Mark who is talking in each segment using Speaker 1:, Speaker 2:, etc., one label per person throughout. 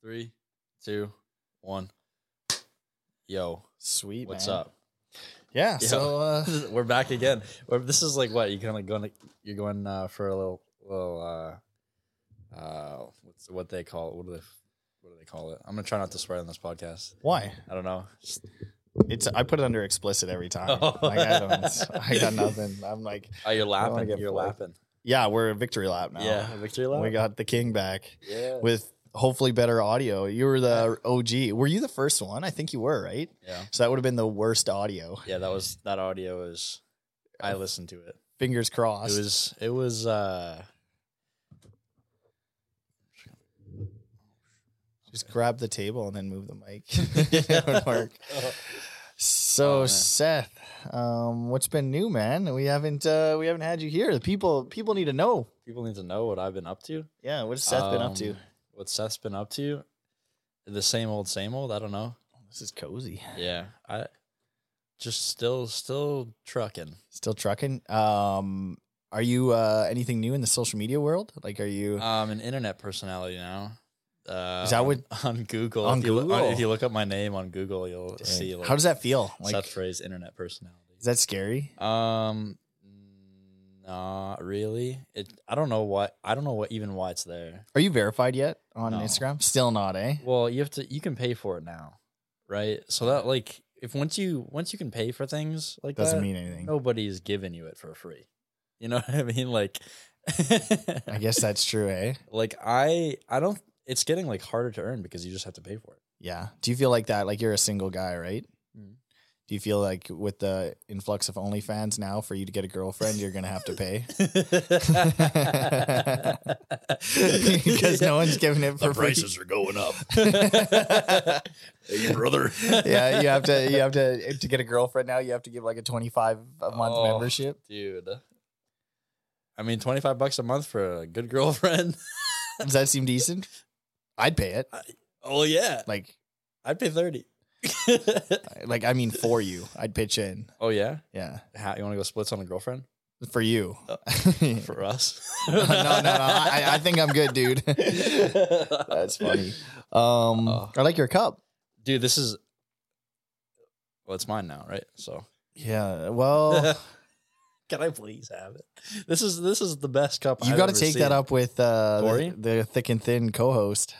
Speaker 1: Three, two, one. Yo,
Speaker 2: Sweet.
Speaker 1: what's
Speaker 2: man.
Speaker 1: up?
Speaker 2: Yeah.
Speaker 1: Yeah.
Speaker 2: So uh,
Speaker 1: We're back again. We're- This is like what you kind of going. You're going uh, for a little, little. Uh, uh, what's what they call it? What do they? What do they call it? I'm gonna try not to swear on this podcast.
Speaker 2: why?
Speaker 1: I don't know.
Speaker 2: It's I put it under explicit every time.
Speaker 1: Oh.
Speaker 2: Like, I don't. I got nothing. I'm like,
Speaker 1: Oh, you're
Speaker 2: don't wanna
Speaker 1: laughing.
Speaker 2: get
Speaker 1: You're
Speaker 2: flagged.
Speaker 1: laughing.
Speaker 2: yeah, we're a victory lap now.
Speaker 1: Yeah, victory lap.
Speaker 2: We got the king back
Speaker 1: yeah.
Speaker 2: with hopefully better audio. You were the OG. Were you the first one? I think you were, right?
Speaker 1: yeah,
Speaker 2: So that would have been the worst audio.
Speaker 1: yeah. That was that audio was. I listened to it.
Speaker 2: Fingers crossed.
Speaker 1: It was. It was. uh
Speaker 2: Just grab the table and then move the mic. That would work. So
Speaker 1: Oh, man.
Speaker 2: Seth, um, what's been new, man? We haven't uh, we haven't had you here. The people people need to know.
Speaker 1: People need to know what I've been up to.
Speaker 2: Yeah, what's Seth been up to?
Speaker 1: Um, What Seth's been up to? The same old, same old. I don't know.
Speaker 2: Oh, This is cozy.
Speaker 1: Yeah, I just still, still trucking.
Speaker 2: Still trucking. Um, are you uh, anything new in the social media world? Like, are you?
Speaker 1: Um, an internet personality now. Uh,
Speaker 2: Is that what-
Speaker 1: on Google?
Speaker 2: on
Speaker 1: if you look-
Speaker 2: Google?
Speaker 1: if you look up my name on Google, you'll see. Like,
Speaker 2: how does that feel?
Speaker 1: Seth
Speaker 2: Like,
Speaker 1: phrase internet personality?
Speaker 2: is that scary?
Speaker 1: Um, not really. It. I don't know what. I don't know what even why it's there.
Speaker 2: Are you verified yet on
Speaker 1: No.
Speaker 2: Instagram? Still not, eh?
Speaker 1: Well, you have to. You can pay for it now, right? So that like, if once you once you can pay for things like
Speaker 2: Doesn't
Speaker 1: that,
Speaker 2: mean anything.
Speaker 1: nobody's giving you it for free. You know what I mean? Like,
Speaker 2: I guess that's true, eh?
Speaker 1: like I I don't. It's getting like harder to earn because you just have to pay for it.
Speaker 2: Yeah. Do you feel like that? Like you're a single guy, right?
Speaker 1: Mm.
Speaker 2: Do you feel like with the influx of OnlyFans now, for you to get a girlfriend, you're gonna have to pay? because no one's giving it for free.
Speaker 1: are going up.
Speaker 2: Hey,
Speaker 1: brother.
Speaker 2: yeah, you have to you have to to get a girlfriend now. You have to give like a twenty five a month
Speaker 1: Oh.
Speaker 2: membership.
Speaker 1: dude. I mean, twenty five bucks a month for a good girlfriend.
Speaker 2: Does that seem decent? I'd pay it.
Speaker 1: Oh yeah,
Speaker 2: Like
Speaker 1: I'd pay thirty.
Speaker 2: like I mean for you, I'd pitch in.
Speaker 1: oh yeah,
Speaker 2: Yeah,
Speaker 1: How, you want to go splits on a girlfriend
Speaker 2: for you.
Speaker 1: Uh,
Speaker 2: no,
Speaker 1: for us?
Speaker 2: no, no. I, I think I'm good, dude. That's funny. Um,
Speaker 1: Oh.
Speaker 2: I like your cup.
Speaker 1: dude. This is well, it's mine now, right? So
Speaker 2: Yeah. Well,
Speaker 1: can I please have it? This is this is the best cup.
Speaker 2: you
Speaker 1: I've
Speaker 2: got to
Speaker 1: ever
Speaker 2: take
Speaker 1: seen.
Speaker 2: that up with uh,
Speaker 1: Corey?
Speaker 2: the, the thick and thin co-host.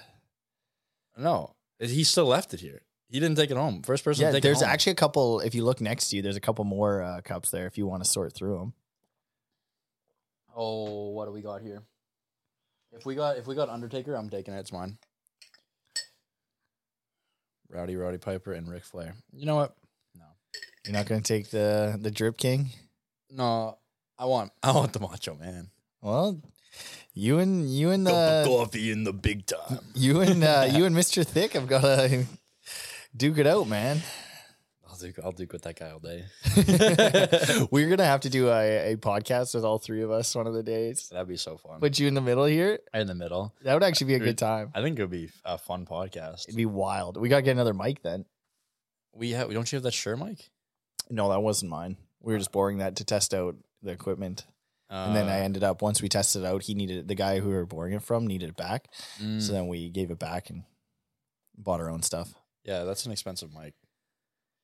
Speaker 1: No, he still left it here. He didn't take it home. First person.
Speaker 2: Yeah,
Speaker 1: to take it
Speaker 2: there's
Speaker 1: home.
Speaker 2: actually a couple. If you look next to you, there's a couple more uh, cups there. If you want to sort through them,
Speaker 1: Oh, what do we got here? If we got if we got Undertaker, I'm taking it. It's mine. Rowdy Roddy Piper and Ric Flair. You know what? No,
Speaker 2: you're not going to take the the drip king.
Speaker 1: no. I want I want the Macho Man.
Speaker 2: Well, you and you and uh, the
Speaker 1: coffee in the big time.
Speaker 2: you and uh, you and Mr. Thick have got to duke it out, man.
Speaker 1: I'll do I'll do with that guy all day.
Speaker 2: We're gonna have to do a, a podcast with all three of us one of the days.
Speaker 1: That'd be so fun.
Speaker 2: Put you in the middle here.
Speaker 1: in the middle.
Speaker 2: That would actually be a
Speaker 1: Agreed.
Speaker 2: good time.
Speaker 1: I think it would be a fun podcast.
Speaker 2: It'd be wild. We gotta get another mic then.
Speaker 1: We have don't you have that sure mic?
Speaker 2: No, that wasn't mine. We were just borrowing that to test out the equipment. And then
Speaker 1: Uh.
Speaker 2: I ended up once we tested it out, he needed the guy who we were borrowing it from needed it back.
Speaker 1: Uh, Mm.
Speaker 2: So then we gave it back and bought our own stuff.
Speaker 1: yeah, that's an expensive mic.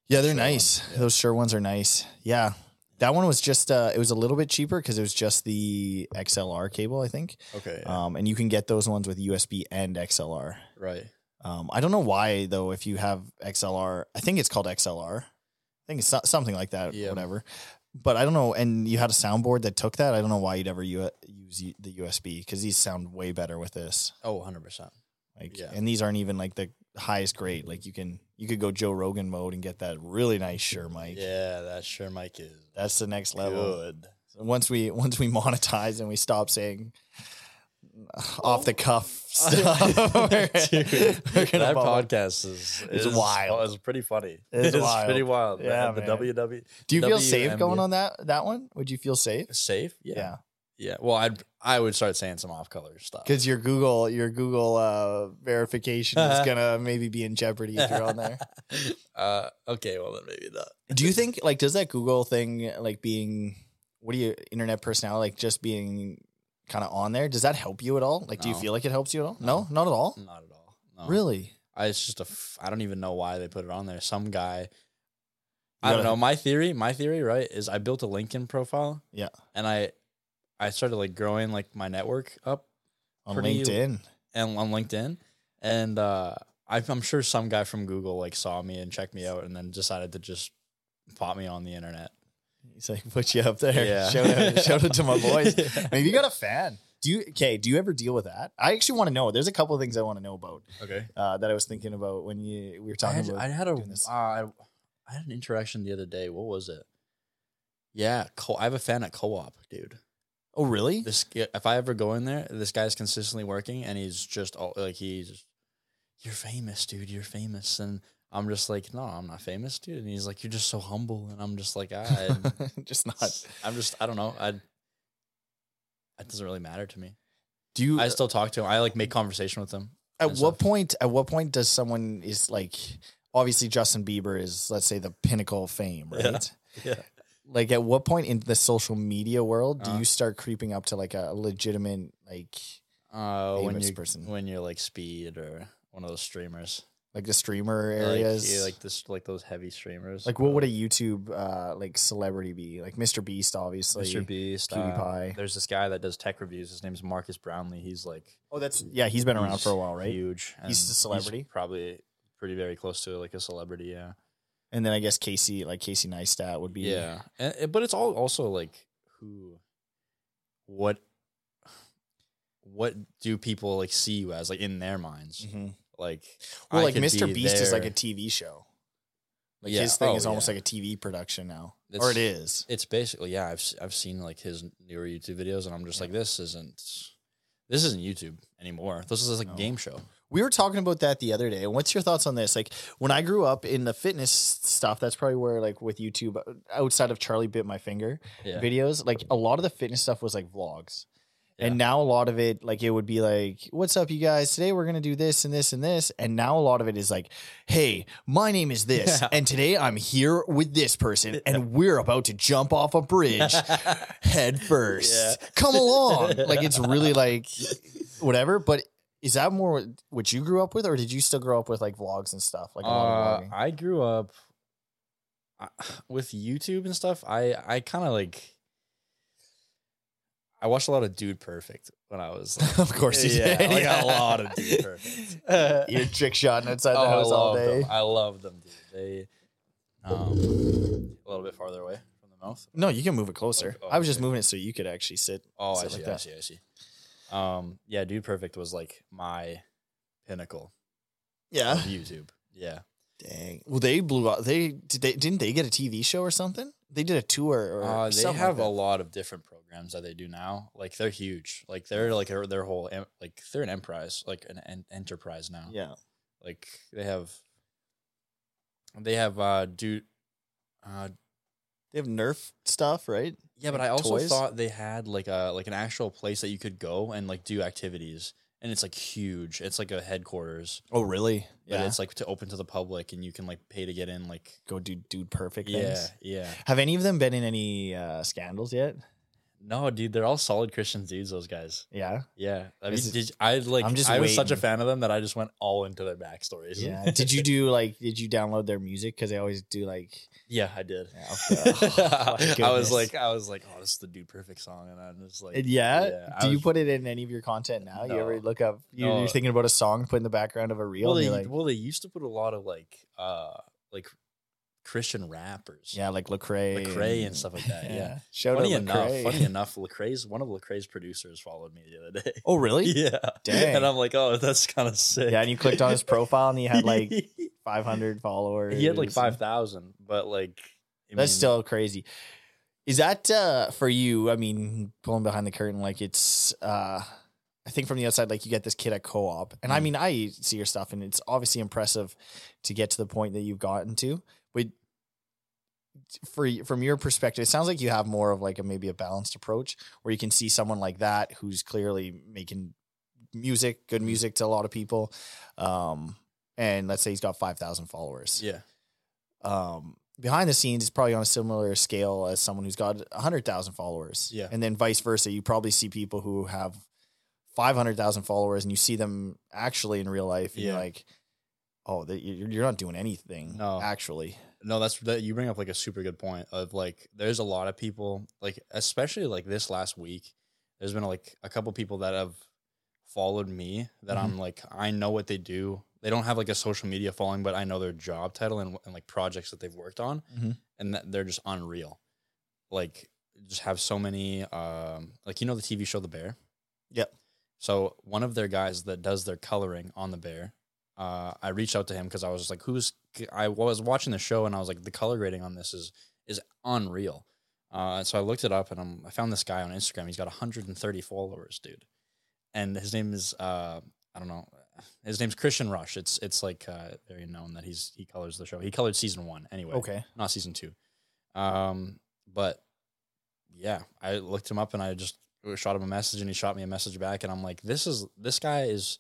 Speaker 2: Yeah,
Speaker 1: Sure
Speaker 2: they're nice.
Speaker 1: one, um, yeah.
Speaker 2: Those sure ones are nice. Yeah. That one was just uh it was a little bit cheaper because it was just the XLR cable, I think.
Speaker 1: Okay,
Speaker 2: Um and you can get those ones with USB and XLR.
Speaker 1: right.
Speaker 2: Um I don't know why though if you have XLR, I think it's called XLR. I think it's so- something like that,
Speaker 1: Yeah.
Speaker 2: whatever. But I don't know and you had a soundboard that took that. I don't know why you'd ever u- use u- the USB cuz these sound way better with this.
Speaker 1: Oh, 100 percent.
Speaker 2: Like
Speaker 1: Yeah.
Speaker 2: and these aren't even like the highest grade. Like you can you could go Joe Rogan mode and get that really nice sure mic.
Speaker 1: Yeah, that sure mic is
Speaker 2: That's the next level.
Speaker 1: good.
Speaker 2: So once we once we monetize and we stop saying off the cuff stuff, we're,
Speaker 1: Dude,
Speaker 2: we're gonna
Speaker 1: that
Speaker 2: bubble.
Speaker 1: podcast is,
Speaker 2: It's
Speaker 1: is-
Speaker 2: wild.
Speaker 1: oh, It's pretty funny.
Speaker 2: It's
Speaker 1: It's
Speaker 2: wild.
Speaker 1: pretty wild. man.
Speaker 2: Yeah,
Speaker 1: the
Speaker 2: man.
Speaker 1: WW
Speaker 2: Do you feel
Speaker 1: WMBA.
Speaker 2: safe going on that that one? Would you feel safe?
Speaker 1: safe. Yeah. yeah, Well, I'd I would start saying some off color stuff.
Speaker 2: Because your Google your Google uh, verification is gonna maybe be in jeopardy if you're on there.
Speaker 1: uh, okay, well then maybe not.
Speaker 2: Do you think like does that Google thing like being what do you internet personality like just being kind of on there? Does that help you at all? Like, do you
Speaker 1: No.
Speaker 2: feel like it helps you at all? No, not at all.
Speaker 1: Not at all. No.
Speaker 2: Really?
Speaker 1: I, it's just a. F- I don't even know why they put it on there. Some guy.
Speaker 2: You
Speaker 1: I don't
Speaker 2: gotta-
Speaker 1: know. My theory, my theory, right, is I built a LinkedIn profile.
Speaker 2: Yeah.
Speaker 1: And I, I started like growing like my network up
Speaker 2: On
Speaker 1: Pretty-
Speaker 2: LinkedIn.
Speaker 1: and on LinkedIn, and uh, I, I'm sure some guy from Google like saw me and checked me out, and then decided to just pop me on the internet.
Speaker 2: He's like, put you up there.
Speaker 1: Yeah.
Speaker 2: Shout out, shout out to my boys.
Speaker 1: Yeah.
Speaker 2: Maybe you got a fan. Do you okay? Do you ever deal with that? I actually want to know. There's a couple of things I want to know about
Speaker 1: Okay.
Speaker 2: uh, that I was thinking about when you we were
Speaker 1: I
Speaker 2: talking
Speaker 1: had,
Speaker 2: about.
Speaker 1: I had a
Speaker 2: doing this.
Speaker 1: uh, I I had an interaction the other day. What was it? Yeah, co- I have a fan at co-op, dude.
Speaker 2: oh, really?
Speaker 1: This if I ever go in there, this guy's consistently working, and he's just all like he's, you're famous, dude. You're famous, and I'm just like, no, I'm not famous, dude. And he's like, you're just so humble, and I'm just like, "Ah, I. It's-
Speaker 2: Just not.
Speaker 1: I'm just I don't know. I it doesn't really matter to me.
Speaker 2: Do you? uh,
Speaker 1: I still talk to him. I like make conversation with him.
Speaker 2: at
Speaker 1: and
Speaker 2: what
Speaker 1: stuff.
Speaker 2: point? At what point does someone is like? Obviously, Justin Bieber is let's say the pinnacle of fame, right?
Speaker 1: Yeah. Yeah.
Speaker 2: Like, at what point in the social media world do
Speaker 1: Uh-huh.
Speaker 2: you start creeping up to like a legitimate like
Speaker 1: Uh when
Speaker 2: Famous
Speaker 1: you
Speaker 2: person.
Speaker 1: when you're like speed or one of those streamers.
Speaker 2: like the streamer
Speaker 1: Like, yeah,
Speaker 2: areas?
Speaker 1: like this like those heavy streamers.
Speaker 2: Like what would a YouTube uh like celebrity be? Like Mr. Beast, obviously.
Speaker 1: Mr. Beast, uh,
Speaker 2: PewDiePie.
Speaker 1: there's this guy that does tech reviews. His name's Marcus Brownlee. He's like
Speaker 2: Oh, that's yeah. He's been around
Speaker 1: he's
Speaker 2: for a while, right?
Speaker 1: Huge. and
Speaker 2: a celebrity?
Speaker 1: probably pretty very close to like a celebrity. Yeah.
Speaker 2: And then I guess Casey, like Casey Neistat, would be.
Speaker 1: Yeah, and, and- but it's all also like who, what, what do people like see you as like in their minds?
Speaker 2: Mhm.
Speaker 1: Like,
Speaker 2: Well,
Speaker 1: I
Speaker 2: like
Speaker 1: could
Speaker 2: Mr.
Speaker 1: be
Speaker 2: Beast is like a
Speaker 1: there.
Speaker 2: TV show. Like
Speaker 1: Yeah,
Speaker 2: his thing
Speaker 1: oh,
Speaker 2: is almost
Speaker 1: yeah.
Speaker 2: like a TV production now,
Speaker 1: It's-
Speaker 2: or it is.
Speaker 1: It's basically yeah. I've s- I've seen like his newer YouTube videos, and I'm just like, this isn't, this isn't YouTube anymore. This is like
Speaker 2: No.
Speaker 1: a game show.
Speaker 2: We were talking about that the other day. And what's your thoughts on this? Like when I grew up in the fitness stuff, that's probably where like with YouTube, uh, outside of Charlie bit my finger
Speaker 1: Yeah,
Speaker 2: videos, like a lot of the fitness stuff was like vlogs. And
Speaker 1: Yeah.
Speaker 2: now a lot of it, like it would be like, "What's up, you guys? Today we're gonna do this and this and this." And now a lot of it is like, "Hey, my name is this,
Speaker 1: Yeah.
Speaker 2: and today I'm here with this person, and we're about to jump off a bridge head first.
Speaker 1: Yeah.
Speaker 2: Come along!" Like it's really like whatever. But is that more what- what you grew up with, or did you still grow up with like vlogs and stuff, like a lot
Speaker 1: Uh,
Speaker 2: of vlogging?
Speaker 1: I grew up I, with YouTube and stuff. I I kind of like I watched a lot of Dude Perfect when I was. Like,
Speaker 2: of course, you
Speaker 1: yeah,
Speaker 2: did.
Speaker 1: like a lot of Dude Perfect. Uh,
Speaker 2: You're trick shotting outside the
Speaker 1: oh, I
Speaker 2: house all
Speaker 1: love
Speaker 2: day.
Speaker 1: Them. I love them, dude. They um a little bit farther away from the mouth.
Speaker 2: No, you can move it closer.
Speaker 1: Oh,
Speaker 2: I was just
Speaker 1: okay.
Speaker 2: moving it so you could actually sit.
Speaker 1: Oh,
Speaker 2: sit
Speaker 1: I see,
Speaker 2: like
Speaker 1: I
Speaker 2: that.
Speaker 1: see, I see. Um, yeah, Dude Perfect was like my pinnacle of
Speaker 2: Yeah.
Speaker 1: YouTube. Yeah.
Speaker 2: Dang. Well, they blew out. They did. They didn't they get a TV show or something? They did a tour or
Speaker 1: Uh, they
Speaker 2: something
Speaker 1: have
Speaker 2: like
Speaker 1: a lot of different programs that they do now. Like they're huge. Like they're like their, their whole em- like they're an enterprise, like an, en- enterprise now.
Speaker 2: that. Yeah.
Speaker 1: Like they have they have uh do uh
Speaker 2: They have Nerf stuff, right?
Speaker 1: yeah, but
Speaker 2: Like
Speaker 1: I also
Speaker 2: toys?
Speaker 1: thought they had like a like an actual place that you could go and like do activities. And it's like huge. It's like a headquarters,
Speaker 2: Oh, really?
Speaker 1: but
Speaker 2: Yeah.
Speaker 1: it's like to open to the public and you can like pay to get in like
Speaker 2: Go do dude perfect
Speaker 1: yeah,
Speaker 2: things.
Speaker 1: yeah.
Speaker 2: Have any of them been in any uh, scandals yet?
Speaker 1: No, dude, they're all solid Christian dudes those guys.
Speaker 2: Yeah.
Speaker 1: Yeah, I mean,
Speaker 2: This is-
Speaker 1: did you- I like? i
Speaker 2: I'm just
Speaker 1: was such a
Speaker 2: waiting.
Speaker 1: fan of them that I just went all into their backstories.
Speaker 2: Yeah. did you do like? Did you download their music? Because they always do like.
Speaker 1: yeah, I did.
Speaker 2: Yeah. oh, my
Speaker 1: I was
Speaker 2: goodness.
Speaker 1: like, I was like, oh, this is the dude perfect song, and I'm just like,
Speaker 2: And yeah.
Speaker 1: I
Speaker 2: do you
Speaker 1: was-
Speaker 2: put it in any of your content now? You ever
Speaker 1: No.
Speaker 2: look up? You're, you're
Speaker 1: No.
Speaker 2: thinking about a song, put in the background of a reel.
Speaker 1: Well,
Speaker 2: and
Speaker 1: they
Speaker 2: you're like,
Speaker 1: well, they used to put a lot of like, uh, like Christian rappers.
Speaker 2: yeah, like Lecrae,
Speaker 1: Lecrae and stuff like that, yeah.
Speaker 2: Shout
Speaker 1: Funny
Speaker 2: out
Speaker 1: enough,
Speaker 2: Lecrae.
Speaker 1: funny enough, Lecrae's one of Lecrae's producers followed me the other day.
Speaker 2: Oh, really?
Speaker 1: yeah,
Speaker 2: Dang.
Speaker 1: and I'm like, oh, that's kind of sick.
Speaker 2: Yeah, and you clicked on his profile and he had like 500 followers.
Speaker 1: he had like five thousand, but like I
Speaker 2: That's
Speaker 1: mean,
Speaker 2: still crazy. Is that uh, for you? I mean, pulling behind the curtain, like it's. Uh, I think from the outside, like you get this kid at co-op, and I
Speaker 1: Mm.
Speaker 2: mean, I see your stuff, and it's obviously impressive to get to the point that you've gotten to. But for from your perspective, it sounds like you have more of like a maybe a balanced approach, where you can see someone like that who's clearly making music,
Speaker 1: Mm.
Speaker 2: good music to a lot of people, um, and let's say he's got five thousand followers
Speaker 1: yeah,
Speaker 2: um, behind the scenes is probably on a similar scale as someone who's got 100,000 followers.
Speaker 1: Yeah.
Speaker 2: And then vice versa. You probably see people who have five hundred thousand followers and you see them actually in real life, and you're
Speaker 1: Yeah.
Speaker 2: like, oh, they, you're you're not doing anything
Speaker 1: No.
Speaker 2: actually.
Speaker 1: No, that's that you bring up like a super good point of like there's a lot of people like especially like this last week there's been like a couple people that have followed me that I'm like I know what they do. They don't have like a social media following, but I know their job title and, and like projects that they've worked on
Speaker 2: Mhm.
Speaker 1: and that they're just unreal. Like just have so many um like you know the TV show The Bear?
Speaker 2: Yep.
Speaker 1: So one of their guys that does their coloring on the bear, uh, I reached out to him because I was just like, "Who's?" I was watching the show and I was like, "The color grading on this is is unreal." Uh, so I looked it up and i I found this guy on Instagram. He's got 130 followers, dude, and his name is uh, I don't know. His name's Christian Rush. It's it's like uh, very known that he's he colors the show. He colored season one anyway
Speaker 2: Okay.
Speaker 1: not season two. Um, but yeah, I looked him up and I just shot him a message and he shot me a message back and I'm like, this is this guy is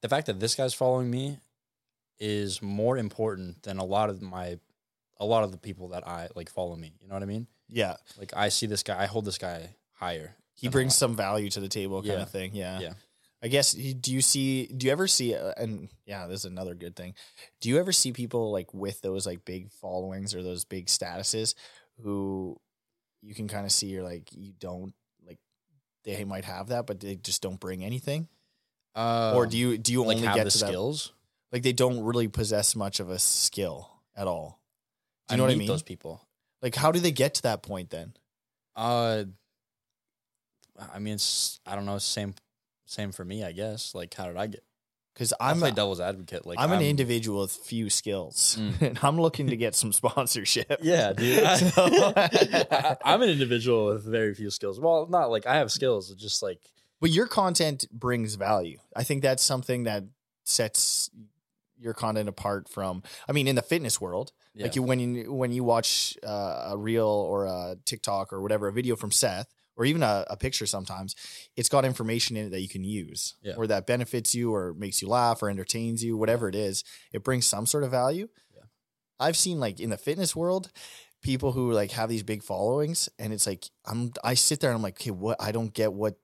Speaker 1: the fact that this guy's following me is more important than a lot of my a lot of the people that I like follow me. You know what I mean?
Speaker 2: Yeah.
Speaker 1: Like I see this guy, I hold this guy higher. than
Speaker 2: He
Speaker 1: a
Speaker 2: brings
Speaker 1: lot.
Speaker 2: some value to the table kind
Speaker 1: Yeah.
Speaker 2: of thing. Yeah.
Speaker 1: Yeah.
Speaker 2: I guess you- do you see do you ever see uh, and yeah, this is another good thing. Do you ever see people like with those like big followings or those big statuses who you can kind of see you're like you don't like they might have that but they just don't bring anything? or
Speaker 1: Um,
Speaker 2: do you do you
Speaker 1: like
Speaker 2: only
Speaker 1: have
Speaker 2: get
Speaker 1: the
Speaker 2: to that
Speaker 1: skills?
Speaker 2: like they don't really possess much of a skill at all. Do you know what I
Speaker 1: need
Speaker 2: mean?
Speaker 1: Those people.
Speaker 2: Like how do they get to that point then?
Speaker 1: Uh, I mean, it's I don't know. Same, same for me, I guess. Like, how did I get?
Speaker 2: Cuz
Speaker 1: I'm
Speaker 2: I'm
Speaker 1: play
Speaker 2: a,
Speaker 1: devil's advocate. Like,
Speaker 2: I'm an individual with few skills,
Speaker 1: Mm.
Speaker 2: and I'm looking to get some sponsorship.
Speaker 1: Yeah, dude. I,
Speaker 2: So-
Speaker 1: am an individual with very few skills. Well, not like I have skills. it's Just like
Speaker 2: but your content brings value. I think that's something that sets your content apart from. I mean, in the fitness world,
Speaker 1: yeah,
Speaker 2: like you, when you when you watch uh, a reel or a TikTok or whatever, a video from Seth, or even a, a picture, sometimes it's got information in it that you can use,
Speaker 1: Yeah.
Speaker 2: or that benefits you, or makes you laugh, or entertains you, whatever it is. It brings some sort of value.
Speaker 1: Yeah.
Speaker 2: I've seen like in the fitness world, people who like have these big followings, and it's like I'm I sit there and I'm like, okay, what I don't get what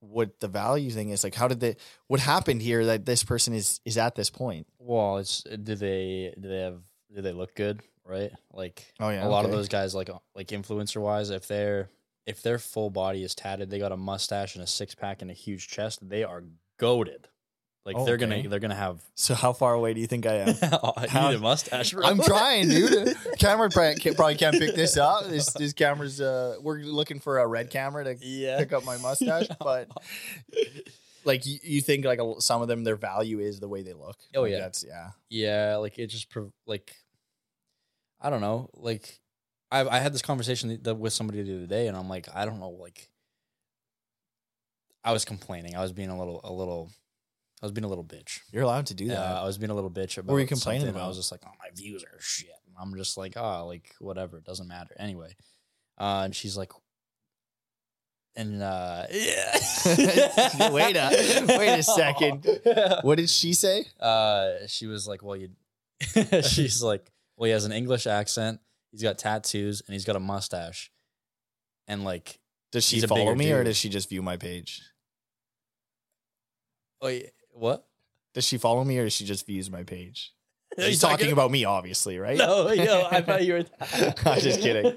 Speaker 2: what the value thing is like how did they what happened here that this person is is at this point
Speaker 1: well, it's do they do they have do they look good? Right, like
Speaker 2: oh
Speaker 1: a
Speaker 2: yeah
Speaker 1: lot of
Speaker 2: okay.
Speaker 1: those guys, like uh, like influencer wise, if they're if their full body is tatted, they got a mustache and a six pack and a huge chest, they are goaded. Like
Speaker 2: Oh,
Speaker 1: they're
Speaker 2: okay.
Speaker 1: gonna they're gonna have
Speaker 2: so how far away do you think i am How-
Speaker 1: I need a mustache. bro.
Speaker 2: I'm trying, dude. Camera pra- can- probably can't pick this up. This this camera's uh, we're looking for a red camera to
Speaker 1: yeah.
Speaker 2: pick up my mustache, but like you, you think like a, some of them, their value is the way they look.
Speaker 1: Oh,
Speaker 2: Like,
Speaker 1: yeah.
Speaker 2: that's yeah.
Speaker 1: yeah, like it just prov- like I don't know. Like I I had this conversation th- that with somebody the other day, and I'm like, I don't know. Like I was complaining. I was being a little a little. I was being a little bitch.
Speaker 2: You're allowed to do
Speaker 1: Yeah,
Speaker 2: that.
Speaker 1: I was being a little bitch about.
Speaker 2: were you complaining
Speaker 1: something. I
Speaker 2: about?
Speaker 1: was just like, "Oh, my views are shit." And I'm just like, "Ah, like whatever, it doesn't matter anyway." Uh, and she's like, and uh, yeah,
Speaker 2: Wait a- wait a second. what did she say?
Speaker 1: Uh, she was like, "Well, you," she's like, "Well, he has an English accent. He's got tattoos, and he's got a mustache, and like,
Speaker 2: Does she
Speaker 1: He's a
Speaker 2: follow
Speaker 1: bigger
Speaker 2: me or
Speaker 1: dude.
Speaker 2: does she just view my page?
Speaker 1: wait, oh, what?"
Speaker 2: Does she follow me or does she just views my page?
Speaker 1: Are
Speaker 2: She's
Speaker 1: you
Speaker 2: talking about me, obviously, right?
Speaker 1: No, yo, I thought you were.
Speaker 2: I'm just kidding.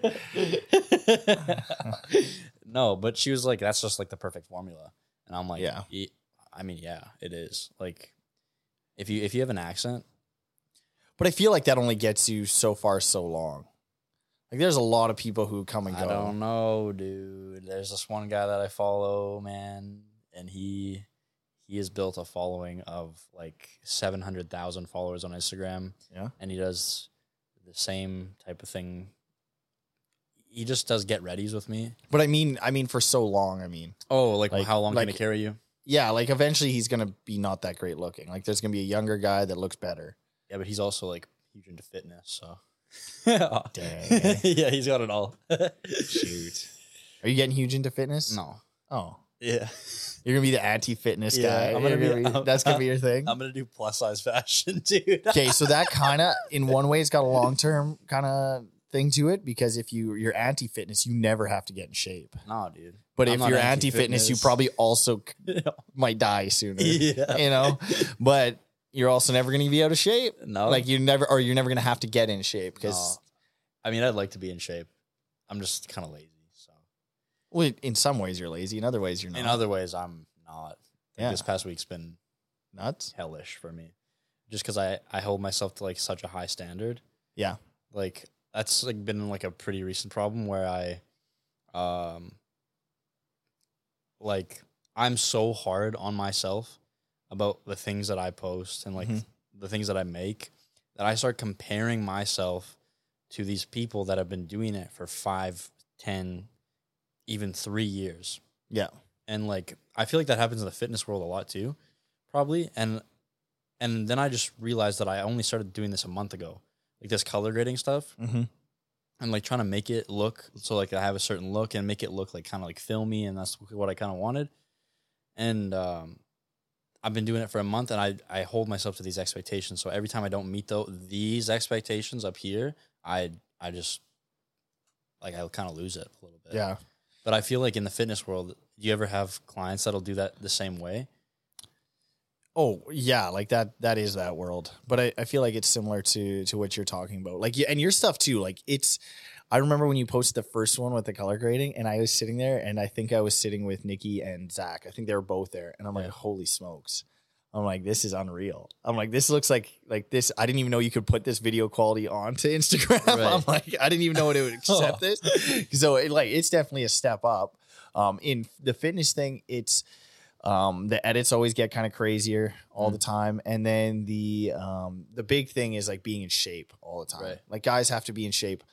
Speaker 1: no, but she was like, "That's just like the perfect formula," and I'm like,
Speaker 2: Yeah.
Speaker 1: "Ye- I mean, yeah, it is. Like, if you if you have an accent,
Speaker 2: But I feel like that only gets you so far, so long. Like there's a lot of people who come and go.
Speaker 1: I don't know, dude. There's this one guy that I follow, man, and he he has built a following of like 700,000 followers on Instagram.
Speaker 2: Yeah.
Speaker 1: And he does the same type of thing. He just does get readies with me.
Speaker 2: But I mean, I mean, for so long. I mean,
Speaker 1: Oh, like,
Speaker 2: Like-
Speaker 1: how long
Speaker 2: like-
Speaker 1: can it carry you?
Speaker 2: yeah, like eventually he's gonna be not that great looking. Like there's gonna be a younger guy that looks better.
Speaker 1: Yeah, but he's also like huge into fitness, so
Speaker 2: Dang, eh?
Speaker 1: yeah, he's got it all.
Speaker 2: Shoot. Are you getting huge into fitness?
Speaker 1: No.
Speaker 2: Oh,
Speaker 1: Yeah.
Speaker 2: you're gonna be the anti-fitness
Speaker 1: Yeah,
Speaker 2: guy.
Speaker 1: I'm gonna
Speaker 2: You're
Speaker 1: be- I'm-
Speaker 2: that's gonna be your thing.
Speaker 1: I'm gonna do plus size fashion, dude.
Speaker 2: Okay, so that kind of, in one way, it's got a long-term kind of thing to it because if you you're anti fitness, you never have to get in shape.
Speaker 1: Nah, dude.
Speaker 2: But
Speaker 1: I'm
Speaker 2: if
Speaker 1: not
Speaker 2: you're anti fitness, you
Speaker 1: anti-fitness.
Speaker 2: probably also c- might die sooner.
Speaker 1: Yeah.
Speaker 2: You know, but you're also never going to be out of shape.
Speaker 1: no.
Speaker 2: Like you're never, or you're never going to have to get in shape because,
Speaker 1: no. I mean, I'd like to be in shape. I'm just kind of lazy. So
Speaker 2: well, in some ways you're lazy, in other ways you're not.
Speaker 1: in other ways, I'm not. Like,
Speaker 2: Yeah.
Speaker 1: This past week's been
Speaker 2: nuts.
Speaker 1: hellish for me, just because I I hold myself to like such a high standard.
Speaker 2: Yeah.
Speaker 1: Like that's like been like a pretty recent problem where I, um, like I'm so hard on myself about the things that I post and like
Speaker 2: Mhm.
Speaker 1: the things that I make that I start comparing myself to these people that have been doing it for five, ten, even three years
Speaker 2: Yeah.
Speaker 1: and like I feel like that happens in the fitness world a lot too, probably. And and then I just realized that I only started doing this a month ago, like this color grading stuff,
Speaker 2: Mm-hmm.
Speaker 1: and like trying to make it look so like I have a certain look and make it look like kind of like filmy, and that's what I kind of wanted. And um, I've been doing it for a month, and I I hold myself to these expectations. So every time I don't meet though these expectations up here, I I just like I kind of lose it a little bit.
Speaker 2: Yeah.
Speaker 1: But I feel like in the fitness world, do you ever have clients that'll do that the same way?
Speaker 2: Oh yeah, like that. That is that world. But I, I feel like it's similar to to what you're talking about. Like yeah, and your stuff too. Like it's. I remember when you posted the first one with the color grading, and I was sitting there, and I think I was sitting with Nikki and Zach. I think they were both there, and I'm like,
Speaker 1: Yeah.
Speaker 2: holy smokes. I'm like, this is unreal. I'm like, this looks like like this. I didn't even know you could put this video quality onto Instagram. I'm
Speaker 1: Right. Oh.
Speaker 2: like, I didn't even know it would accept this. So it like it's definitely a step up. Um, in the fitness thing, it's um, the edits always get kind of crazier all the time, and then the um, the big thing is like being in shape all the time.
Speaker 1: Right.
Speaker 2: Like guys have to be in shape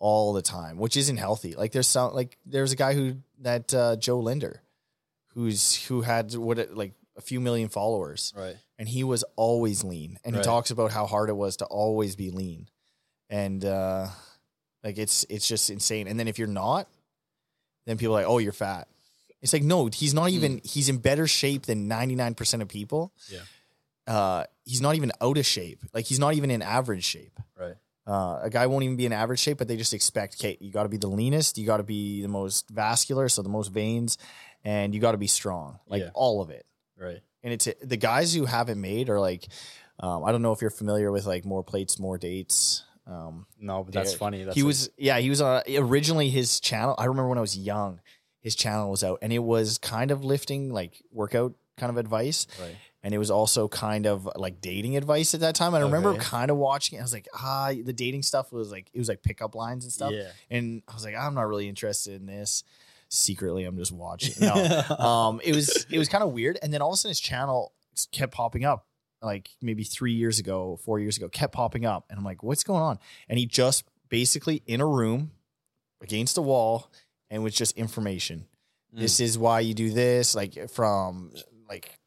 Speaker 2: all the time, which isn't healthy. Like there's some like there's a guy who that uh, Joe Linder, who's who had what it- like a few million followers,
Speaker 1: Right.
Speaker 2: and he was always lean, and
Speaker 1: Right.
Speaker 2: he talks about how hard it was to always be lean, and uh, like it's it's just insane. And then if you're not, then people are like, oh, you're fat. It's like no, he's not
Speaker 1: Hmm.
Speaker 2: even. He's in better shape than 99 percent of people.
Speaker 1: Yeah.
Speaker 2: Uh, he's not even out of shape. Like he's not even in average shape.
Speaker 1: Right.
Speaker 2: Uh, a guy won't even be in average shape, but they just expect, okay, you got to be the leanest, you got to be the most vascular, so the most veins, and you got to be strong, like
Speaker 1: Yeah.
Speaker 2: all of it.
Speaker 1: Right.
Speaker 2: And it's the guys who have it made are like, um, I don't know if you're familiar with like more plates, more dates. Um,
Speaker 1: No, but that's
Speaker 2: Dude,
Speaker 1: funny. That's
Speaker 2: he
Speaker 1: like-
Speaker 2: was yeah he was on originally his channel i remember when i was young his channel was out and it was kind of lifting like workout kind of advice
Speaker 1: right.
Speaker 2: and it was also kind of like dating advice at that time and i remember
Speaker 1: Okay.
Speaker 2: kind of watching it i was like ah the dating stuff was like it was like pickup lines and stuff
Speaker 1: Yeah.
Speaker 2: and i was like i'm not really interested in this secretly i'm just watching no um it was it was kind of weird and then all of a sudden his channel kept popping up like maybe three years ago four years ago kept popping up and i'm like what's going on and he just basically in a room against a wall and was just information
Speaker 1: Mm.
Speaker 2: this is why you do this like from like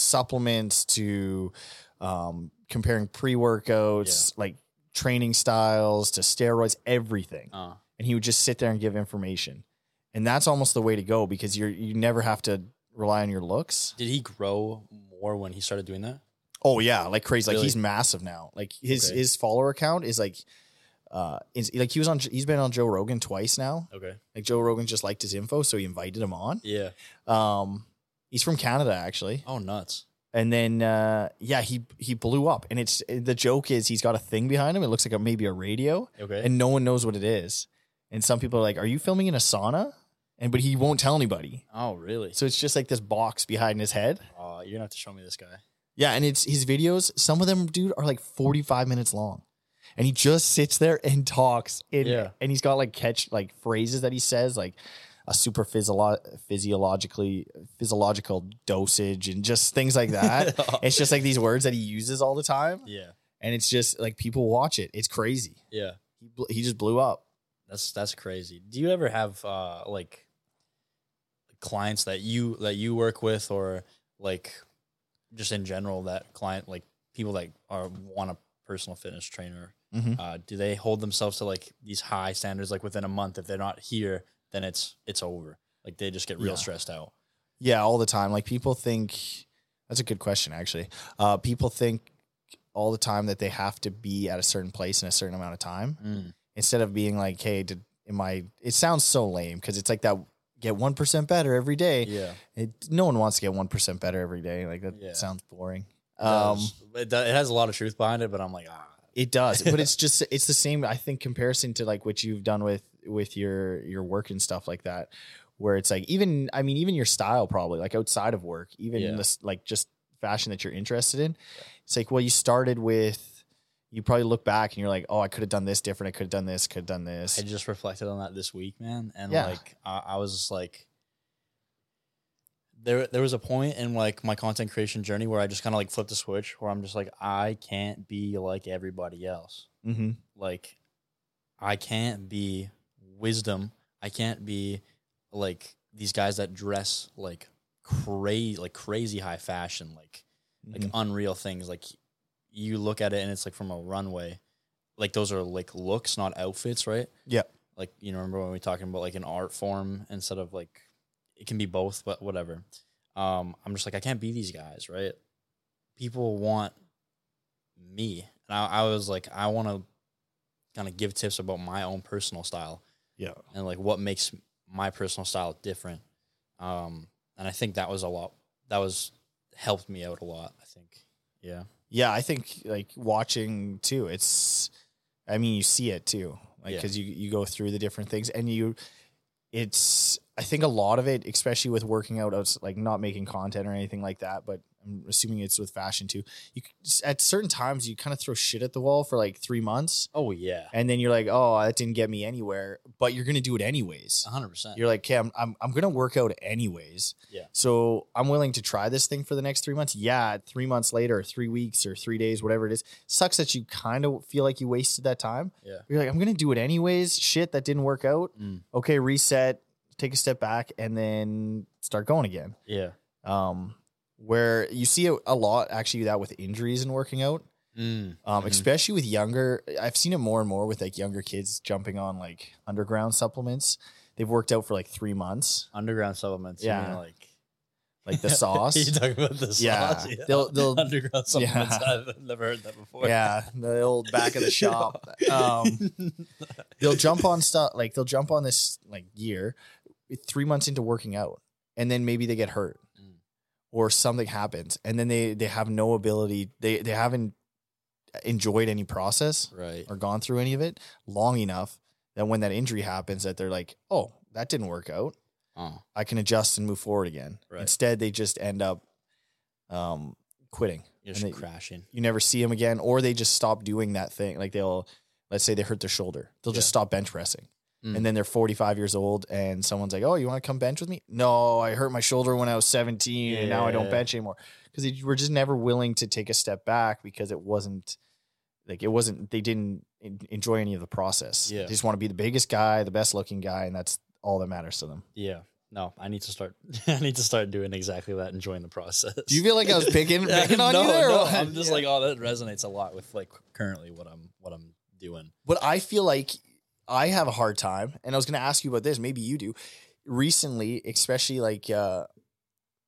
Speaker 2: supplements to um comparing pre-workouts like training styles to steroids everything
Speaker 1: Uh,
Speaker 2: and he would just sit there and give information. And that's almost the way to go because you're you never have to rely on your looks.
Speaker 1: did he grow more when he started doing that?
Speaker 2: Oh yeah, like crazy. Like
Speaker 1: Really?
Speaker 2: he's massive now. Like his
Speaker 1: Okay.
Speaker 2: his follower count is like uh is like he was on he's been on Joe Rogan twice now.
Speaker 1: Okay.
Speaker 2: Like Joe Rogan just liked his info, so he invited him on.
Speaker 1: Yeah.
Speaker 2: Um he's from Canada actually.
Speaker 1: Oh, nuts.
Speaker 2: And then uh yeah, he he blew up. And it's the joke is he's got a thing behind him. It looks like a, maybe a radio.
Speaker 1: Okay.
Speaker 2: and no one knows what it is. And some people are like, "Are you filming in a sauna?" And but he won't tell anybody.
Speaker 1: oh, really?
Speaker 2: So it's just like this box behind his head.
Speaker 1: Oh, you're gonna have to show me this guy.
Speaker 2: Yeah, and it's his videos. Some of them, dude, are like forty five minutes long, and he just sits there and talks. And,
Speaker 1: Yeah.
Speaker 2: and he's got like catch like phrases that he says like a super physiolo- physiologically physiological dosage and just things like that. it's just like these words that he uses all the time,
Speaker 1: yeah.
Speaker 2: and it's just like people watch it. It's crazy.
Speaker 1: Yeah.
Speaker 2: He bl- he just blew up.
Speaker 1: That's that's crazy. Do you ever have uh like clients that you that you work with or like just in general that client like people that are want a personal fitness trainer
Speaker 2: Mhm.
Speaker 1: uh do they hold themselves to like these high standards like within a month if they're not here then it's it's over like they just get real
Speaker 2: Yeah.
Speaker 1: stressed out
Speaker 2: Yeah, all the time. Like people think that's a good question actually. Uh, people think all the time that they have to be at a certain place in a certain amount of time, instead of being like, hey, did am I? It sounds so lame because it's like that get one percent better every day.
Speaker 1: Yeah.
Speaker 2: It, no one wants to get one percent better every day. Like that
Speaker 1: Yeah.
Speaker 2: sounds boring.
Speaker 1: It
Speaker 2: um,
Speaker 1: does. it, do- it has a lot of truth behind it, but I'm like, ah,
Speaker 2: it does, but it's just it's the same. I think comparison to like what you've done with with your your work and stuff like that, where it's like even I mean even your style probably like outside of work, even
Speaker 1: Yeah.
Speaker 2: this like just fashion that you're interested in. It's like well, you started with. You probably look back and you're like, oh, I could have done this different. I could have done this. Could have done this.
Speaker 1: I just reflected on that this week, man, and
Speaker 2: Yeah.
Speaker 1: like I, I was just like, there there was a point in like my content creation journey where I just kind of like flipped the switch, where I'm just like, I can't be like everybody else.
Speaker 2: mm-hmm.
Speaker 1: Like, I can't be wisdom. I can't be like these guys that dress like crazy, like crazy high fashion, like
Speaker 2: Mm-hmm.
Speaker 1: like unreal things. Like you look at it and it's like from a runway. Like those are like looks, not outfits, right?
Speaker 2: Yeah.
Speaker 1: Like you know, remember when we were talking about like an art form instead of like it can be both, but whatever. Um, I'm just like I can't be these guys, right? People want me, and I, I was like, I want to kind of give tips about my own personal style
Speaker 2: yeah.
Speaker 1: and like what makes my personal style different. Um, and I think that was a lot. That was helped me out a lot. I think. Yeah.
Speaker 2: Yeah, I think like watching too. It's, I mean, you see it too, like
Speaker 1: Yeah.
Speaker 2: because you you go through the different things and you, it's. I think a lot of it, especially with working out, it's like not making content or anything like that. But I'm assuming it's with fashion too. You c- at certain times you kind of throw shit at the wall for like three months,
Speaker 1: Oh yeah.
Speaker 2: and then you're like, oh, that didn't get me anywhere. But you're gonna do it anyways.
Speaker 1: 100. percent
Speaker 2: Uh, You're like, okay, I'm, I'm, I'm going to work out anyways.
Speaker 1: Yeah.
Speaker 2: So I'm willing to try this thing for the next three months. Yeah. Three months later, or three weeks or three days, whatever it is. Sucks that you kind of feel like you wasted that time.
Speaker 1: Yeah.
Speaker 2: You're like, I'm going to do it anyways. Shit, that didn't work out.
Speaker 1: Mm.
Speaker 2: Okay. Reset, take a step back and then start going again.
Speaker 1: Yeah.
Speaker 2: Um, where you see it a lot actually that with injuries and working out,
Speaker 1: Mm.
Speaker 2: um,
Speaker 1: Mhm.
Speaker 2: especially with younger. I've seen it more and more with like younger kids jumping on like underground supplements. They've worked out for like three months
Speaker 1: Underground supplements. you mean,
Speaker 2: Yeah.
Speaker 1: like
Speaker 2: like the
Speaker 1: you
Speaker 2: sauce.
Speaker 1: talking about the sauce?
Speaker 2: Yeah. They'll- they'll-
Speaker 1: underground supplements.
Speaker 2: yeah.
Speaker 1: I've never heard that before.
Speaker 2: yeah, the old back of the shop. Um, they'll jump on stuff like they'll jump on this like year, three months into working out, and then maybe they get hurt
Speaker 1: Mm.
Speaker 2: or something happens, and then they they have no ability. They they haven't enjoyed any process
Speaker 1: right.
Speaker 2: or gone through any of it long enough that when that injury happens, that they're like, oh, that didn't work out.
Speaker 1: Oh.
Speaker 2: I can adjust and move forward again.
Speaker 1: Right.
Speaker 2: Instead, they just end up um, quitting.
Speaker 1: You're just
Speaker 2: And they-
Speaker 1: crashing.
Speaker 2: you never see them again, or they just stop doing that thing. Like they'll, let's say they hurt their shoulder, they'll
Speaker 1: Yeah.
Speaker 2: just stop bench pressing,
Speaker 1: Mm.
Speaker 2: and then they're 45 years old, and someone's like, "Oh, you want to come bench with me?" No, I hurt my shoulder when I was 17, and now I
Speaker 1: Yeah.
Speaker 2: don't bench anymore because they were just never willing to take a step back because it wasn't like it wasn't they didn't en- enjoy any of the process.
Speaker 1: Yeah.
Speaker 2: They just want to be the biggest guy, the best looking guy, and that's all that matters to them.
Speaker 1: Yeah. No, I need to start. I need to start doing exactly that, enjoying the process.
Speaker 2: Do you feel like I was picking
Speaker 1: Yeah,
Speaker 2: picking on
Speaker 1: no,
Speaker 2: you there? or
Speaker 1: no,
Speaker 2: what?
Speaker 1: I'm just
Speaker 2: Yeah.
Speaker 1: like, oh, that resonates a lot with like currently what I'm what I'm doing.
Speaker 2: But I feel like I have a hard time, and I was going to ask you about this. Maybe you do. Recently, especially like uh,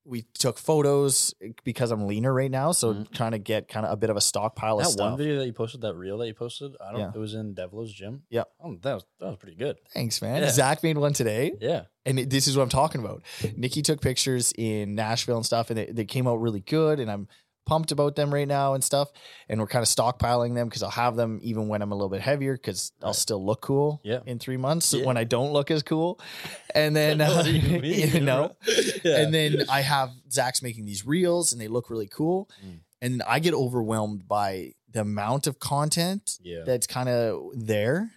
Speaker 2: we took photos eh, because I'm leaner right now, so
Speaker 1: Mhm.
Speaker 2: trying to get kind of a bit of a stockpile
Speaker 1: that
Speaker 2: of stuff.
Speaker 1: one video that you posted, that reel that you posted, I don't.
Speaker 2: Yeah.
Speaker 1: It was in Devlo's gym.
Speaker 2: Yeah.
Speaker 1: Oh, that was that was pretty good.
Speaker 2: Thanks, man.
Speaker 1: Yeah.
Speaker 2: Zach made one today,
Speaker 1: Yeah.
Speaker 2: and it- this is what I'm talking about. Nikki took pictures in Nashville and stuff, and they, they came out really good, and I'm pumped about them right now and stuff. And we're kind of stockpiling them because I'll have them even when I'm a little bit heavier because I'll
Speaker 1: Right.
Speaker 2: still look cool
Speaker 1: Yeah.
Speaker 2: in three months
Speaker 1: Yeah.
Speaker 2: when I don't look as cool. And then, uh,
Speaker 1: What do
Speaker 2: you,
Speaker 1: mean,
Speaker 2: know,
Speaker 1: bro? Yeah.
Speaker 2: and then I have Zach's making these reels and they look really cool.
Speaker 1: Mm.
Speaker 2: And I get overwhelmed by the amount of content
Speaker 1: yeah.
Speaker 2: that's kind of there.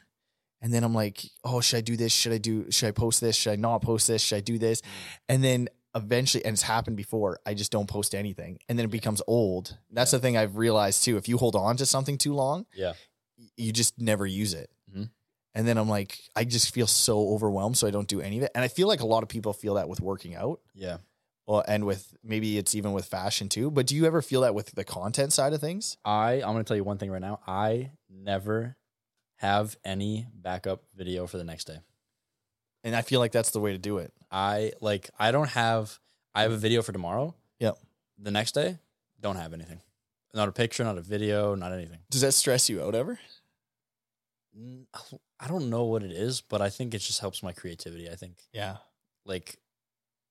Speaker 2: And then I'm like, oh, should I do this? Should I do, should I post this? Should I not post this? Should I do
Speaker 1: Mm.
Speaker 2: this? And then eventually, and it's happened before, I just don't post anything. And then it becomes old. That's
Speaker 1: Yeah.
Speaker 2: the thing I've realized too. If you hold on to something too long,
Speaker 1: Yeah.
Speaker 2: y- you just never use it.
Speaker 1: Mhm.
Speaker 2: And then I'm like, I just feel so overwhelmed. So I don't do any of it. And I feel like a lot of people feel that with working out.
Speaker 1: yeah.
Speaker 2: Well, and with maybe it's even with fashion too. But do you ever feel that with the content side of things?
Speaker 1: I I'm gonna tell you one thing right now. I never have any backup video for the next day.
Speaker 2: And I feel like that's the way to do it.
Speaker 1: I like I don't have I have a video for tomorrow.
Speaker 2: Yep.
Speaker 1: The next day, don't have anything. Not a picture, not a video, not anything.
Speaker 2: Does that stress you out ever?
Speaker 1: n- I don't know what it is, but I think it just helps my creativity. I think
Speaker 2: Yeah.
Speaker 1: like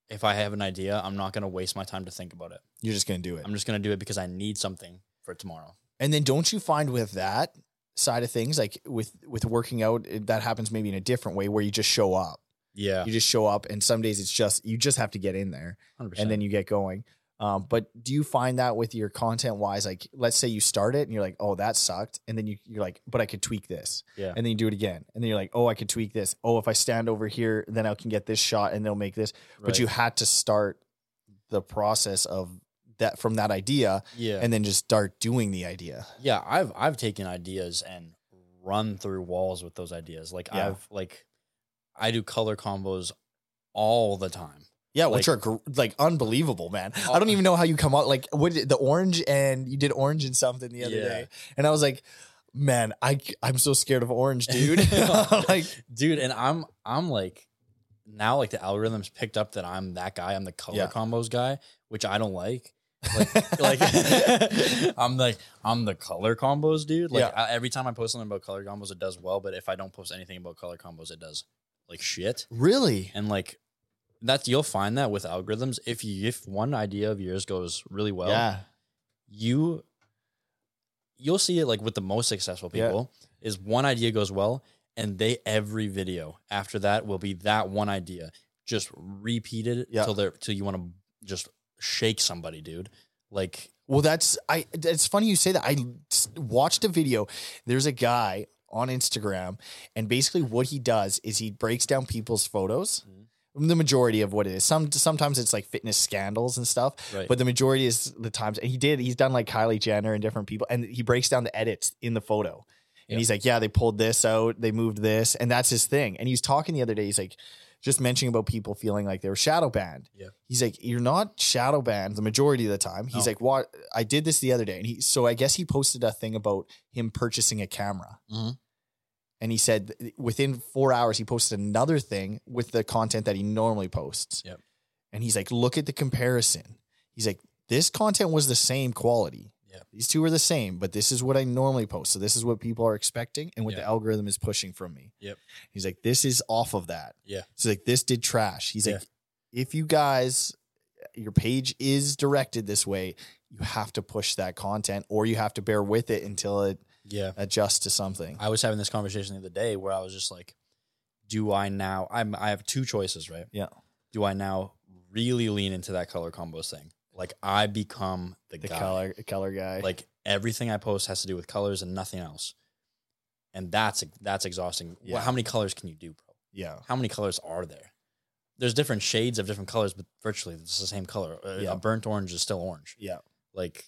Speaker 1: if I have an idea, I'm not gonna waste my time to think about it.
Speaker 2: You're just gonna do it.
Speaker 1: I'm just gonna do it because I need something for tomorrow.
Speaker 2: And then don't you find with that side of things, like with with working out, it, that happens maybe in a different way where you just show up.
Speaker 1: Yeah,
Speaker 2: You just show up, and some days it's just you just have to get in there, and then you get going. Um, but do you find that with your content wise, like let's say you start it and you're like, oh, that sucked, and then you, you're like, but I could tweak this,
Speaker 1: Yeah.
Speaker 2: and then you do it again, and then you're like, oh, I could tweak this. Oh, if I stand over here, then I can get this shot, and they'll make this. But you had to start the process of that from that idea,
Speaker 1: yeah,
Speaker 2: and then just start doing the idea.
Speaker 1: yeah i've i've taken ideas and run through walls with those ideas like
Speaker 2: Yeah.
Speaker 1: i've like i do color combos all the time
Speaker 2: Yeah, which
Speaker 1: Like-
Speaker 2: are gr- like unbelievable, man.
Speaker 1: Oh.
Speaker 2: I don't even know how you come out like what did- the orange and you did orange and something the other
Speaker 1: Yeah.
Speaker 2: day, and I was like, man, I am so scared of orange, dude. like,
Speaker 1: dude and i'm i'm like now like the algorithms picked up that i'm that guy i'm the color
Speaker 2: Yeah.
Speaker 1: combos guy which i don't like like
Speaker 2: like,
Speaker 1: i'm like i'm the color combos dude like
Speaker 2: Yeah.
Speaker 1: I, every time i post something about color combos it does well but if i don't post anything about color combos it does like shit
Speaker 2: really?
Speaker 1: and like that's you'll find that with algorithms if you if one idea of yours goes really well
Speaker 2: yeah,
Speaker 1: you you'll see it like with the most successful
Speaker 2: Yeah.
Speaker 1: people is one idea goes well and they every video after that will be that one idea just repeated
Speaker 2: Yeah.
Speaker 1: till they're till you want to just shake somebody dude like
Speaker 2: Well, that's I. It's funny you say that. I s- watched a video. There's a guy on Instagram, and basically what he does is he breaks down people's photos.
Speaker 1: Mm-hmm.
Speaker 2: The majority of what it is. Some sometimes it's like fitness scandals and stuff,
Speaker 1: right
Speaker 2: but the majority is the times. And he did. He's done like Kylie Jenner and different people, and he breaks down the edits in the photo. And
Speaker 1: Yeah.
Speaker 2: he's like, yeah, they pulled this out, they moved this, and that's his thing. And he was talking the other day. He's like, just mentioning about people feeling like they were shadow banned.
Speaker 1: Yeah.
Speaker 2: He's like, you're not shadow banned the majority of the time. He's
Speaker 1: No.
Speaker 2: like, what? I did this the other day, and he. So I guess he posted a thing about him purchasing a camera.
Speaker 1: Mhm.
Speaker 2: And he said th- within four hours, he posted another thing with the content that he normally posts.
Speaker 1: Yep.
Speaker 2: And he's like, look at the comparison. He's like, this content was the same quality.
Speaker 1: Yeah.
Speaker 2: These two are the same, but this is what I normally post. So this is what people are expecting and what the
Speaker 1: Yeah.
Speaker 2: algorithm is pushing from me.
Speaker 1: Yep.
Speaker 2: He's like, this is off of that.
Speaker 1: Yeah.
Speaker 2: So like this did trash. He's
Speaker 1: Yeah.
Speaker 2: like, if you guys your page is directed this way, you have to push that content or you have to bear with it until it
Speaker 1: yeah
Speaker 2: adjusts to something.
Speaker 1: I was having this conversation the other day where I was just like, do I now I'm I have two choices, right?
Speaker 2: Yeah.
Speaker 1: Do I now really lean into that color combos thing? Like I become the,
Speaker 2: the
Speaker 1: guy.
Speaker 2: color color guy.
Speaker 1: Like everything I post has to do with colors and nothing else. And that's that's exhausting.
Speaker 2: Yeah.
Speaker 1: Well, how many colors can you do, bro?
Speaker 2: yeah.
Speaker 1: How many colors are there? There's different shades of different colors, but virtually it's the same color. Uh,
Speaker 2: Yeah.
Speaker 1: A burnt orange is still orange.
Speaker 2: Yeah.
Speaker 1: Like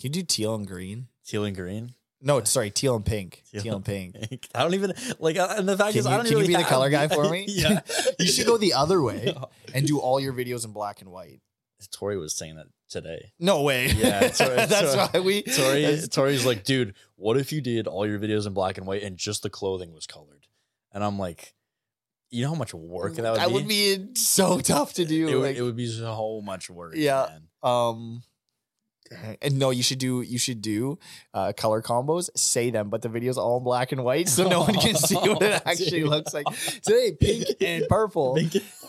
Speaker 2: Can you do teal and green?
Speaker 1: teal and green.
Speaker 2: No, it's- sorry, teal and pink.
Speaker 1: Teal
Speaker 2: Teal, and pink.
Speaker 1: I don't even like. uh, And the fact
Speaker 2: Can
Speaker 1: is,
Speaker 2: you-
Speaker 1: I don't
Speaker 2: can you
Speaker 1: really
Speaker 2: be the
Speaker 1: have-
Speaker 2: color guy for me?
Speaker 1: yeah,
Speaker 2: You should go the other way
Speaker 1: Yeah.
Speaker 2: and do all your videos in black and white.
Speaker 1: Tori was saying that today.
Speaker 2: No way.
Speaker 1: Yeah, it's all right, it's
Speaker 2: that's
Speaker 1: all right.
Speaker 2: why we.
Speaker 1: Tori,
Speaker 2: that's-
Speaker 1: Tori's like, dude, what if you did all your videos in black and white and just the clothing was colored? And I'm like, you know how much work that would be.
Speaker 2: be so tough to do.
Speaker 1: it, would,
Speaker 2: like,
Speaker 1: it would be so much work.
Speaker 2: Yeah.
Speaker 1: man.
Speaker 2: um, and no, you should do you should do uh, color combos. Say them, but the video's all in black and white, so no one can see what it actually
Speaker 1: Dude.
Speaker 2: looks like. Today, pink and purple,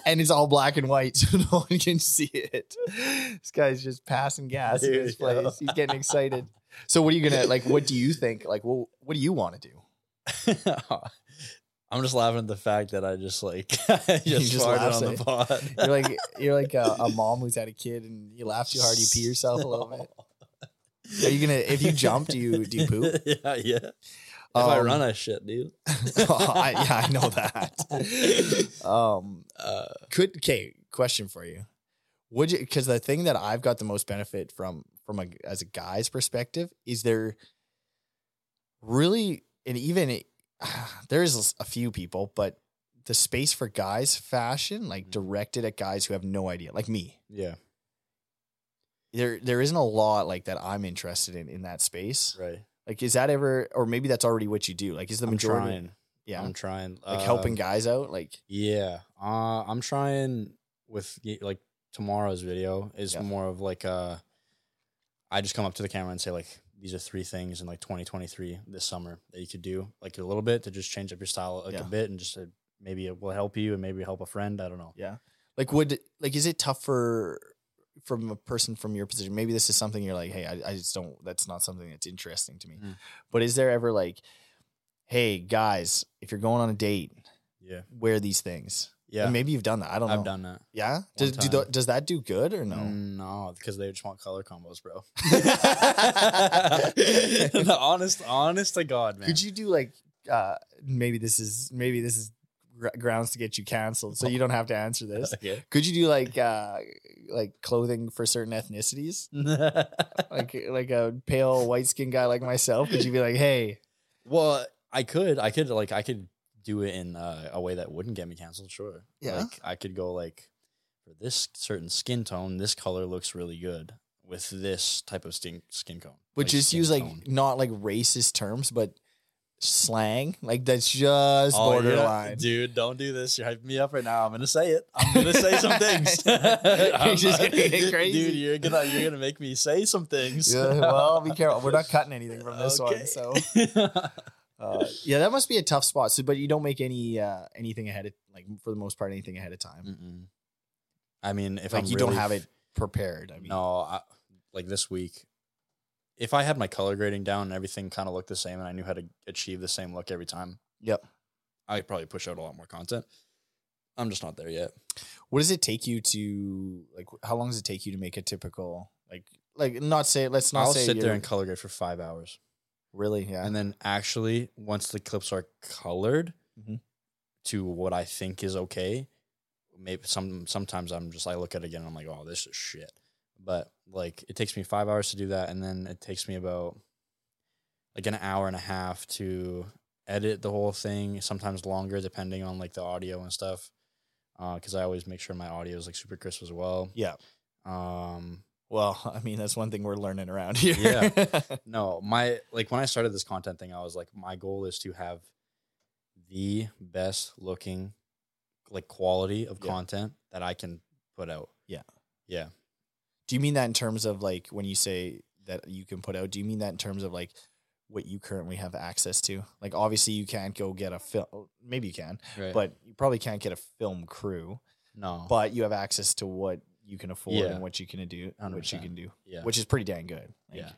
Speaker 2: and it's all black and white, so no one can see it. This guy's just passing gas in
Speaker 1: Dude,
Speaker 2: his
Speaker 1: yo.
Speaker 2: place. He's getting excited. So, what are you gonna like? What do you think? Like, what what do you want to do?
Speaker 1: I'm just laughing at the fact that I just like I
Speaker 2: You
Speaker 1: just,
Speaker 2: just
Speaker 1: farted
Speaker 2: laugh,
Speaker 1: on the
Speaker 2: say-
Speaker 1: pod.
Speaker 2: You're like you're like a, a mom who's had a kid, and you laugh too hard, you pee yourself a little bit. Are you gonna- if you jump, do you- do you poop?
Speaker 1: yeah, yeah. If I
Speaker 2: Um, Oh,
Speaker 1: run, I shit, dude.
Speaker 2: I, yeah, I know that. um,
Speaker 1: Uh,
Speaker 2: could okay. Question for you: Would you? Because the thing that I've got the most benefit from, from a as a guy's perspective, is there really, and even there is a few people, but the space for guys' fashion, like directed at guys who have no idea, like me.
Speaker 1: yeah,
Speaker 2: There, there isn't a lot like that I'm interested in in that space.
Speaker 1: right.
Speaker 2: Like, is that ever, or maybe that's already what you do? Like, is the
Speaker 1: I'm
Speaker 2: majority?
Speaker 1: trying.
Speaker 2: Yeah,
Speaker 1: I'm trying.
Speaker 2: like
Speaker 1: Um,
Speaker 2: helping guys out. Like,
Speaker 1: Yeah, uh, I'm trying with y- like tomorrow's video is
Speaker 2: Yeah.
Speaker 1: more of like uh, I just come up to the camera and say like, these are three things in like 2023 this summer that you could do like a little bit to just change up your style like
Speaker 2: Yeah.
Speaker 1: a bit and just uh maybe it will help you and maybe help a friend. I don't know.
Speaker 2: Yeah. Like would like is it tough for from a person from your position? Maybe this is something you're like, hey, I, I just don't that's not something that's interesting to me.
Speaker 1: Mm.
Speaker 2: But is there ever like, hey guys, if you're going on a date,
Speaker 1: Yeah,
Speaker 2: wear these things.
Speaker 1: yeah.
Speaker 2: And maybe you've done that. I don't
Speaker 1: I've
Speaker 2: know.
Speaker 1: done that.
Speaker 2: Yeah? Does do
Speaker 1: time. Mm,
Speaker 2: tho- does that do good or no?
Speaker 1: no, because they just want color combos, bro. The honest, honest to God, man.
Speaker 2: Could you do like uh maybe this is maybe this is gr- grounds to get you canceled
Speaker 1: Oh.
Speaker 2: so you don't have to answer this
Speaker 1: Okay.
Speaker 2: could you do like uh like clothing for certain ethnicities like like a pale white skinned guy like myself, could you be like, hey,
Speaker 1: well, I could, I could, like, I could do it in uh, a way that wouldn't get me canceled. Sure.
Speaker 2: Yeah.
Speaker 1: Like, I could go like for this certain skin tone, this color looks really good with this type of skin skin tone.
Speaker 2: but just
Speaker 1: skin
Speaker 2: use like
Speaker 1: tone.
Speaker 2: not like racist terms, but slang. Like that's just
Speaker 1: Oh, yeah.
Speaker 2: borderline.
Speaker 1: dude. Don't do this. You're hyping me up right now. I'm gonna say it. I'm gonna say some things. I'm
Speaker 2: just
Speaker 1: not-
Speaker 2: gonna get crazy.
Speaker 1: dude. You're gonna you're gonna make me say some things.
Speaker 2: Yeah, well, be careful. We're not cutting anything from this
Speaker 1: Okay.
Speaker 2: one. So uh, yeah, that must be a tough spot. So but you don't make any uh anything ahead of like for the most part anything ahead of time.
Speaker 1: Mm-mm. I mean, if
Speaker 2: Like
Speaker 1: Mm, I'm
Speaker 2: you
Speaker 1: really
Speaker 2: don't have it prepared. I mean
Speaker 1: No, I, like this week, if I had my color grading down and everything kind of looked the same, and I knew how to achieve the same look every time,
Speaker 2: Yep.
Speaker 1: I could probably push out a lot more content. I'm just not there yet.
Speaker 2: What does it take you to like how long does it take you to make a typical like like not say let's not
Speaker 1: I'll
Speaker 2: say
Speaker 1: sit there
Speaker 2: you're-
Speaker 1: and color grade for five hours,
Speaker 2: really yeah
Speaker 1: and then actually, once the clips are colored
Speaker 2: Mhm.
Speaker 1: to what I think is okay, maybe some sometimes I'm just I look at it again, and I'm like, oh, this is shit. But like, it takes me five hours to do that, and then it takes me about like an hour and a half to edit the whole thing sometimes longer depending on like the audio and stuff because i always make sure my audio is like super crisp as well
Speaker 2: Yeah.
Speaker 1: um
Speaker 2: Well, I mean, that's one thing we're learning around here.
Speaker 1: Yeah. no my like when i started this content thing i was like my goal is to have the best looking like quality of
Speaker 2: Yeah.
Speaker 1: content that i can put out
Speaker 2: Yeah.
Speaker 1: yeah
Speaker 2: do you mean that in terms of like when you say that you can put out, do you mean that in terms of like what you currently have access to? Like, obviously, you can't go get a film. Maybe you can,
Speaker 1: right
Speaker 2: but you probably can't get a film crew,
Speaker 1: no
Speaker 2: but you have access to what you can afford
Speaker 1: Yeah.
Speaker 2: and what you can do, and what you
Speaker 1: 100%.
Speaker 2: can do,
Speaker 1: yeah
Speaker 2: which is pretty dang good. Like,
Speaker 1: Yeah.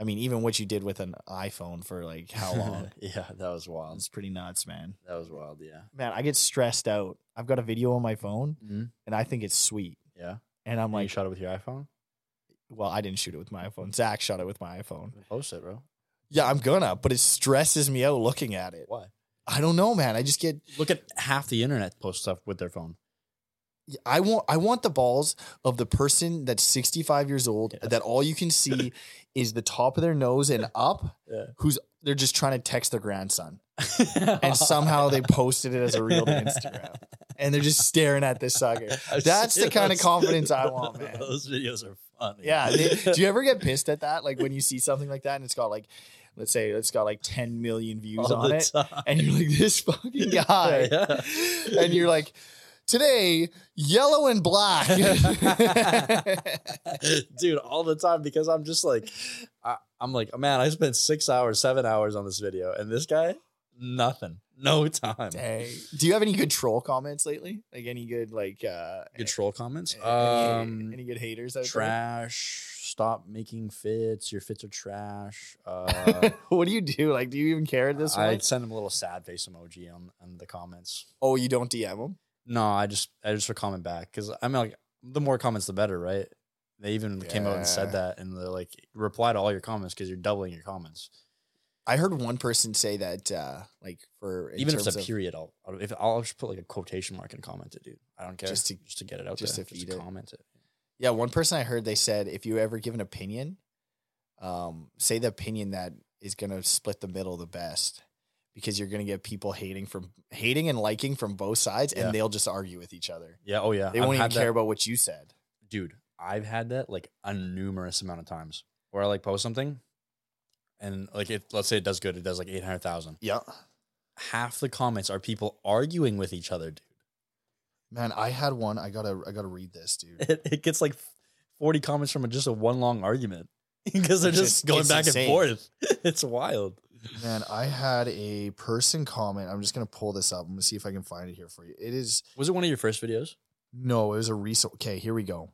Speaker 2: I mean, even what you did with an iPhone for like how long?
Speaker 1: yeah that was wild
Speaker 2: it's pretty nuts, man.
Speaker 1: that was wild yeah
Speaker 2: Man, I get stressed out. I've got a video on my phone
Speaker 1: Mhm.
Speaker 2: and I think it's sweet.
Speaker 1: yeah
Speaker 2: And I'm
Speaker 1: i'm like you
Speaker 2: Mm-hmm. like,
Speaker 1: shot it with your iphone
Speaker 2: well, I didn't shoot it with my iPhone. Zach shot it with my iPhone.
Speaker 1: post it bro
Speaker 2: Yeah, I'm gonna, but it stresses me out looking at it.
Speaker 1: why
Speaker 2: I don't know, man. I just get
Speaker 1: look at half the internet post stuff with their phone
Speaker 2: I want I want the balls of the person that's 65 years old
Speaker 1: Yeah.
Speaker 2: that all you can see is the top of their nose and up
Speaker 1: Yeah.
Speaker 2: who's they're just trying to text their grandson and somehow they posted it as a reel to Instagram and they're just staring at this sucker.
Speaker 1: I've
Speaker 2: That's
Speaker 1: seen
Speaker 2: the kind of
Speaker 1: those-
Speaker 2: confidence I want, man.
Speaker 1: Those videos are funny.
Speaker 2: Yeah. they- do you ever get pissed at that? Like when you see something like that and it's got like, let's say it's got like 10 million views
Speaker 1: All
Speaker 2: on
Speaker 1: the
Speaker 2: it,
Speaker 1: time.
Speaker 2: and you're like this fucking guy,
Speaker 1: Yeah.
Speaker 2: and you're like, today yellow and black.
Speaker 1: dude all the time because i'm just like I, i'm like "Oh, man i spent six hours seven hours on this video and this guy nothing no time
Speaker 2: Dang. Do you have any good troll comments lately? Like any good like uh
Speaker 1: good troll comments
Speaker 2: any-
Speaker 1: um
Speaker 2: any good haters out
Speaker 1: trash stop making fits your fits are trash uh
Speaker 2: there? what do you do? Like, do you even care at this
Speaker 1: i
Speaker 2: point?
Speaker 1: send him a little sad face emoji on, on the comments
Speaker 2: Oh, you don't DM them?
Speaker 1: no i just i just would comment back because i mean like the more comments the better right they even came out and
Speaker 2: Yeah.
Speaker 1: said that and they're like reply to all your comments because you're doubling your comments
Speaker 2: I heard one person say that, uh, like for in
Speaker 1: even if it's
Speaker 2: terms
Speaker 1: a
Speaker 2: of-
Speaker 1: period, I'll I'll- if I'll just put like a quotation mark and comment it, dude. I don't care just
Speaker 2: Just to-
Speaker 1: to just to get it out
Speaker 2: just
Speaker 1: there.
Speaker 2: to
Speaker 1: just
Speaker 2: feed
Speaker 1: to
Speaker 2: it.
Speaker 1: comment it.
Speaker 2: Yeah, one person I heard they said if you ever give an opinion, um, say the opinion that is gonna split the middle the best, because you're gonna get people hating from hating and liking from both sides,
Speaker 1: Yeah.
Speaker 2: and they'll just argue with each other.
Speaker 1: Yeah. Oh yeah.
Speaker 2: They
Speaker 1: I've
Speaker 2: won't even
Speaker 1: had that-
Speaker 2: care about what you said.
Speaker 1: dude. I've had that like a numerous amount of times where I like post something, and like it, let's say it does good, it does like eight hundred thousand.
Speaker 2: Yeah,
Speaker 1: Half the comments are people arguing with each other, dude.
Speaker 2: man, I had one. I gotta, I gotta read this, dude.
Speaker 1: It, it gets like forty comments from just a one long argument. because they're
Speaker 3: It's
Speaker 1: just
Speaker 3: just-
Speaker 1: going
Speaker 3: it's
Speaker 1: back
Speaker 3: insane.
Speaker 1: and forth. It's wild.
Speaker 2: Man, I had a person comment. I'm just gonna pull this up. I'm gonna see if I can find it here for you. It is
Speaker 1: Was it one of your first videos?
Speaker 2: no, it was a recent. Okay, here we go.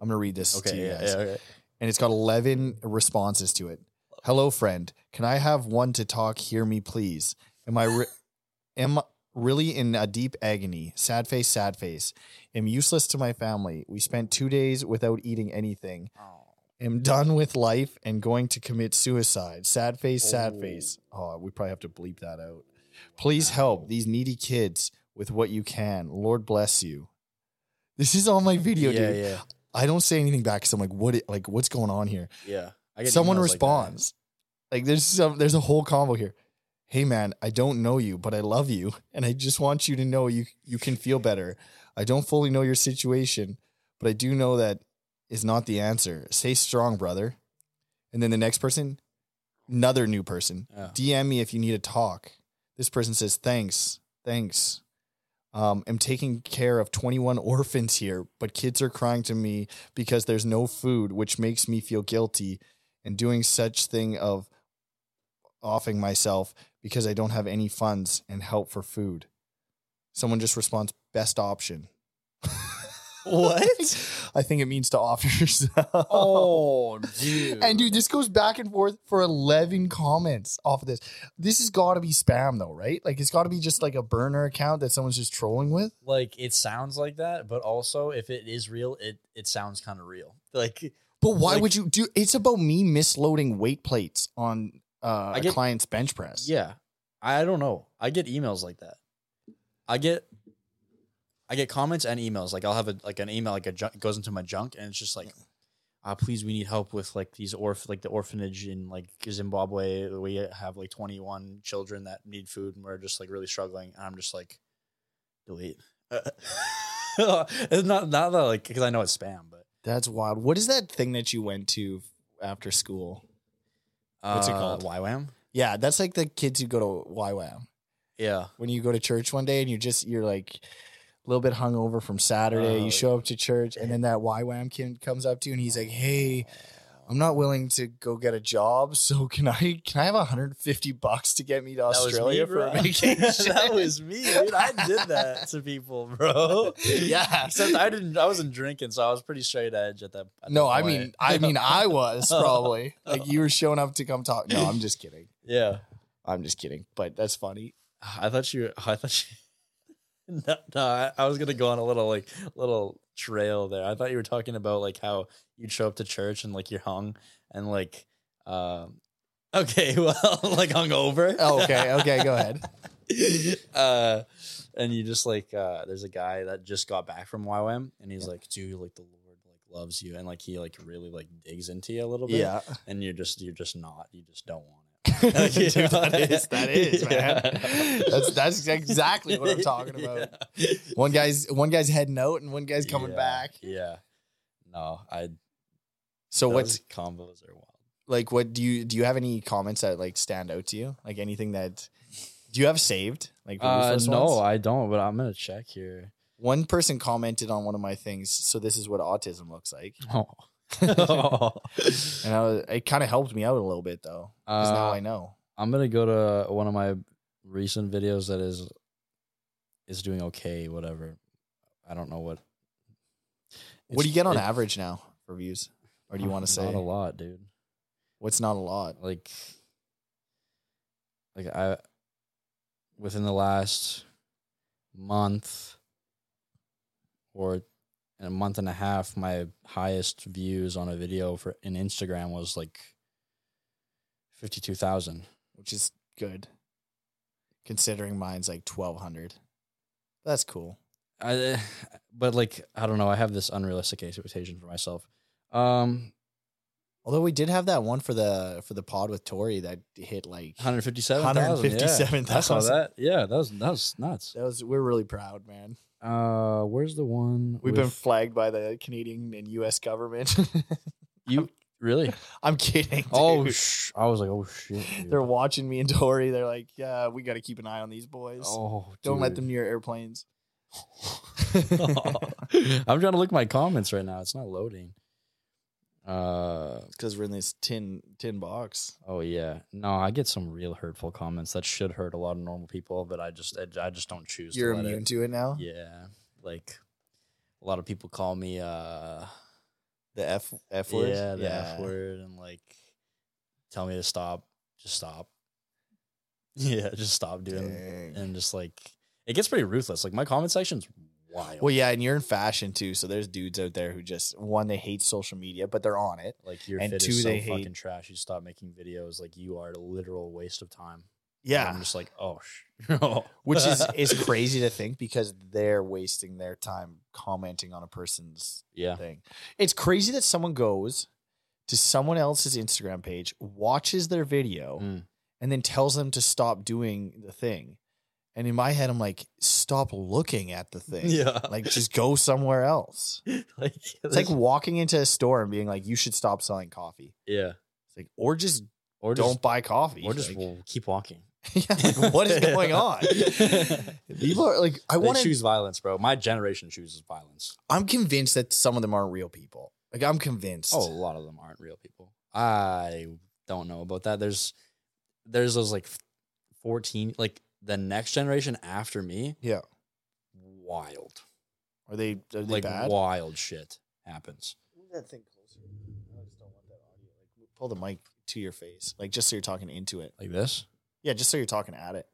Speaker 2: I'm gonna read this to you
Speaker 1: yeah,
Speaker 2: guys,
Speaker 1: yeah, okay.
Speaker 2: and it's got 11 responses to it. Hello, friend. Can I have one to talk? Hear me, please. Am I re- am really in a deep agony? Sad face, sad face. Am useless to my family. We spent two days without eating anything. am done with life and going to commit suicide. Sad face, sad
Speaker 1: Oh.
Speaker 2: face. Oh, we probably have to bleep that out. Please help these needy kids with what you can. Lord bless you. This is on my video,
Speaker 1: yeah,
Speaker 2: dude.
Speaker 1: yeah,
Speaker 2: I don't say anything back because I'm like, what? i- Like, what's going on here?
Speaker 1: yeah. I
Speaker 2: Someone
Speaker 1: emails like that.
Speaker 2: responds. Like, there's some, there's a whole combo here. Hey man, I don't know you, but I love you, and I just want you to know you you can feel better. I don't fully know your situation, but I do know that is not the answer. Stay strong, brother. And then the next person, another new person,
Speaker 1: Yeah.
Speaker 2: DM me if you need a talk. This person says, thanks, thanks. Um, I'm taking care of 21 orphans here, but kids are crying to me because there's no food, which makes me feel guilty and doing such thing of offing myself because I don't have any funds and help for food. Someone just responds, best option.
Speaker 1: What?
Speaker 2: I think it means to off yourself.
Speaker 1: oh, dude.
Speaker 2: And dude, this goes back and forth for 11 comments off of this. This has got to be spam though, right? Like it's got to be just like a burner account that someone's just trolling with.
Speaker 1: like it sounds like that, but also if it is real, it it sounds kind of real. Like
Speaker 2: But why
Speaker 1: Like-
Speaker 2: would you do it's about me misloading weight plates on uh,
Speaker 1: I get-
Speaker 2: a client's bench press.
Speaker 1: yeah, I don't know. I get emails like that. I get I get comments and emails. Like I'll have a like an email like a junk goes into my junk, and it's just like. Uh, please, we need help with like these orph like the orphanage in like Zimbabwe. We have like twenty one children that need food, and we're just like really struggling. And I'm just like, delete. it's not not that like because I know it's spam, but
Speaker 2: That's wild. What is that thing that you went to after school? What's it
Speaker 1: uh,
Speaker 2: called?
Speaker 1: YWAM.
Speaker 2: Yeah, that's like the kids who go to YWAM.
Speaker 1: Yeah.
Speaker 2: when you go to church one day and you're just you're like a little bit hungover from Saturday.
Speaker 1: Oh,
Speaker 2: you show up to church and then that YWAM kid comes up to you and he's like, "Hey, I'm not willing to go get a job, so can I can I have 150 bucks to get me to Australia for a vacation?"
Speaker 1: that was me, dude. I did that to people, bro.
Speaker 2: Yeah.
Speaker 1: Except I didn't. I wasn't drinking, so I was pretty straight edge at that. at
Speaker 2: no,
Speaker 1: that
Speaker 2: I
Speaker 1: point.
Speaker 2: mean, I mean, I was probably like you were showing up to come talk. No, I'm just kidding.
Speaker 1: yeah.
Speaker 2: I'm just kidding. But that's funny.
Speaker 1: I thought you. I thought you. No, no I, I was gonna go on a little like little trail there. I thought you were talking about like how you'd show up to church and like you're hung and like, um, okay, well, like hungover.
Speaker 2: Oh, okay, okay, go ahead.
Speaker 1: uh, and you just like uh, there's a guy that just got back from YWAM and he's like, dude, like the Lord like loves you and like he like really like digs into you a little bit.
Speaker 2: Yeah,
Speaker 1: And you're just you're just not you just don't want it.
Speaker 2: Dude, that is that is man.
Speaker 1: Yeah.
Speaker 2: That's that's exactly what I'm talking about.
Speaker 1: Yeah.
Speaker 2: One guy's one guy's heading out and one guy's coming
Speaker 1: Yeah,
Speaker 2: back.
Speaker 1: Yeah. No, I
Speaker 2: So
Speaker 1: those
Speaker 2: what's
Speaker 1: combos are wild.
Speaker 2: like what do you do you have any comments that like stand out to you? Like anything that do you have saved? Like the
Speaker 1: Uh,
Speaker 2: ruthless
Speaker 1: no,
Speaker 2: ones?
Speaker 1: I don't, but I'm gonna check here.
Speaker 2: one person commented on one of my things, so this is what autism looks like.
Speaker 1: Oh.
Speaker 2: Oh. And I was, it kind of helped me out a little bit though. Because
Speaker 1: Uh,
Speaker 2: now I know.
Speaker 1: I'm gonna go to one of my recent videos that is is doing okay, whatever. I don't know what.
Speaker 2: What do you get on
Speaker 1: it-
Speaker 2: average now for views? Or do you want to say
Speaker 1: Not a lot, dude.
Speaker 2: what's not a lot?
Speaker 1: Like, like I within the last month or in a month and a half, my highest views on a video for in Instagram was like fifty two thousand.
Speaker 2: Which is good. Considering mine's like twelve hundred. That's cool.
Speaker 1: I, eh, but like I don't know. I have this unrealistic expectation for myself. Um,
Speaker 2: Although we did have that one for the for the pod with Tori that hit like
Speaker 1: 157.
Speaker 2: 157,000.
Speaker 1: Yeah. I saw that. Yeah, that was that was nuts.
Speaker 2: that was we're really proud, man.
Speaker 1: Uh, where's the one?
Speaker 2: We've been
Speaker 1: with-
Speaker 2: flagged by the Canadian and U.S. government.
Speaker 1: you really.
Speaker 2: I'm kidding.
Speaker 1: Oh,
Speaker 2: dude.
Speaker 1: sh- I was like, oh shit. dude.
Speaker 2: they're watching me and Tori. They're like, yeah, we got to keep an eye on these boys.
Speaker 1: Oh,
Speaker 2: Don't let them
Speaker 1: dude.
Speaker 2: near airplanes.
Speaker 1: I'm trying to look at my comments right now. It's not loading. Uh
Speaker 2: because we're in this tin tin box.
Speaker 1: oh yeah. No, I get some real hurtful comments that should hurt a lot of normal people, but I just I, I just don't choose.
Speaker 2: You're
Speaker 1: to let
Speaker 2: immune
Speaker 1: It.
Speaker 2: to it now.
Speaker 1: Yeah, like a lot of people call me uh
Speaker 2: The f f word.
Speaker 1: yeah the F word and like tell me to stop, just stop. Yeah, just stop doing
Speaker 2: Dang.
Speaker 1: and just like it gets pretty ruthless. Like my comment section's wild.
Speaker 2: Well, yeah, and you're in fashion too, so there's dudes out there who just one they hate social media, but they're on it.
Speaker 1: Like your
Speaker 2: And
Speaker 1: fit
Speaker 2: two,
Speaker 1: is so
Speaker 2: they
Speaker 1: fucking
Speaker 2: hate-
Speaker 1: trash. You stop making videos. Like you are a literal waste of time. And
Speaker 2: Yeah,
Speaker 1: I'm just like, oh, sh- oh.
Speaker 2: which is is crazy to think because they're wasting their time commenting on a person's
Speaker 1: yeah.
Speaker 2: thing. It's crazy that someone goes to someone else's Instagram page, watches their video,
Speaker 1: Mm.
Speaker 2: and then tells them to stop doing the thing. And in my head, I'm like, stop looking at the thing.
Speaker 1: Yeah.
Speaker 2: Like, just go somewhere else.
Speaker 1: like,
Speaker 2: It's like walking into a store and being like, you should stop selling coffee.
Speaker 1: yeah.
Speaker 2: It's like, or just
Speaker 1: Or
Speaker 2: don't
Speaker 1: just,
Speaker 2: buy coffee.
Speaker 1: or just
Speaker 2: Like,
Speaker 1: we'll keep walking.
Speaker 2: yeah, like, what is going on? People are like, I
Speaker 1: I
Speaker 2: want
Speaker 1: want to
Speaker 2: to.
Speaker 1: choose violence, bro. My generation chooses violence.
Speaker 2: I'm convinced that some of them aren't real people. Like, I'm convinced.
Speaker 1: Oh, a lot of them aren't real people. I don't know about that. There's there's those like 14 like the next generation after me.
Speaker 2: Yeah.
Speaker 1: Wild.
Speaker 2: are they, are they
Speaker 1: Like
Speaker 2: bad?
Speaker 1: wild shit happens.
Speaker 2: Move that thing closer. I just don't want that audio. Like move- pull the mic to your face, like just so you're talking into it.
Speaker 1: Like this?
Speaker 2: Yeah, just so you're talking at it.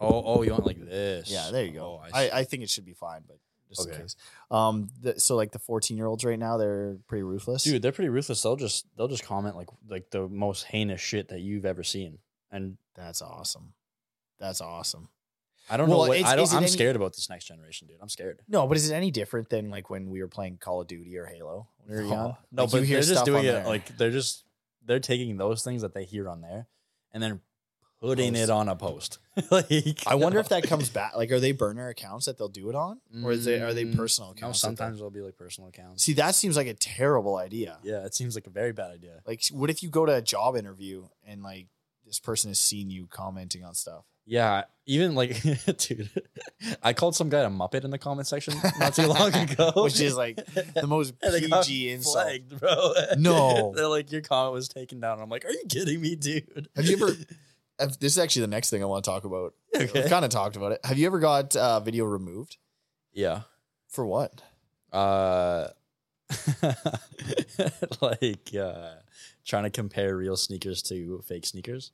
Speaker 1: Oh, oh, you want like this?
Speaker 2: Yeah, there you go.
Speaker 1: Oh,
Speaker 2: I,
Speaker 1: see.
Speaker 2: I, think it should be fine, but just in
Speaker 1: Okay.
Speaker 2: case. Um, the, so like the 14 year olds right now, they're pretty ruthless.
Speaker 1: dude, they're pretty ruthless. They'll just they'll just comment like like the most heinous shit that you've ever seen, and
Speaker 2: that's awesome. That's awesome.
Speaker 1: I don't
Speaker 2: Well,
Speaker 1: know. What,
Speaker 2: it's-
Speaker 1: I don't.
Speaker 2: is it
Speaker 1: I'm
Speaker 2: any-
Speaker 1: scared about this next generation, dude. I'm scared.
Speaker 2: No, but is it any different than like when we were playing Call of Duty or Halo? When we were young?
Speaker 1: No,
Speaker 2: Like,
Speaker 1: but they're just
Speaker 2: stuff on
Speaker 1: doing it
Speaker 2: there.
Speaker 1: like they're just they're taking those things that they hear on there, and then putting
Speaker 2: Post.
Speaker 1: it on a post. like
Speaker 2: I wonder if that comes back. Like, are they burner accounts that they'll do it on, or is they are they
Speaker 1: Mm,
Speaker 2: personal
Speaker 1: No,
Speaker 2: accounts? that they'll-
Speaker 1: sometimes it'll be like personal accounts.
Speaker 2: See, that seems like a terrible idea.
Speaker 1: Yeah, it seems like a very bad idea.
Speaker 2: Like, what if you go to a job interview and like this person has seen you commenting on stuff?
Speaker 1: Yeah, even like, dude, I called some guy a muppet in the comment section not too long ago,
Speaker 2: Which is, like, The most
Speaker 1: And they got
Speaker 2: PG insult.
Speaker 1: flagged, bro.
Speaker 2: No.
Speaker 1: They're like, your comment was taken down. I'm like, are you kidding me, dude?
Speaker 2: Have you ever- Uh, This is actually the next thing I want to talk about.
Speaker 1: Okay.
Speaker 2: We've kind of talked about it. Have you ever got uh, video removed
Speaker 1: yeah.
Speaker 2: for what?
Speaker 1: Uh, like uh, trying to compare real sneakers to fake sneakers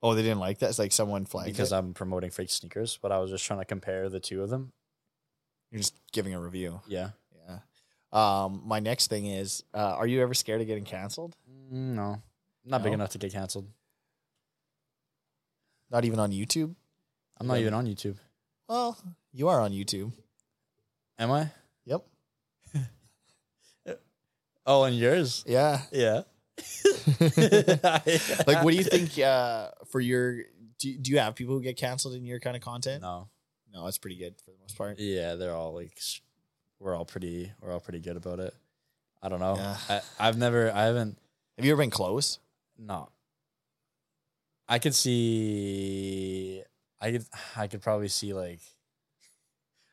Speaker 2: Oh, they didn't like that. It's like someone flagged
Speaker 1: because
Speaker 2: it.
Speaker 1: I'm promoting fake sneakers, but I was just trying to compare the two of them.
Speaker 2: You're just giving a review.
Speaker 1: Yeah.
Speaker 2: Yeah. Um, my next thing is, uh, are you ever scared of getting canceled?
Speaker 1: Mm, No, not big
Speaker 2: No?
Speaker 1: enough to get canceled.
Speaker 2: Not even on YouTube.
Speaker 1: I'm not
Speaker 2: Really?
Speaker 1: even on YouTube.
Speaker 2: Well, you are on YouTube.
Speaker 1: Am I?
Speaker 2: Yep.
Speaker 1: Oh, and yours?
Speaker 2: Yeah.
Speaker 1: Yeah.
Speaker 2: like, what do you think uh, for your? Do, do you have people who get canceled in your kind of content?
Speaker 1: No.
Speaker 2: No, that's pretty good for the most part.
Speaker 1: Yeah, they're all like, s- we're all pretty, we're all pretty good about it. I don't know.
Speaker 2: Yeah.
Speaker 1: I, I've never, I haven't.
Speaker 2: Have you ever been close?
Speaker 1: No. I could see I could I could probably see like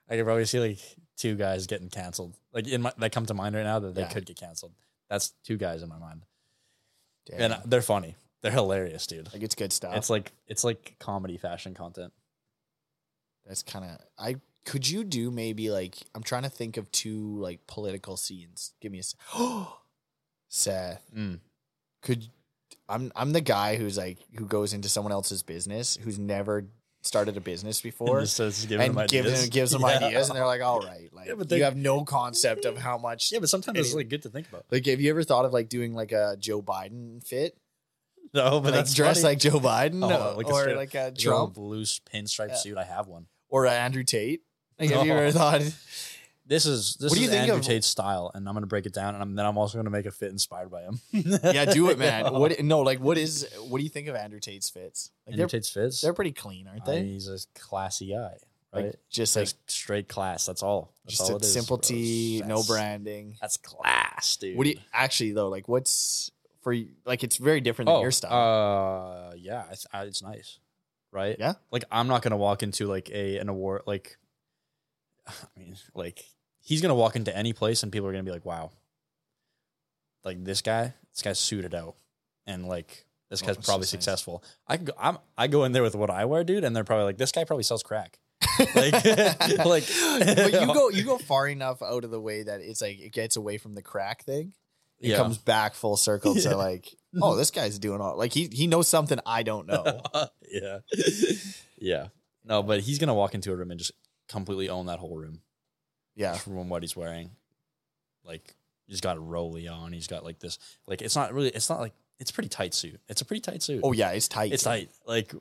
Speaker 1: I could probably see like two guys getting canceled. Like in my that come to mind right now that they
Speaker 2: Yeah.
Speaker 1: could get canceled. That's two guys in my mind.
Speaker 2: Damn.
Speaker 1: And they're funny. They're hilarious, dude.
Speaker 2: like it's good stuff.
Speaker 1: It's like it's like comedy fashion content.
Speaker 2: that's kind of. I could you do maybe like I'm trying to think of two like political scenes. Give me a. s- Seth,
Speaker 1: Mm.
Speaker 2: could I'm I'm the guy who's like who goes into someone else's business who's never started a business before.
Speaker 1: and just says, giving
Speaker 2: and
Speaker 1: them
Speaker 2: gives
Speaker 1: ideas.
Speaker 2: them, gives them
Speaker 1: Yeah.
Speaker 2: ideas, and they're like, "All right, like
Speaker 1: Yeah, but they-
Speaker 2: you have no concept of how much."
Speaker 1: Yeah, but sometimes it's
Speaker 2: Anyway.
Speaker 1: like good to think about.
Speaker 2: Like, have you ever thought of like doing like a Joe Biden fit,
Speaker 1: No, but
Speaker 2: like
Speaker 1: that's
Speaker 2: dress
Speaker 1: funny.
Speaker 2: like Joe Biden,
Speaker 1: Oh,
Speaker 2: or-
Speaker 1: like a
Speaker 2: or
Speaker 1: straight-
Speaker 2: like a
Speaker 1: Like a little
Speaker 2: Trump,
Speaker 1: blue pinstripe
Speaker 2: Yeah.
Speaker 1: suit. I have one.
Speaker 2: or a Andrew Tate? Like, have you
Speaker 1: Oh.
Speaker 2: ever thought?
Speaker 1: This is this
Speaker 2: What do
Speaker 1: is
Speaker 2: you think
Speaker 1: Andrew
Speaker 2: of-
Speaker 1: Tate's style, and I'm gonna break it down, and I'm, then I'm also gonna make a fit inspired by him.
Speaker 2: Yeah, do it, man. What? No, like, what is? What do you think of Andrew Tate's fits? Like,
Speaker 1: Andrew
Speaker 2: they're
Speaker 1: Tate's fits?
Speaker 2: they're pretty clean, aren't
Speaker 1: I mean,
Speaker 2: they?
Speaker 1: he's a classy guy, right?
Speaker 2: Like, just like
Speaker 1: Just straight class. That's all. That's
Speaker 2: just
Speaker 1: all
Speaker 2: a
Speaker 1: it is,
Speaker 2: simple
Speaker 1: bro.
Speaker 2: tee, no
Speaker 1: That's-
Speaker 2: branding.
Speaker 1: That's class, dude.
Speaker 2: What do you actually though? Like, what's for? you- Like, it's very different than
Speaker 1: Oh,
Speaker 2: your style.
Speaker 1: Uh, yeah, I th- I- it's nice, right?
Speaker 2: Yeah.
Speaker 1: Like I'm not gonna walk into like a an award like. I mean, like he's gonna walk into any place, and people are gonna be like, "Wow, like this guy, this guy's suited out, and like this
Speaker 4: Oh,
Speaker 1: guy's
Speaker 4: that's
Speaker 1: probably
Speaker 4: so nice.
Speaker 1: successful. I could go, I'm I go in there with what I wear, dude, and they're probably like, this guy probably sells crack. like, like,
Speaker 4: But
Speaker 2: but you go you go far enough out of the way that it's like it gets away from the crack thing. It
Speaker 1: Yeah.
Speaker 2: comes back full circle to
Speaker 1: Yeah.
Speaker 2: like, oh, this guy's doing all like he he knows something I don't know.
Speaker 1: yeah, yeah. No, but he's gonna walk into a room and just completely own that whole room.
Speaker 2: yeah.
Speaker 1: just from what he's wearing. Like he's got a rollie on. He's got like this. Like it's not really. It's not like it's a pretty tight suit. It's a pretty tight suit.
Speaker 2: Oh yeah, it's tight.
Speaker 1: it's tight. Like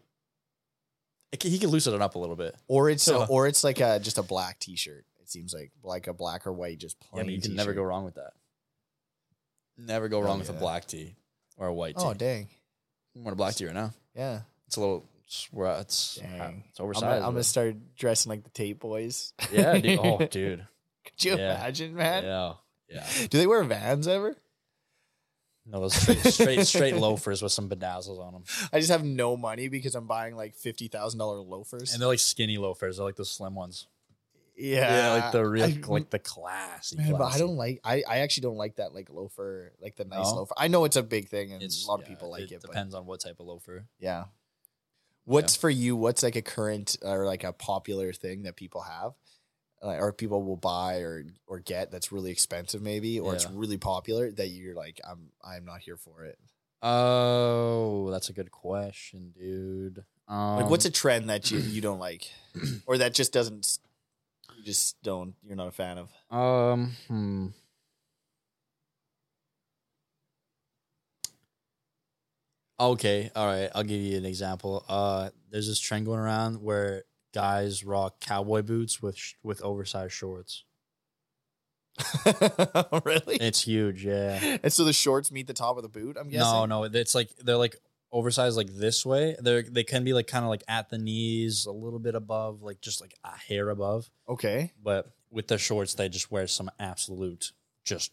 Speaker 1: it, c- he could loosen it up a little bit.
Speaker 2: Or it's
Speaker 1: Yeah.
Speaker 2: or it's like a just a black t shirt. It seems like like a black or white just
Speaker 1: Yeah,
Speaker 2: plain.
Speaker 1: but you can never go
Speaker 2: t-shirt. Oh,
Speaker 1: wrong with that. Never go wrong with
Speaker 2: yeah.
Speaker 1: a black tee or a white tee.
Speaker 2: Oh dang.
Speaker 1: I'm wearing a black tee right now.
Speaker 2: Yeah.
Speaker 1: It's a little. It's ra- it's,
Speaker 2: Dang.
Speaker 1: it's
Speaker 2: I'm
Speaker 1: oversized.
Speaker 2: gonna, I'm gonna
Speaker 1: but-
Speaker 2: start dressing like the tape boys.
Speaker 1: yeah, dude. Oh, dude.
Speaker 2: Could you
Speaker 1: Yeah.
Speaker 2: imagine, man?
Speaker 1: Yeah, yeah.
Speaker 2: Do they wear vans ever?
Speaker 1: No, those straight, straight, straight loafers with some bedazzles on them.
Speaker 2: I just have no money because I'm buying like fifty thousand dollar loafers.
Speaker 1: And they're like skinny loafers. They're like the slim ones.
Speaker 2: yeah,
Speaker 1: like the real,
Speaker 2: I-
Speaker 1: like the classy.
Speaker 2: Man, but I
Speaker 1: classy.
Speaker 2: don't like. I, I actually don't like that like loafer, like the nice
Speaker 1: No?
Speaker 2: loafer. I know it's a big thing, and
Speaker 1: It's-
Speaker 2: a lot of
Speaker 1: yeah,
Speaker 2: people like it. but
Speaker 1: Depends on what type of loafer.
Speaker 2: yeah. What's for you? What's like a current or like a popular thing that people have, uh, or people will buy or or get that's really expensive, maybe, or it's
Speaker 1: Yeah.
Speaker 2: really popular that you're like, I'm I'm not here for it.
Speaker 1: Oh, that's a good question, dude. Um,
Speaker 2: Like, what's a trend that you you don't like, or that just doesn't, s- you just don't, you're not a fan of?
Speaker 1: um? Hmm. Okay, all right. I'll give you an example. Uh, there's this trend going around where guys rock cowboy boots with sh- with oversized shorts.
Speaker 2: really?
Speaker 1: It's huge, yeah.
Speaker 2: And so the shorts meet the top of the boot. I'm guessing.
Speaker 1: No, no, it's like they're like oversized like this way. They're they can be like kind of like at the knees, a little bit above, like just like a hair above.
Speaker 2: Okay.
Speaker 1: But with the shorts, they just wear some absolute just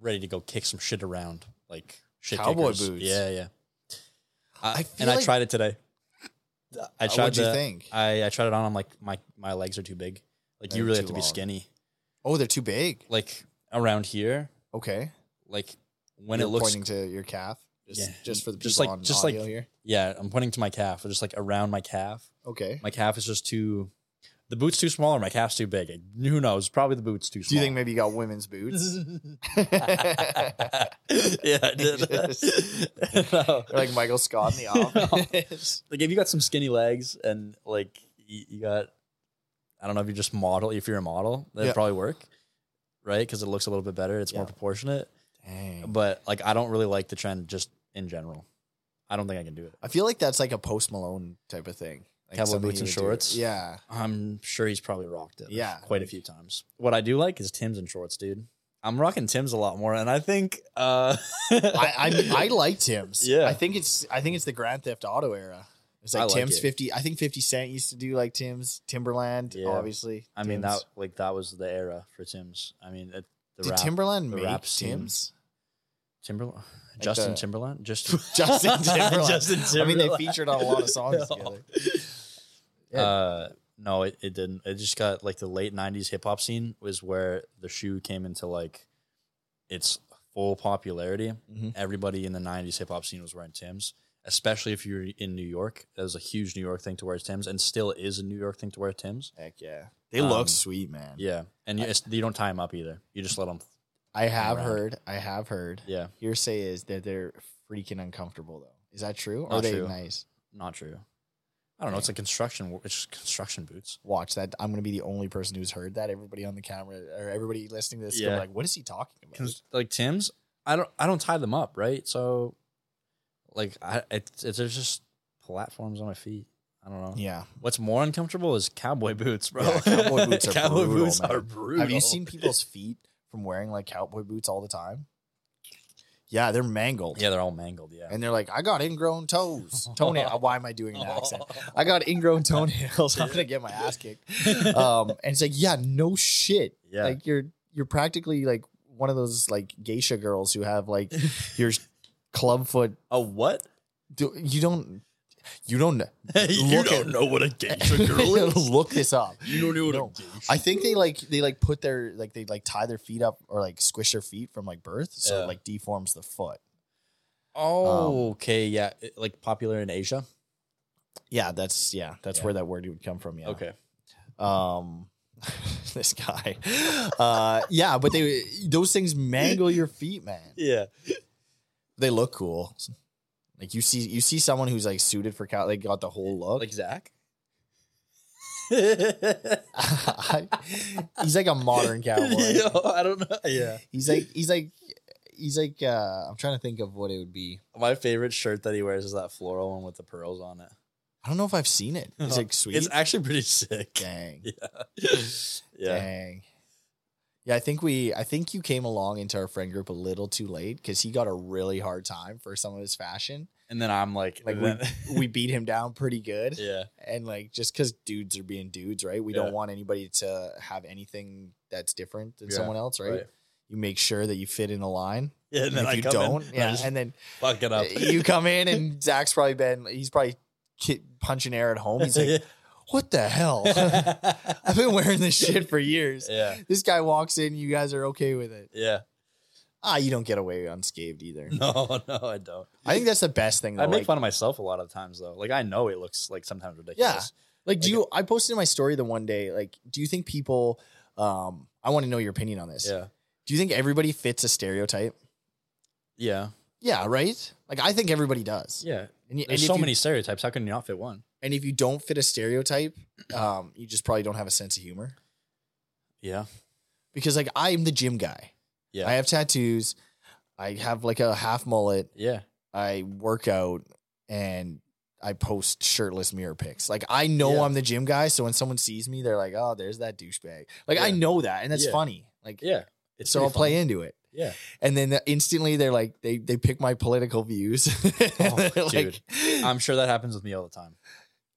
Speaker 1: ready to go kick some shit around, like shit
Speaker 2: Cowboy
Speaker 1: kickers.
Speaker 2: boots.
Speaker 1: Yeah, yeah. I,
Speaker 2: I feel
Speaker 1: and I
Speaker 2: like-
Speaker 1: tried it today. I
Speaker 2: Uh,
Speaker 1: tried.
Speaker 2: What'd you
Speaker 1: the-
Speaker 2: think?
Speaker 1: I I tried it on. I'm like my my legs are too big. Like you
Speaker 2: They're
Speaker 1: really have
Speaker 2: too
Speaker 1: to be
Speaker 2: long.
Speaker 1: skinny.
Speaker 2: Oh, they're too big.
Speaker 1: Like around here,
Speaker 2: Okay.
Speaker 1: like when
Speaker 2: You're
Speaker 1: it looks
Speaker 2: pointing to your calf, just,
Speaker 1: Yeah.
Speaker 2: just for the people
Speaker 1: Just like-
Speaker 2: on
Speaker 1: just
Speaker 2: audio
Speaker 1: like-
Speaker 2: here.
Speaker 1: Yeah, I'm pointing to my calf, just like around my calf.
Speaker 2: Okay.
Speaker 1: My calf is just too. The boot's too small, or my calf's too big. Who knows? Probably the boot's too
Speaker 2: Do you
Speaker 1: small.
Speaker 2: think maybe you got women's boots?
Speaker 1: yeah, I did. No.
Speaker 2: like Michael Scott in the office.
Speaker 1: Like if you got some skinny legs and like you, you got, I don't know if you just model. If you're a model, that'd
Speaker 2: Yeah.
Speaker 1: probably work, right? Because it looks a little bit better. It's more
Speaker 2: Yeah.
Speaker 1: proportionate.
Speaker 2: Dang.
Speaker 1: But like, I don't really like the trend just in general. I don't think I can do it.
Speaker 2: I feel like that's like a Post Malone type of thing. Like
Speaker 1: Cowboy
Speaker 2: something
Speaker 1: boots
Speaker 2: he
Speaker 1: and
Speaker 2: would do.
Speaker 1: shorts?
Speaker 2: Yeah.
Speaker 1: I'm sure he's probably rocked it.
Speaker 2: Yeah.
Speaker 1: quite a few times. What I do like is Tim's and shorts, dude. I'm rocking Tim's a lot more, and I think uh,
Speaker 2: I, I I like Tim's.
Speaker 1: Yeah.
Speaker 2: I think it's I think it's the Grand Theft Auto era. It's like
Speaker 1: I like
Speaker 2: Tim's
Speaker 1: it.
Speaker 2: fifty. I think Fifty Cent used to do like Tim's Timberland.
Speaker 1: Yeah.
Speaker 2: Obviously,
Speaker 1: I mean
Speaker 2: Tim's.
Speaker 1: that like that was the era for Tim's. I mean it, the
Speaker 2: did
Speaker 1: rap,
Speaker 2: Timberland
Speaker 1: the
Speaker 2: make
Speaker 1: rap scene.
Speaker 2: Tim's?
Speaker 1: Timberland, Justin
Speaker 2: the-
Speaker 1: Timberland, just
Speaker 2: Justin Timberland.
Speaker 1: Justin
Speaker 2: I mean, they
Speaker 1: Timberlake.
Speaker 2: featured on a lot of songs
Speaker 1: No.
Speaker 2: together.
Speaker 1: Uh, no, it, it didn't. It just got like the late '90s hip hop scene was where the shoe came into like its full popularity.
Speaker 2: Mhm.
Speaker 1: Everybody in the '90s hip hop scene was wearing Tim's, especially if you're in New York. That was a huge New York thing to wear Tim's, and still is a New York thing to wear Tim's.
Speaker 2: Heck yeah, they
Speaker 1: Um,
Speaker 2: look sweet, man.
Speaker 1: Yeah, and you, it's, you don't tie them up either. You just let them.
Speaker 2: I have
Speaker 1: Around.
Speaker 2: heard. I have heard.
Speaker 1: Yeah,
Speaker 2: Hearsay is that they're freaking uncomfortable though. Is that true? Or
Speaker 1: Not
Speaker 2: are they
Speaker 1: true.
Speaker 2: nice?
Speaker 1: not true. I don't know. It's like construction. wo- It's just construction boots.
Speaker 2: Watch that. I'm gonna be the only person who's heard that. Everybody on the camera or everybody listening to this, is gonna be
Speaker 1: Yeah.
Speaker 2: like, what is he talking about?
Speaker 1: Cons- like Tim's, I don't I don't tie them up, right? So, like I it's, it's there's just platforms on my feet. I don't know.
Speaker 2: Yeah.
Speaker 1: What's more uncomfortable is cowboy boots, bro.
Speaker 2: Yeah, cowboy boots are
Speaker 1: Cowboy
Speaker 2: brutal,
Speaker 1: boots
Speaker 2: man.
Speaker 1: are brutal.
Speaker 2: Have you seen people's feet from wearing like cowboy boots all the time? Yeah, they're mangled.
Speaker 1: Yeah, they're all mangled. Yeah.
Speaker 2: And they're like, I got ingrown toes. Toenail. uh, Why am I doing an accent? I got ingrown toenails. I'm gonna get my ass kicked. Um, and it's like, yeah, no shit.
Speaker 1: yeah.
Speaker 2: Like you're you're practically like one of those like geisha girls who have like your club foot.
Speaker 1: a what?
Speaker 2: Do, you don't. You don't know.
Speaker 1: you
Speaker 2: Look
Speaker 1: don't
Speaker 2: at-
Speaker 1: know what a geisha girl is.
Speaker 2: Look this up.
Speaker 1: You don't know what
Speaker 2: No.
Speaker 1: a geisha.
Speaker 2: I think they like they like put their like they like tie their feet up or like squish their feet from like birth, so
Speaker 1: Yeah.
Speaker 2: it like deforms the foot. um,
Speaker 1: oh, okay, yeah, it- like popular in Asia.
Speaker 2: Yeah, that's yeah, that's
Speaker 1: Yeah.
Speaker 2: where that word would come from. Yeah.
Speaker 1: Okay,
Speaker 2: Um, this guy. Uh, yeah, but they those things mangle your feet, man.
Speaker 1: yeah,
Speaker 2: They look cool. Like you see, you see someone who's like suited for cow. They got the whole look.
Speaker 1: like Zach.
Speaker 2: he's like a modern cowboy.
Speaker 1: Yo, I don't know. Yeah,
Speaker 2: He's like he's like he's like uh I'm trying to think of what it would be.
Speaker 1: my favorite shirt that he wears is that floral one with the pearls on it.
Speaker 2: I don't know if I've seen it. It's like sweet.
Speaker 1: It's actually pretty sick.
Speaker 2: dang.
Speaker 1: Yeah, yeah.
Speaker 2: Dang. Yeah, I think we I think you came along into our friend group a little too late cuz he got a really hard time for some of his fashion.
Speaker 1: And then I'm like,
Speaker 2: Like
Speaker 1: then-
Speaker 2: We beat him down pretty good.
Speaker 1: yeah,
Speaker 2: And like just cuz dudes are being dudes, right? We
Speaker 1: Yeah.
Speaker 2: don't want anybody to have anything that's different than
Speaker 1: Yeah,
Speaker 2: someone else, right?
Speaker 1: right.
Speaker 2: You make sure that you fit in a line.
Speaker 1: yeah. And
Speaker 2: And
Speaker 1: then
Speaker 2: if
Speaker 1: I
Speaker 2: you
Speaker 1: come in
Speaker 2: don't,
Speaker 1: and I
Speaker 2: yeah,
Speaker 1: just
Speaker 2: and then
Speaker 1: fuck it up.
Speaker 2: you come in and Zach's probably been he's probably ki- punching air at home. He's like, "What the hell? I've been wearing this shit for years."
Speaker 1: yeah,
Speaker 2: This guy walks in, you guys are okay with it.
Speaker 1: yeah.
Speaker 2: Ah, you don't get away unscathed either.
Speaker 1: No, no, I don't.
Speaker 2: I think that's the best thing. Though.
Speaker 1: I make
Speaker 2: like,
Speaker 1: fun of myself a lot of times though. Like I know it looks like sometimes ridiculous.
Speaker 2: like, do you? I posted in my story the one day. Like, do you think people? Um, I want to know your opinion on this.
Speaker 1: Yeah.
Speaker 2: Do you think everybody fits a stereotype?
Speaker 1: Yeah.
Speaker 2: Yeah, right. Like, I think everybody does.
Speaker 1: Yeah.
Speaker 2: And, y- and
Speaker 1: There's
Speaker 2: if
Speaker 1: so
Speaker 2: you-
Speaker 1: many stereotypes. How can you not fit one?
Speaker 2: And if you don't fit a stereotype, um, you just probably don't have a sense of humor.
Speaker 1: Yeah.
Speaker 2: because like I'm the gym guy.
Speaker 1: Yeah.
Speaker 2: I have tattoos. I have like a half mullet.
Speaker 1: Yeah.
Speaker 2: I work out and I post shirtless mirror pics. Like I know
Speaker 1: Yeah.
Speaker 2: I'm the gym guy, so when someone sees me, they're like, "Oh, there's that douchebag." Like I
Speaker 1: Yeah.
Speaker 2: know that, and that's
Speaker 1: Yeah.
Speaker 2: funny. Like
Speaker 1: Yeah. It's
Speaker 2: so I'll
Speaker 1: pretty
Speaker 2: play
Speaker 1: funny.
Speaker 2: into it.
Speaker 1: Yeah.
Speaker 2: And then uh, instantly they're like, they they pick my political views.
Speaker 1: Oh,
Speaker 2: Like,
Speaker 1: dude. I'm sure that happens with me all the time.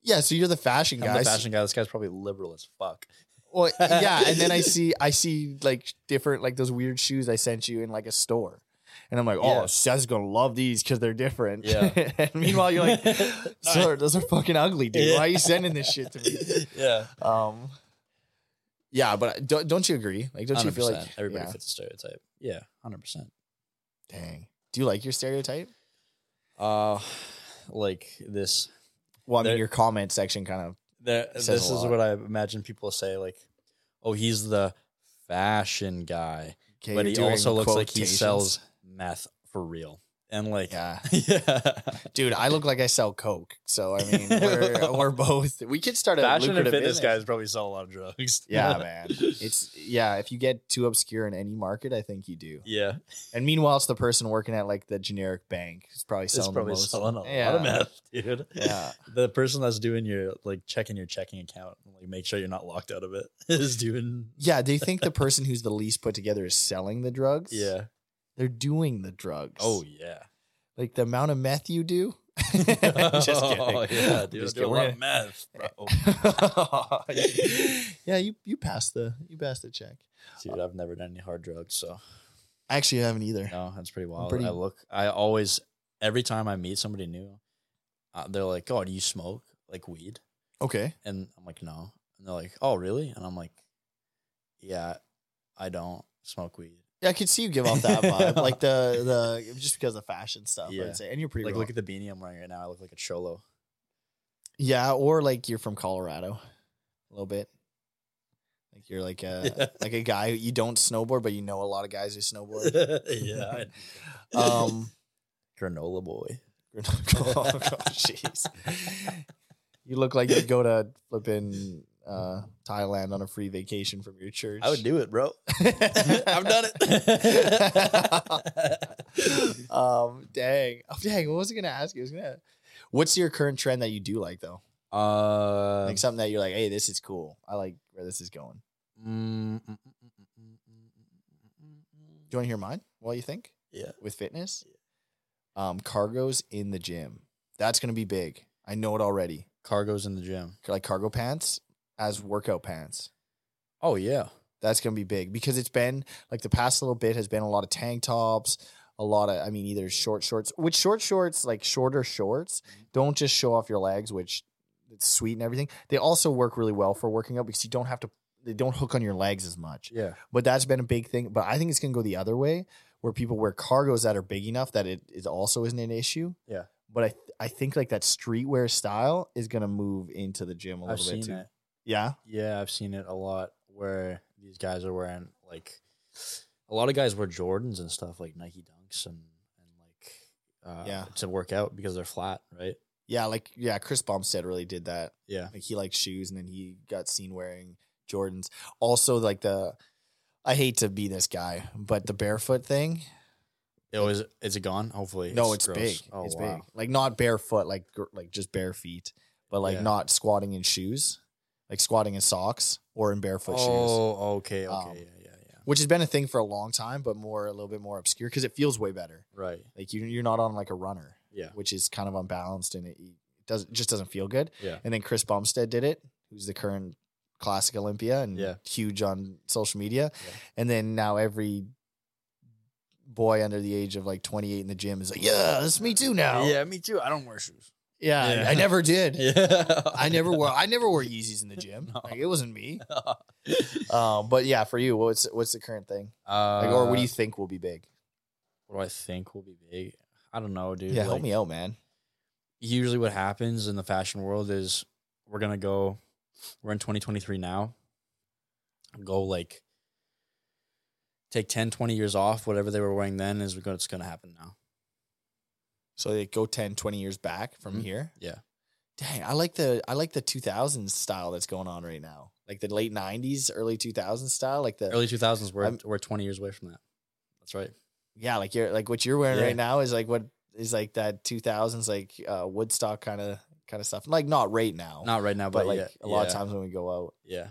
Speaker 2: yeah, so you're the fashion
Speaker 1: I'm
Speaker 2: guy.
Speaker 1: the fashion guy. This guy's probably liberal as fuck.
Speaker 2: Well, yeah, and then I see I see like different like those weird shoes I sent you in like a store, and I'm like, oh,
Speaker 1: Yeah.
Speaker 2: Seth's gonna love these because they're different.
Speaker 1: Yeah.
Speaker 2: and meanwhile, you're like, sir, those are fucking ugly, dude.
Speaker 1: Yeah.
Speaker 2: Why are you sending this shit to me?
Speaker 1: yeah.
Speaker 2: Um, yeah, but uh, don't don't you agree? Like, don't you feel like
Speaker 1: everybody
Speaker 2: yeah.
Speaker 1: fits a stereotype? Yeah. Hundred percent.
Speaker 2: Dang, do you like your stereotype?
Speaker 1: Uh, like this.
Speaker 2: Well, I mean,
Speaker 1: There-
Speaker 2: your comment section kind of
Speaker 1: There,
Speaker 2: It
Speaker 1: this
Speaker 2: says
Speaker 1: is
Speaker 2: a lot.
Speaker 1: what I imagine people say. Like, oh, he's the fashion guy.
Speaker 2: okay,
Speaker 1: but
Speaker 2: you're
Speaker 1: he
Speaker 2: doing
Speaker 1: also looks like he
Speaker 2: quotations.
Speaker 1: sells meth for real. And like, yeah,
Speaker 2: Yeah,
Speaker 1: yeah.
Speaker 2: dude, I look like I sell coke. So I mean, we're, we're both. We could start a
Speaker 1: fashion and
Speaker 2: lucrative
Speaker 1: fitness
Speaker 2: business.
Speaker 1: guys probably sell a lot of drugs.
Speaker 2: Yeah, man. It's yeah, if you get too obscure in any market, I think you do.
Speaker 1: yeah,
Speaker 2: And meanwhile, it's the person working at like the generic bank who's probably
Speaker 1: it's
Speaker 2: selling
Speaker 1: probably
Speaker 2: the most.
Speaker 1: selling a lot
Speaker 2: Yeah.
Speaker 1: of meth, dude.
Speaker 2: Yeah.
Speaker 1: the person that's doing your like checking your checking account, and, like make sure you're not locked out of it, is doing.
Speaker 2: Yeah, they think the person who's the least put together is selling the drugs.
Speaker 1: Yeah.
Speaker 2: They're doing the drugs.
Speaker 1: Oh yeah.
Speaker 2: Like the amount of meth you do. Just kidding.
Speaker 1: Oh, yeah, dude.
Speaker 2: Just
Speaker 1: do a
Speaker 2: kidding.
Speaker 1: lot of meth, bro.
Speaker 2: yeah, you you passed the you passed the check.
Speaker 1: dude, I've never done any hard drugs, so
Speaker 2: I actually haven't either.
Speaker 1: No, that's pretty wild.
Speaker 2: pretty-
Speaker 1: I look. I always, every time I meet somebody new, uh, they're like, "Oh, do you smoke like weed?"
Speaker 2: Okay.
Speaker 1: And I'm like, "No." And they're like, "Oh, really?" And I'm like, "Yeah, I don't smoke weed."
Speaker 2: Yeah, I could see you give off that vibe. like the the just because of fashion stuff.
Speaker 1: Yeah.
Speaker 2: I'd say. And you're pretty
Speaker 1: Like,
Speaker 2: wrong.
Speaker 1: look at the beanie I'm wearing right now. I look like a cholo.
Speaker 2: Yeah, or like you're from Colorado, a little bit. Like you're like a
Speaker 1: Yeah.
Speaker 2: like a guy you don't snowboard, but you know a lot of guys who snowboard.
Speaker 1: yeah. I-
Speaker 2: Um,
Speaker 1: granola boy.
Speaker 2: oh, jeez, you look like you go to flipping uh, Thailand on a free vacation from your church.
Speaker 1: I would do it, bro. I've
Speaker 2: I've
Speaker 1: done it.
Speaker 2: um, dang, oh, dang. What was I gonna ask you? I was gonna. What's your current trend that you do like though?
Speaker 1: uh,
Speaker 2: Like something that you're like, hey, this is cool. I like where this is going.
Speaker 1: mm, mm,
Speaker 2: Do you want to hear mine? While you think?
Speaker 1: Yeah.
Speaker 2: With fitness? Um, cargos in the gym. That's going to be big. I know it already.
Speaker 1: cargo's in the gym.
Speaker 2: Like cargo pants as workout pants.
Speaker 1: Oh yeah.
Speaker 2: That's going to be big because it's been like the past little bit has been a lot of tank tops, a lot of, I mean, either short shorts, which short shorts, like shorter shorts,
Speaker 1: Mm-hmm.
Speaker 2: don't just show off your legs, which it's sweet and everything. They also work really well for working out because you don't have to, they don't hook on your legs as much.
Speaker 1: Yeah.
Speaker 2: But that's been a big thing. But I think it's going to go the other way where people wear cargos that are big enough that it, it also isn't an issue.
Speaker 1: Yeah.
Speaker 2: But I, th- I think like that streetwear style is going to move into the gym a
Speaker 1: I've
Speaker 2: little
Speaker 1: seen
Speaker 2: bit too.
Speaker 1: that.
Speaker 2: Yeah.
Speaker 1: Yeah, I've seen it a lot where these guys are wearing like a lot of guys wear Jordans and stuff like Nike Dunks and and like uh,
Speaker 2: Yeah.
Speaker 1: to work out because they're flat, right?
Speaker 2: Yeah. Like, yeah, Chris Bumstead really did that.
Speaker 1: Yeah,
Speaker 2: Like he liked shoes, and then he got seen wearing Jordans. Also, like the, I hate to be this guy, but the barefoot thing.
Speaker 1: it was. Is it gone? Hopefully,
Speaker 2: no, it's
Speaker 1: gross.
Speaker 2: big.
Speaker 1: Oh
Speaker 2: it's
Speaker 1: wow.
Speaker 2: big. Like not barefoot, like gr- like just bare feet, but like
Speaker 1: Yeah.
Speaker 2: not squatting in shoes, like squatting in socks or in barefoot shoes,
Speaker 1: Oh, okay, okay,
Speaker 2: Um,
Speaker 1: yeah, yeah, yeah.
Speaker 2: which has been a thing for a long time, but more a little bit more obscure because it feels way better.
Speaker 1: Right.
Speaker 2: Like you, you're not on like a runner,
Speaker 1: Yeah.
Speaker 2: which is kind of unbalanced and it, it does it just doesn't feel good.
Speaker 1: Yeah.
Speaker 2: And then Chris Bumstead did it, who's the current classic Olympia and
Speaker 1: Yeah.
Speaker 2: huge on social media.
Speaker 1: Yeah.
Speaker 2: And then now every boy under the age of like 28 in the gym is like, yeah, that's me too now.
Speaker 1: Yeah, me too. I don't wear shoes.
Speaker 2: Yeah, I-
Speaker 1: Yeah.
Speaker 2: I, never did.
Speaker 1: Yeah,
Speaker 2: I never wore I never wore Yeezys in the gym.
Speaker 1: No.
Speaker 2: Like, it wasn't me. Um, but yeah, for you, what's what's the current thing?
Speaker 1: Uh,
Speaker 2: Like, or what do you think will be big?
Speaker 1: What do I think will be big? I don't know, dude.
Speaker 2: Yeah, help
Speaker 1: Like,
Speaker 2: me out, man.
Speaker 1: usually what happens in the fashion world is we're gonna go we're in 2023 now go like take 10 20 years off whatever they were wearing then is what's gonna happen now
Speaker 2: So they go 10, 20 years back from
Speaker 1: Mhm.
Speaker 2: here.
Speaker 1: Yeah.
Speaker 2: Dang, I like the I like the 2000s style that's going on right now. Like the late 90s, early 2000s style, like the
Speaker 1: early 2000s we're,
Speaker 2: I'm-
Speaker 1: we're 20 years away from that that's right
Speaker 2: yeah, like you're like what you're wearing
Speaker 1: Yeah.
Speaker 2: right now is like what is like that 2000s like uh Woodstock kind of kind of stuff. Like not right now,
Speaker 1: not right now
Speaker 2: Oh, but
Speaker 1: but,
Speaker 2: like
Speaker 1: yeah,
Speaker 2: a lot of
Speaker 1: yeah,
Speaker 2: times when we go out.
Speaker 1: yeah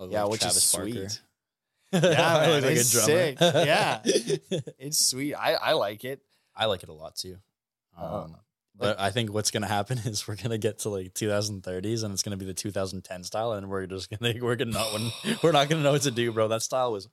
Speaker 1: I
Speaker 2: Yeah,
Speaker 1: love
Speaker 2: which is sweet.
Speaker 1: I
Speaker 2: man,
Speaker 1: look like a
Speaker 2: it's
Speaker 1: drummer.
Speaker 2: sick. Yeah. It's sweet. I I like it.
Speaker 1: i like it a lot too um,
Speaker 2: Uh,
Speaker 1: but I think what's gonna happen is we're gonna get to like 2030s, and it's gonna be the 2010 style, and we're just gonna we're gonna not we're not gonna know what to do, bro. That style was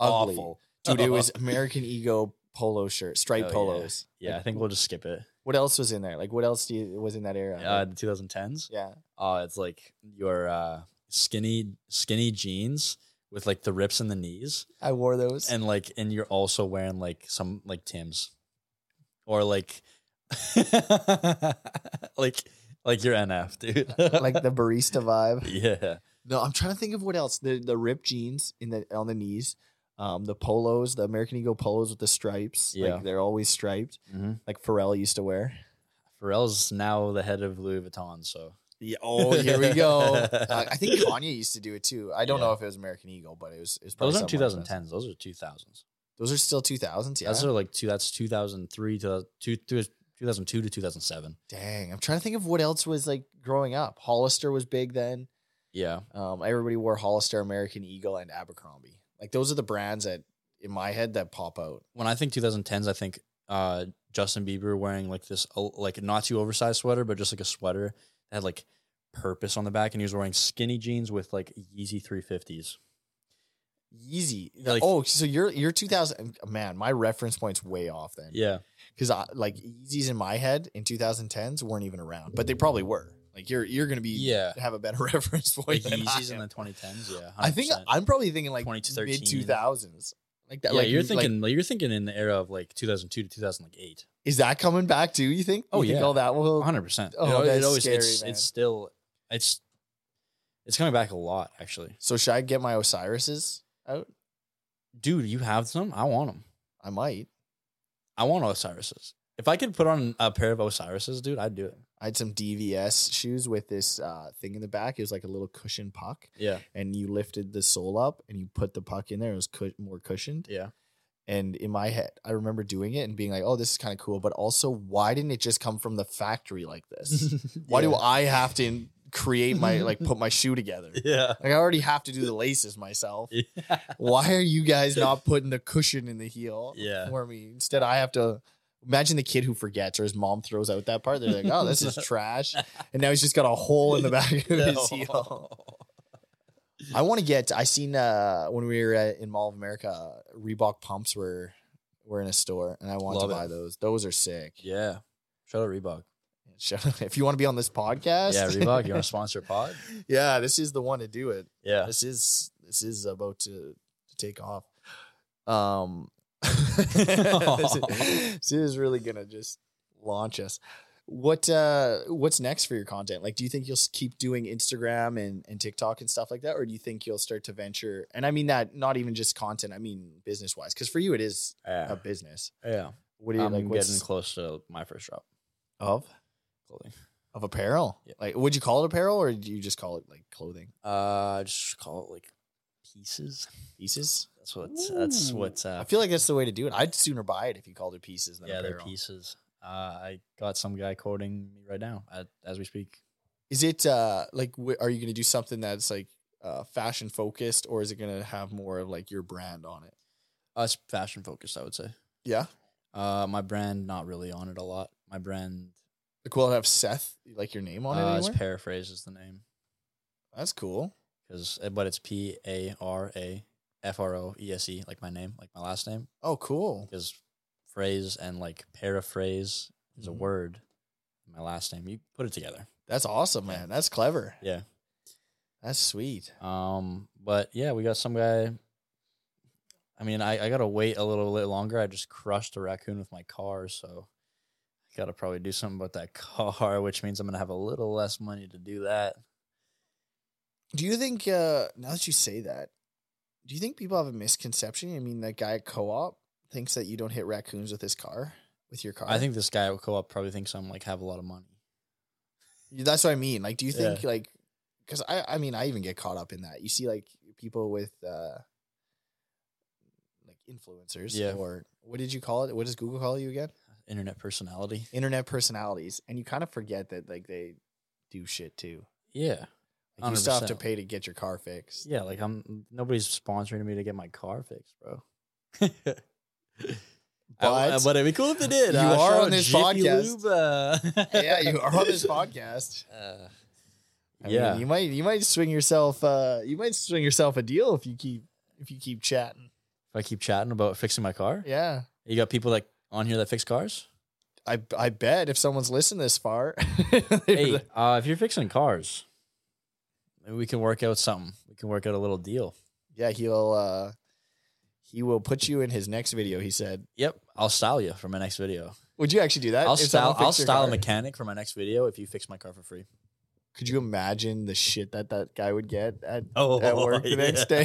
Speaker 2: Ugly.
Speaker 1: awful, Uh,
Speaker 2: Dude, it was American Ego polo shirt, striped
Speaker 1: Oh, yeah.
Speaker 2: polos.
Speaker 1: yeah, I think we'll just skip it.
Speaker 2: What else was in there? Like what else do you, was in that era?
Speaker 1: Uh, the 2010s.
Speaker 2: yeah.
Speaker 1: Oh, it's like your uh, skinny skinny jeans with like the rips in the knees,
Speaker 2: I wore those.
Speaker 1: and like and you're also wearing like some like Tim's, or like like like your NF dude,
Speaker 2: like the barista vibe.
Speaker 1: yeah.
Speaker 2: No, I'm trying to think of what else. The the ripped jeans in the on the knees, um, the polos, the American Eagle polos with the stripes.
Speaker 1: Yeah.
Speaker 2: Like they're always striped.
Speaker 1: Mm-hmm.
Speaker 2: Like Pharrell used to wear.
Speaker 1: Pharrell's now the head of Louis Vuitton, so
Speaker 2: Yeah, oh, here we go. Uh, I think Kanye used to do it too. I don't
Speaker 1: Yeah.
Speaker 2: know if it was American Eagle, but it was. It was probably
Speaker 1: those aren't
Speaker 2: something
Speaker 1: 2010s;
Speaker 2: like that.
Speaker 1: those are 2000s.
Speaker 2: Those are still 2000s. Yeah.
Speaker 1: Those are like two. That's 2003 to two, two, 2002 to 2007.
Speaker 2: Dang, I'm trying to think of what else was like growing up. Hollister was big then.
Speaker 1: Yeah,
Speaker 2: Um, everybody wore Hollister, American Eagle, and Abercrombie. Like those are the brands that in my head that pop out.
Speaker 1: when I think 2010s, I think uh, Justin Bieber wearing like this, uh, like not too oversized sweater, but just like a sweater that had like purpose on the back, and he was wearing skinny jeans with like Yeezy 350s.
Speaker 2: Yeezy.
Speaker 1: Like-
Speaker 2: oh, so you're you're 2000 man, my reference point's way off then.
Speaker 1: Yeah,
Speaker 2: Cuz I like Yeezys in my head in 2010s weren't even around, but they probably were. Like you're you're going to be
Speaker 1: yeah.
Speaker 2: have a better reference
Speaker 1: Like
Speaker 2: point than
Speaker 1: Yeezys
Speaker 2: I,
Speaker 1: in
Speaker 2: am.
Speaker 1: the 2010s. Yeah,
Speaker 2: I think
Speaker 1: 100%.
Speaker 2: I'm probably thinking like mid
Speaker 1: 2013.
Speaker 2: 2000s. Like that
Speaker 1: yeah,
Speaker 2: like
Speaker 1: you're
Speaker 2: like,
Speaker 1: thinking you're thinking in the era of like 2002 to 2008.
Speaker 2: is that coming back too, you think?
Speaker 1: Oh,
Speaker 2: you think
Speaker 1: yeah.
Speaker 2: all that will
Speaker 1: hundred percent.
Speaker 2: Oh, that's scary,
Speaker 1: it's,
Speaker 2: man.
Speaker 1: it's still it's it's coming back a lot, actually.
Speaker 2: So should I get my Osiris's out?
Speaker 1: Dude, you have some? I want them.
Speaker 2: I might.
Speaker 1: I want Osiris's. If I could put on a pair of Osiris's, dude, I'd do it.
Speaker 2: I had some DVS shoes with this uh, thing in the back. It was like a little cushion puck.
Speaker 1: Yeah,
Speaker 2: and you lifted the sole up and you put the puck in there. It was cu- more cushioned.
Speaker 1: yeah.
Speaker 2: And in my head, I remember doing it and being like, "Oh, this is kind of cool." But also, why didn't it just come from the factory like this? Why do I have to in- create my like put my shoe together?
Speaker 1: Yeah.
Speaker 2: Like I already have to do the laces myself.
Speaker 1: Yeah.
Speaker 2: Why are you guys not putting the cushion in the heel
Speaker 1: Yeah.
Speaker 2: for me? Instead, I have to. Imagine the kid who forgets or his mom throws out that part. They're like, "Oh, this is trash," and now he's just got a hole in the back of his heel. I want to get. I seen uh, when we were at, in Mall of America, Reebok pumps were were in a store, and I want
Speaker 1: Love
Speaker 2: to
Speaker 1: it.
Speaker 2: buy those. Those are sick.
Speaker 1: Yeah. Shout out Reebok.
Speaker 2: Shut up. If you want to be on this podcast,
Speaker 1: Yeah, Reebok. You want to sponsor a pod?
Speaker 2: yeah, this is the one to do it.
Speaker 1: Yeah.
Speaker 2: This is this is about to, to take off. Um, this, is, this is really gonna just launch us. What uh, what's next for your content? Like, do you think you'll s- keep doing Instagram and and TikTok and stuff like that, or do you think you'll start to venture? And I mean that not even just content. I mean business wise, because for you it is a
Speaker 1: Yeah.
Speaker 2: business.
Speaker 1: yeah.
Speaker 2: What do you
Speaker 1: I'm
Speaker 2: like?
Speaker 1: getting
Speaker 2: What's
Speaker 1: close to my first drop
Speaker 2: of
Speaker 1: clothing.
Speaker 2: of apparel?
Speaker 1: Yeah.
Speaker 2: Like, would you call it apparel, or do you just call it like clothing
Speaker 1: Uh, just call it like pieces.
Speaker 2: pieces?
Speaker 1: That's what. That's
Speaker 2: Ooh.
Speaker 1: what.
Speaker 2: I
Speaker 1: Uh,
Speaker 2: feel like that's the way to do it. I'd sooner buy it if you called it pieces than
Speaker 1: yeah, they're
Speaker 2: apparel.
Speaker 1: pieces. Uh, I got some guy quoting me right now at, as we speak.
Speaker 2: Is it uh like wh- are you going to do something that's like uh fashion focused or is it going to have more of like your brand on it?
Speaker 1: Uh, it's fashion focused, I would say.
Speaker 2: Yeah.
Speaker 1: Uh, my brand not really on it a lot. My brand
Speaker 2: Like will it have Seth like your name on it
Speaker 1: uh, it's
Speaker 2: anywhere?
Speaker 1: paraphrase is the name
Speaker 2: That's cool.
Speaker 1: because but it's P A R A F R O E S E like my name, like my last name.
Speaker 2: Oh, cool.
Speaker 1: Because phrase and like paraphrase is a
Speaker 2: Mhm.
Speaker 1: word. My last name. You put it together.
Speaker 2: That's awesome, man. That's clever.
Speaker 1: Yeah.
Speaker 2: That's sweet.
Speaker 1: Um, but yeah, we got some guy. I mean, I, I gotta wait a little bit longer. I just crushed a raccoon with my car, so I gotta probably do something about that car, which means I'm gonna have a little less money to do that.
Speaker 2: Do you think uh now that you say that, do you think people have a misconception? I mean, that guy at co-op thinks that you don't hit raccoons with his car, with your car.
Speaker 1: I think this guy at co-op probably thinks I'm like have a lot of money.
Speaker 2: That's what I mean. Like, do you
Speaker 1: Yeah.
Speaker 2: think like, because I, I mean, I even get caught up in that. You see like people with, uh like influencers,
Speaker 1: Yeah.
Speaker 2: or what did you call it? What does Google call you again?
Speaker 1: Internet personality.
Speaker 2: Internet personalities, and you kind of forget that like they do shit too.
Speaker 1: Yeah,
Speaker 2: Like, you still have to
Speaker 1: 100%.
Speaker 2: pay to get your car fixed.
Speaker 1: yeah. Like I'm nobody's sponsoring me to get my car fixed, bro. I-
Speaker 2: But
Speaker 1: but it'd be cool if they did.
Speaker 2: you
Speaker 1: Uh,
Speaker 2: are
Speaker 1: shout
Speaker 2: on
Speaker 1: out
Speaker 2: this
Speaker 1: Jiffy
Speaker 2: podcast.
Speaker 1: Lube, uh,
Speaker 2: yeah, you are on this podcast.
Speaker 1: Uh,
Speaker 2: I
Speaker 1: yeah.
Speaker 2: mean, you might you might swing yourself uh you might swing yourself a deal if you keep if you keep chatting.
Speaker 1: if I keep chatting about fixing my car,
Speaker 2: Yeah.
Speaker 1: you got people that on here that fix cars.
Speaker 2: I I bet if someone's listened this far,
Speaker 1: Hey, uh, if you're fixing cars, maybe we can work out something. We can work out a little deal.
Speaker 2: yeah, he'll uh he will put you in his next video. He said,
Speaker 1: Yep, I'll style you for my next video.
Speaker 2: "Would you actually do that?"
Speaker 1: I'll
Speaker 2: If
Speaker 1: style.
Speaker 2: someone
Speaker 1: I'll
Speaker 2: fixed your
Speaker 1: style a
Speaker 2: car?
Speaker 1: mechanic for my next video if you fix my car for free.
Speaker 2: Could you imagine the shit that that guy would get at,
Speaker 1: Oh, Uh,
Speaker 2: at work the next day?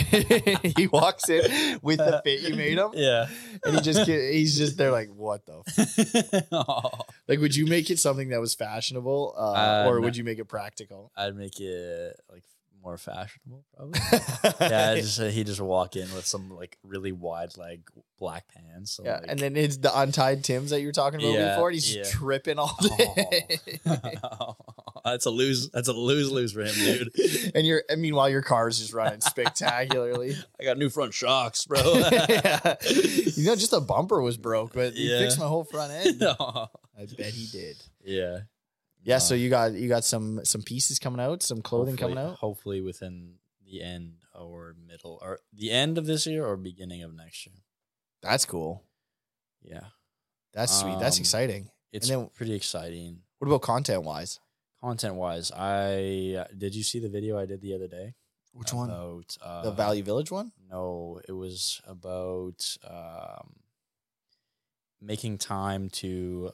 Speaker 2: he walks in with the fit you made him,
Speaker 1: Yeah.
Speaker 2: and he just get- he's just there like, "What the f-?
Speaker 1: Oh.
Speaker 2: like?" Would you make it something that was fashionable, uh,
Speaker 1: Uh,
Speaker 2: or
Speaker 1: no.
Speaker 2: would you make it practical?
Speaker 1: I'd make it like more fashionable, probably. yeah, I just, he just walk in with some like really wide leg black pants. So,
Speaker 2: Yeah,
Speaker 1: like-
Speaker 2: and then it's the untied Tim's that you were talking about
Speaker 1: Yeah,
Speaker 2: before, and he's
Speaker 1: yeah.
Speaker 2: just tripping all day.
Speaker 1: Oh. that's a lose. That's a lose lose for him, dude.
Speaker 2: and you're, and meanwhile, your car's just running spectacularly.
Speaker 1: I got new front shocks, bro.
Speaker 2: yeah. You know, just the bumper was broke, but he
Speaker 1: Yeah.
Speaker 2: fixed my whole front end. I bet he did. Yeah, so
Speaker 1: Uh,
Speaker 2: you got you got some some pieces coming out, some clothing
Speaker 1: hopefully-
Speaker 2: coming out.
Speaker 1: Hopefully within the end or middle or the end of this year or beginning of next year.
Speaker 2: That's cool.
Speaker 1: Yeah,
Speaker 2: That's sweet. That's
Speaker 1: Um,
Speaker 2: exciting.
Speaker 1: it's
Speaker 2: then-
Speaker 1: pretty exciting.
Speaker 2: What about content wise?
Speaker 1: Content wise, I did you see the video I did the other day?
Speaker 2: Which
Speaker 1: About, uh,
Speaker 2: the Value Village one?
Speaker 1: No, it was about um, making time to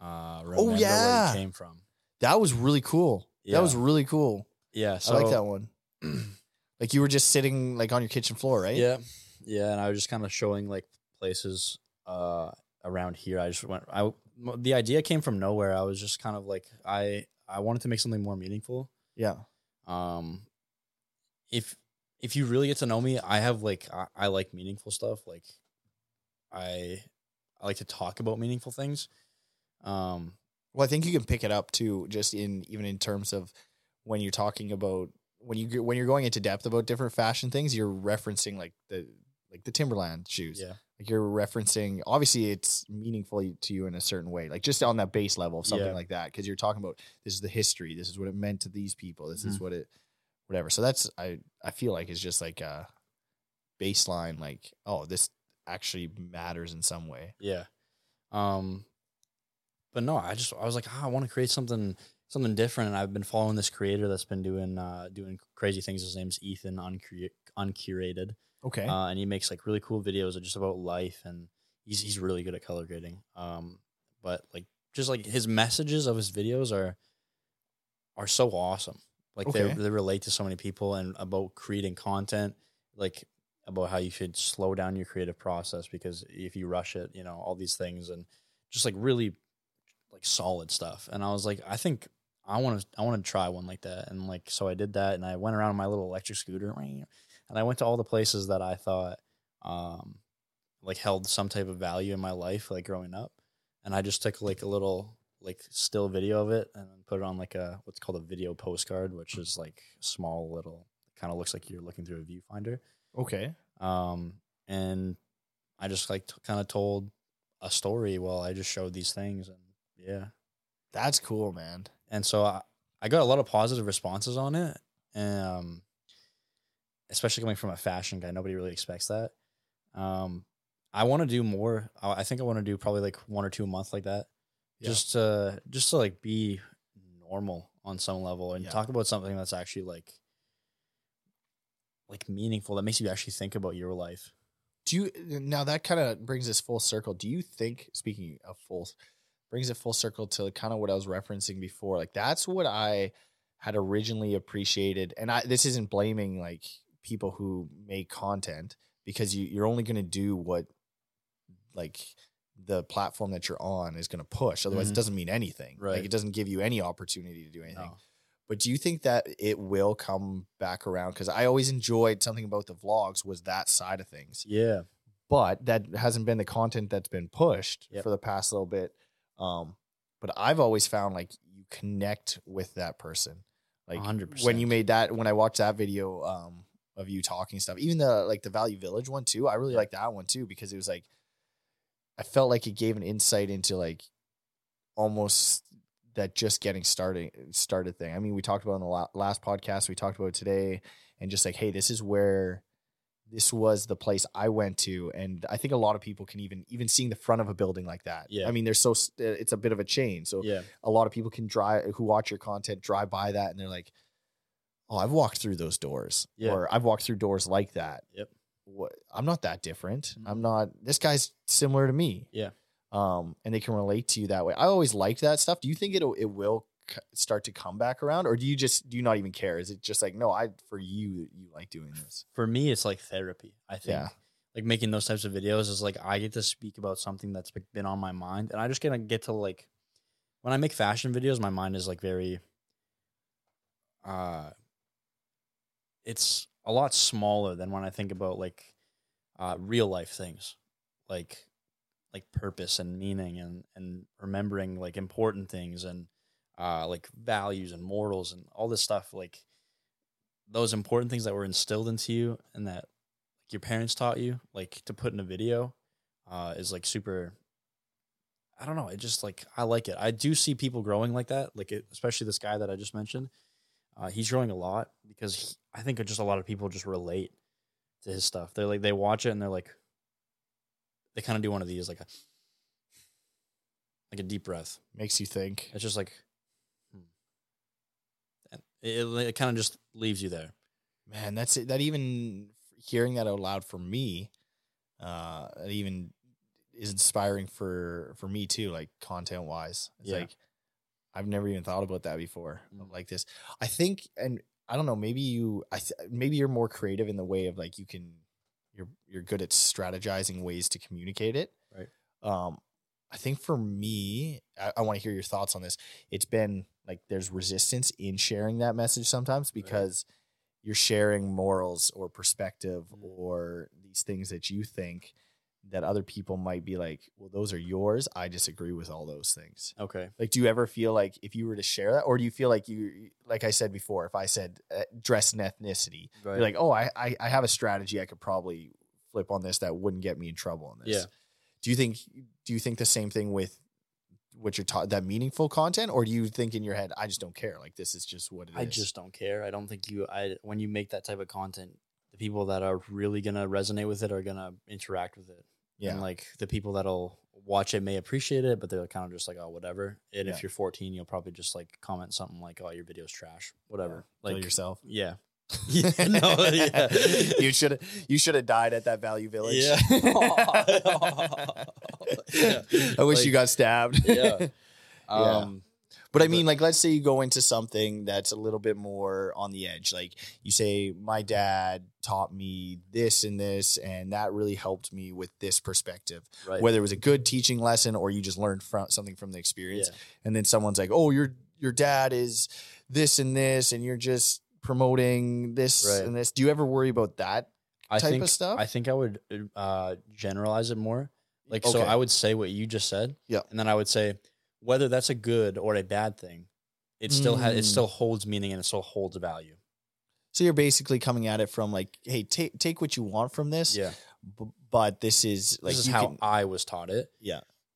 Speaker 1: uh, remember where
Speaker 2: Oh, yeah.
Speaker 1: you came from.
Speaker 2: That was really cool.
Speaker 1: Yeah.
Speaker 2: That was really cool.
Speaker 1: Yeah, so
Speaker 2: I like that one. like you were just sitting like on your kitchen floor, right?
Speaker 1: Yeah, yeah, and I was just kind of showing like places uh, around here. I just went. I m- the idea came from nowhere. I was just kind of like I I wanted to make something more meaningful.
Speaker 2: Yeah.
Speaker 1: Um, if if you really get to know me, I have like I, I like meaningful stuff. Like I I like to talk about meaningful things. Um,
Speaker 2: Well, I think you can pick it up too, just in even in terms of when you're talking about when you go- when you're going into depth about different fashion things, you're referencing like the like the Timberland shoes.
Speaker 1: yeah,
Speaker 2: Like you're referencing, obviously, it's meaningful to you in a certain way, like just on that base level of something
Speaker 1: Yeah.
Speaker 2: like that, because you're talking about this is the history, this is what it meant to these people, this is
Speaker 1: Mhm.
Speaker 2: what it, whatever. So that's I I feel like it's just like a baseline, like oh this actually matters in some way.
Speaker 1: Yeah. Um but no, I just I was like, ah, I want to create something something different and I've been following this creator that's been doing uh doing crazy things. His name's Ethan Uncure- Uncurated.
Speaker 2: Okay.
Speaker 1: Uh, and he makes like really cool videos that just about life and he's he's really good at color grading. Um but like just like his messages of his videos are are so awesome. Like
Speaker 2: Okay.
Speaker 1: they they relate to so many people and about creating content, like about how you should slow down your creative process because if you rush it, you know, all these things and just like really like solid stuff. And I was like, I think I want to I want to try one like that. And like so I did that and I went around on my little electric scooter and I went to all the places that I thought um like held some type of value in my life like growing up. And I just took like a little like still video of it and then put it on like a what's called a video postcard, which is like small little kind of looks like you're looking through a viewfinder
Speaker 2: Okay.
Speaker 1: um, and I just like t- kind of told a story while I just showed these things, and yeah,
Speaker 2: That's cool, man.
Speaker 1: and so I, I got a lot of positive responses on it, um, especially coming from a fashion guy. Nobody really expects that. Um, I want to do more. I I think I want to do probably like one or two a month like that,
Speaker 2: Yeah.
Speaker 1: just to just to like be normal on some level and
Speaker 2: Yeah.
Speaker 1: talk about something that's actually like like meaningful that makes you actually think about your life.
Speaker 2: Do you now that kind of brings us full circle? Do you think speaking of full brings it full circle to kind of what I was referencing before? Like that's what I had originally appreciated, and I this isn't blaming like people who make content because you you're only going to do what like the platform that you're on is going to push. Otherwise,
Speaker 1: Mhm.
Speaker 2: it doesn't mean anything.
Speaker 1: Right.
Speaker 2: Like it doesn't give you any opportunity to do anything.
Speaker 1: No.
Speaker 2: but do you think that it will come back around because i always enjoyed something about the vlogs was that side of things
Speaker 1: Yeah.
Speaker 2: but that hasn't been the content that's been pushed
Speaker 1: Yep.
Speaker 2: for the past little bit um but i've always found like you connect with that person like
Speaker 1: 100%.
Speaker 2: when you made that when i watched that video um of you talking stuff even the like the value village one too i really like that one too because it was like i felt like it gave an insight into like almost that just getting started started thing i mean we talked about in the la- last podcast we talked about it today and just like hey this is where this was the place i went to and i think a lot of people can even even seeing the front of a building like that
Speaker 1: Yeah.
Speaker 2: i mean there's so s- it's a bit of a chain so
Speaker 1: Yeah.
Speaker 2: a lot of people can drive who watch your content drive by that and they're like, "Oh, I've walked through those doors,
Speaker 1: Yeah.
Speaker 2: or I've walked through doors like that.
Speaker 1: Yep.
Speaker 2: What, I'm not that different.
Speaker 1: Mhm.
Speaker 2: I'm not. This guy's similar to me.
Speaker 1: Yeah.
Speaker 2: Um, and they can relate to you that way. I always liked that stuff. Do you think it it will c- start to come back around, or do you just do you not even care? Is it just like no, I for you you like doing this?
Speaker 1: For me, it's like therapy. I think
Speaker 2: Yeah.
Speaker 1: like making those types of videos is like I get to speak about something that's be- been on my mind, and I just gonna get to like when I make fashion videos, my mind is like very. Uh, it's a lot smaller than when I think about like uh, real life things, like like purpose and meaning and and remembering like important things and uh, like values and morals and all this stuff like those important things that were instilled into you and that like, your parents taught you like to put in a video uh, is like super i don't know it just like i like it i do see people growing like that like it, especially this guy that i just mentioned uh, he's growing a lot because he, i think just a lot of people just relate to his stuff they're like they watch it and they're like they kind of do one of these like a like a deep breath
Speaker 2: Makes you think.
Speaker 1: it's just like hmm. And it, it, it kind of just leaves you there
Speaker 2: man that's it that even hearing that out loud for me uh it even is inspiring for for me too like content wise it's
Speaker 1: Yeah.
Speaker 2: like i've never even thought about that before of
Speaker 1: Mm.
Speaker 2: like this i think and i don't know maybe you i th- maybe you're more creative in the way of like you can you're you're good at strategizing ways to communicate it
Speaker 1: Right.
Speaker 2: um i think for me i, I want to hear your thoughts on this it's been like there's resistance in sharing that message sometimes because you're sharing morals or perspective
Speaker 1: Mm.
Speaker 2: or these things that you think that other people might be like, well, those are yours. I disagree with all those things.
Speaker 1: okay
Speaker 2: Like, do you ever feel like if you were to share that, or do you feel like you, like I said before, if I said uh, dress and ethnicity,
Speaker 1: right
Speaker 2: you're like, oh, I, I, I have a strategy I could probably flip on this that wouldn't get me in trouble on this.
Speaker 1: Yeah.
Speaker 2: Do you think do you think the same thing with what you're taught that meaningful content, or do you think in your head, I just don't care? Like this is just what it is.
Speaker 1: I just don't care. I don't think you. I when you make that type of content, the people that are really gonna resonate with it are gonna interact with it. Yeah. And like the people that'll watch it may appreciate it, but they're kind of just like, oh, whatever. And
Speaker 2: Yeah.
Speaker 1: if you're 14, you'll probably just like comment something like, oh, your video's trash, whatever.
Speaker 2: Kill
Speaker 1: Like,
Speaker 2: yourself.
Speaker 1: yeah. yeah. No, yeah.
Speaker 2: you should you should have died at that Value Village.
Speaker 1: Yeah. Yeah.
Speaker 2: I wish
Speaker 1: Like,
Speaker 2: you got stabbed.
Speaker 1: Yeah. Um,
Speaker 2: But I mean, like, let's say you go into something that's a little bit more on the edge. Like, you say, My dad taught me this and this, and that really helped me with this perspective.
Speaker 1: right.
Speaker 2: Whether it was a good teaching lesson or you just learned from, something from the
Speaker 1: yeah.
Speaker 2: experience. And then someone's like, Oh, your, your dad is this and this, and you're just promoting this
Speaker 1: Right.
Speaker 2: and this. Do you ever worry about that?
Speaker 1: I
Speaker 2: type of
Speaker 1: think,
Speaker 2: stuff?
Speaker 1: I think I would uh, generalize it more. Like, so
Speaker 2: Okay.
Speaker 1: I would say what you just said.
Speaker 2: Yeah.
Speaker 1: And then I would say whether that's a good or a bad thing, it still has, it
Speaker 2: Mm.
Speaker 1: still holds meaning and it still holds value.
Speaker 2: So you're basically coming at it from like, Hey, take take what you want from this,
Speaker 1: Yeah.
Speaker 2: b- but this is like,
Speaker 1: this is
Speaker 2: you
Speaker 1: how
Speaker 2: can-
Speaker 1: I was taught it.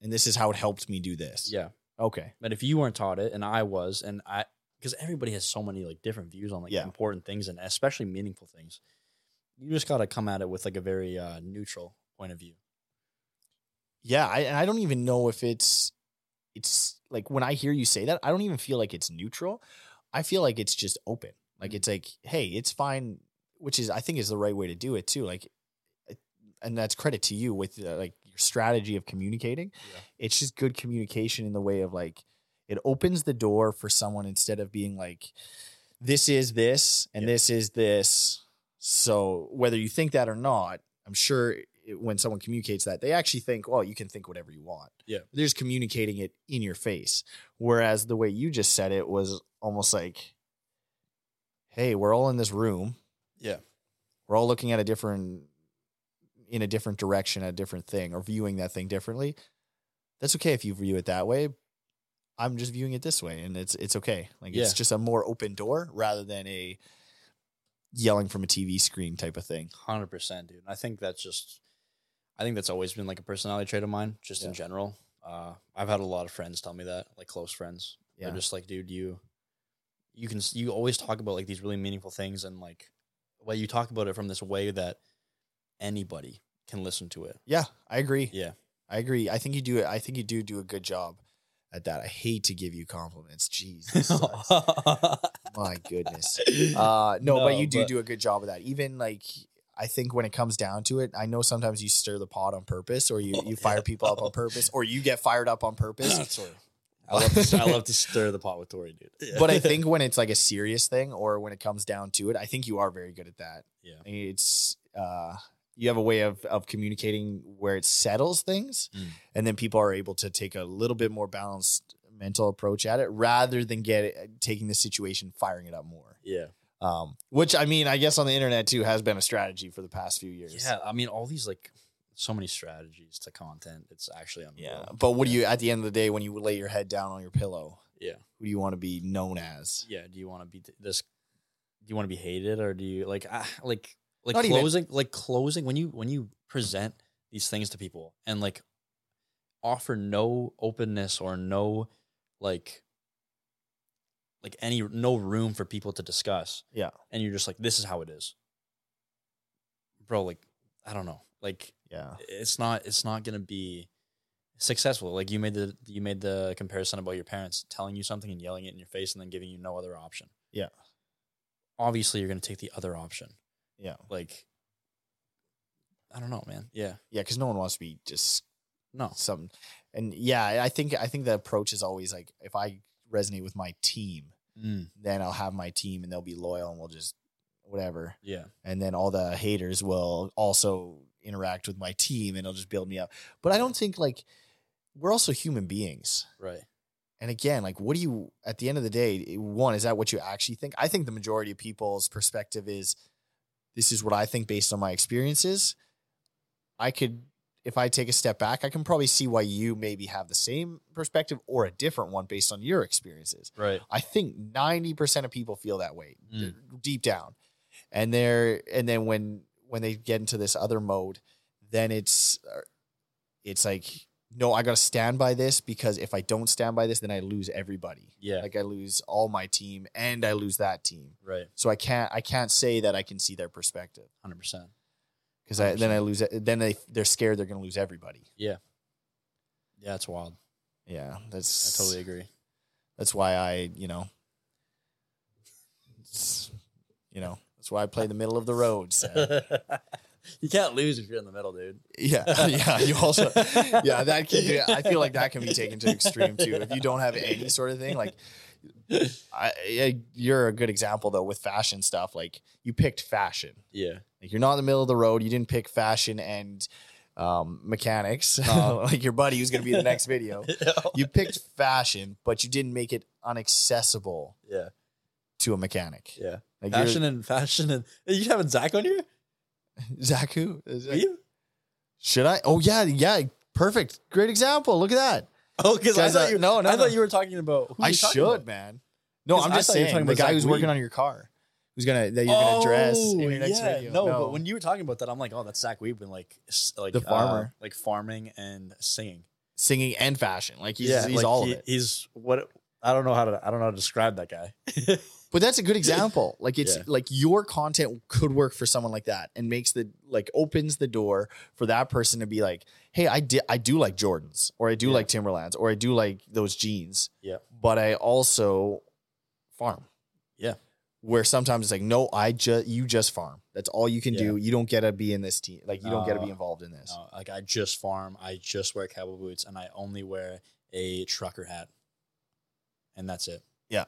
Speaker 2: and this is how it helped me do this.
Speaker 1: Yeah.
Speaker 2: Okay.
Speaker 1: But if you weren't taught it and I was, and I, because everybody has so many like different views on like
Speaker 2: Yeah.
Speaker 1: important things and especially meaningful things, you just got to come at it with like a very uh, neutral point of view.
Speaker 2: Yeah, I and I don't even know if it's it's like when I hear you say that, I don't even feel like it's neutral. I feel like it's just open. Like
Speaker 1: Mm-hmm.
Speaker 2: it's like, hey, it's fine, which is I think is the right way to do it too. Like and that's credit to you with uh, like your strategy of communicating.
Speaker 1: Yeah.
Speaker 2: It's just good communication in the way of like it opens the door for someone instead of being like this is this and
Speaker 1: Yeah.
Speaker 2: this is this. So whether you think that or not, I'm sure it, when someone communicates that, they actually think, "Oh, you can think whatever you want."
Speaker 1: Yeah.
Speaker 2: they're just communicating it in your face. Whereas the way you just said it was almost like, "Hey, we're all in this room.
Speaker 1: Yeah.
Speaker 2: we're all looking at a different, in a different direction, a different thing, or viewing that thing differently. That's okay if you view it that way. I'm just viewing it this way, and it's it's okay. Like it's
Speaker 1: Yeah.
Speaker 2: just a more open door rather than a yelling from a TV screen type of thing.
Speaker 1: Hundred percent, dude. And I think that's just, I think that's always been like a personality trait of mine, just in
Speaker 2: Yeah.
Speaker 1: general. Uh, I've had a lot of friends tell me that, like close friends.
Speaker 2: Yeah.
Speaker 1: They're just like, dude, you, you can, s- you always talk about like these really meaningful things, and like, well, you talk about it from this way that anybody can listen to it.
Speaker 2: Yeah, I agree.
Speaker 1: Yeah.
Speaker 2: I agree. I think you do it. I think you do do a good job at that. I hate to give you compliments. Jesus, Uh, my goodness. Uh, no, but
Speaker 1: No,
Speaker 2: you do
Speaker 1: but-
Speaker 2: do a good job of that. Even like, I think when it comes down to it, I know sometimes you stir the pot on purpose, or you you fire people up on purpose, or you get fired up on purpose.
Speaker 1: I love, to, I love to stir the pot with Tori, dude.
Speaker 2: but I think when it's like a serious thing or when it comes down to it, I think you are very good at that.
Speaker 1: Yeah.
Speaker 2: It's uh you have a way of of communicating where it settles things
Speaker 1: Mm.
Speaker 2: and then people are able to take a little bit more balanced mental approach at it rather than get it, taking the situation firing it up more.
Speaker 1: yeah,
Speaker 2: Um which I mean, I guess on the internet too has been a strategy for the past few years.
Speaker 1: yeah. I mean, all these like, so many strategies to content. It's actually unreal.
Speaker 2: But what do you at the end of the day when you lay your head down on your pillow?
Speaker 1: Yeah.
Speaker 2: Who do you want to be known as?
Speaker 1: yeah do you want to be th- this do you want to be hated or do you like ah, like like
Speaker 2: Not even-
Speaker 1: closing like closing when you when you present these things to people and like offer no openness or no like like any no room for people to discuss
Speaker 2: Yeah.
Speaker 1: and you're just like this is how it is bro like i don't know like
Speaker 2: Yeah.
Speaker 1: it's not it's not gonna be successful. Like you made the you made the comparison about your parents telling you something and yelling it in your face and then giving you no other option.
Speaker 2: Yeah.
Speaker 1: Obviously you're gonna take the other option.
Speaker 2: Yeah.
Speaker 1: Like I don't know, man. Yeah.
Speaker 2: Yeah, cuz no one wants to be just
Speaker 1: No.
Speaker 2: some and yeah i I think i think the approach is always like if i resonate with my team
Speaker 1: Mm,
Speaker 2: then i'll have my team and they'll be loyal and we'll just whatever
Speaker 1: yeah.
Speaker 2: and then all the haters will also interact with my team and it'll just build me up but i don't think like we're also human beings
Speaker 1: Right.
Speaker 2: and again like what do you at the end of the day one is that what you actually think i think the majority of people's perspective is this is what i think based on my experiences i could if i take a step back i can probably see why you maybe have the same perspective or a different one based on your experiences
Speaker 1: Right.
Speaker 2: i think 90% of people feel that way d-
Speaker 1: Mm.
Speaker 2: deep down and they're and then when when they get into this other mode then it's uh, it's like no i gotta stand by this because if i don't stand by this then i lose everybody
Speaker 1: Yeah.
Speaker 2: like i lose all my team and i lose that team
Speaker 1: right.
Speaker 2: so i can't i can't say that i can see their perspective
Speaker 1: Hundred percent.
Speaker 2: because I, then I lose. Then they they're scared they're going to lose everybody.
Speaker 1: Yeah, it's wild.
Speaker 2: Yeah,
Speaker 1: I
Speaker 2: that's
Speaker 1: totally agree.
Speaker 2: That's why I, you know, it's- you know, that's why I play the middle of the road. Seth.
Speaker 1: you can't lose if you're in the middle, dude.
Speaker 2: yeah, yeah. You also, yeah, that can. Be, I feel like that can be taken to extreme too. If you don't have any sort of thing, like, I, I, you're a good example though with fashion stuff. Like, you picked fashion.
Speaker 1: Yeah.
Speaker 2: Like, you're not in the middle of the road. You didn't pick fashion and um, mechanics,
Speaker 1: No.
Speaker 2: like your buddy who's going to be in the next video. You picked fashion, but you didn't make it unaccessible
Speaker 1: yeah.
Speaker 2: to a mechanic.
Speaker 1: Yeah.
Speaker 2: Like
Speaker 1: Fashion and fashion and are you having Zach on here?
Speaker 2: you're- Zach who? Is
Speaker 1: Are
Speaker 2: it-
Speaker 1: you?
Speaker 2: Should I? Oh yeah, yeah. Perfect. Great example. Look at that.
Speaker 1: Oh, because I
Speaker 2: Guys,
Speaker 1: thought
Speaker 2: uh,
Speaker 1: you.
Speaker 2: no, no,
Speaker 1: I
Speaker 2: no.
Speaker 1: thought you were talking about. Who
Speaker 2: I
Speaker 1: you talking
Speaker 2: should,
Speaker 1: about?
Speaker 2: man. No,
Speaker 1: 'Cause
Speaker 2: I'm
Speaker 1: I
Speaker 2: just
Speaker 1: thought you were
Speaker 2: saying
Speaker 1: talking
Speaker 2: the
Speaker 1: about
Speaker 2: guy
Speaker 1: Zach
Speaker 2: who's working
Speaker 1: Weed.
Speaker 2: on your car, who's gonna that you're gonna dress in your next
Speaker 1: Oh, yeah.
Speaker 2: video.
Speaker 1: No, but when you were talking about that, I'm like, oh, that's Zach Weedman, like s- like
Speaker 2: The
Speaker 1: uh,
Speaker 2: farmer.
Speaker 1: like farming and singing.
Speaker 2: singing and fashion, like he's he's
Speaker 1: like,
Speaker 2: all
Speaker 1: he-
Speaker 2: of it.
Speaker 1: He's what I don't know how to I don't know how to describe that guy.
Speaker 2: But that's a good example. Like it's
Speaker 1: Yeah.
Speaker 2: like your content could work for someone like that and makes the like opens the door for that person to be like, "Hey, I did I do like Jordans or I do
Speaker 1: Yeah.
Speaker 2: like Timberlands or I do like those jeans."
Speaker 1: Yeah.
Speaker 2: But I also farm.
Speaker 1: Yeah.
Speaker 2: Where sometimes it's like, "No, I just you just farm. That's all you can
Speaker 1: Yeah.
Speaker 2: do. You don't get to be in this team. Like you don't get to
Speaker 1: No.
Speaker 2: be involved in this."
Speaker 1: No, like I just farm, I just wear cowboy boots, and I only wear a trucker hat, and that's it.
Speaker 2: Yeah.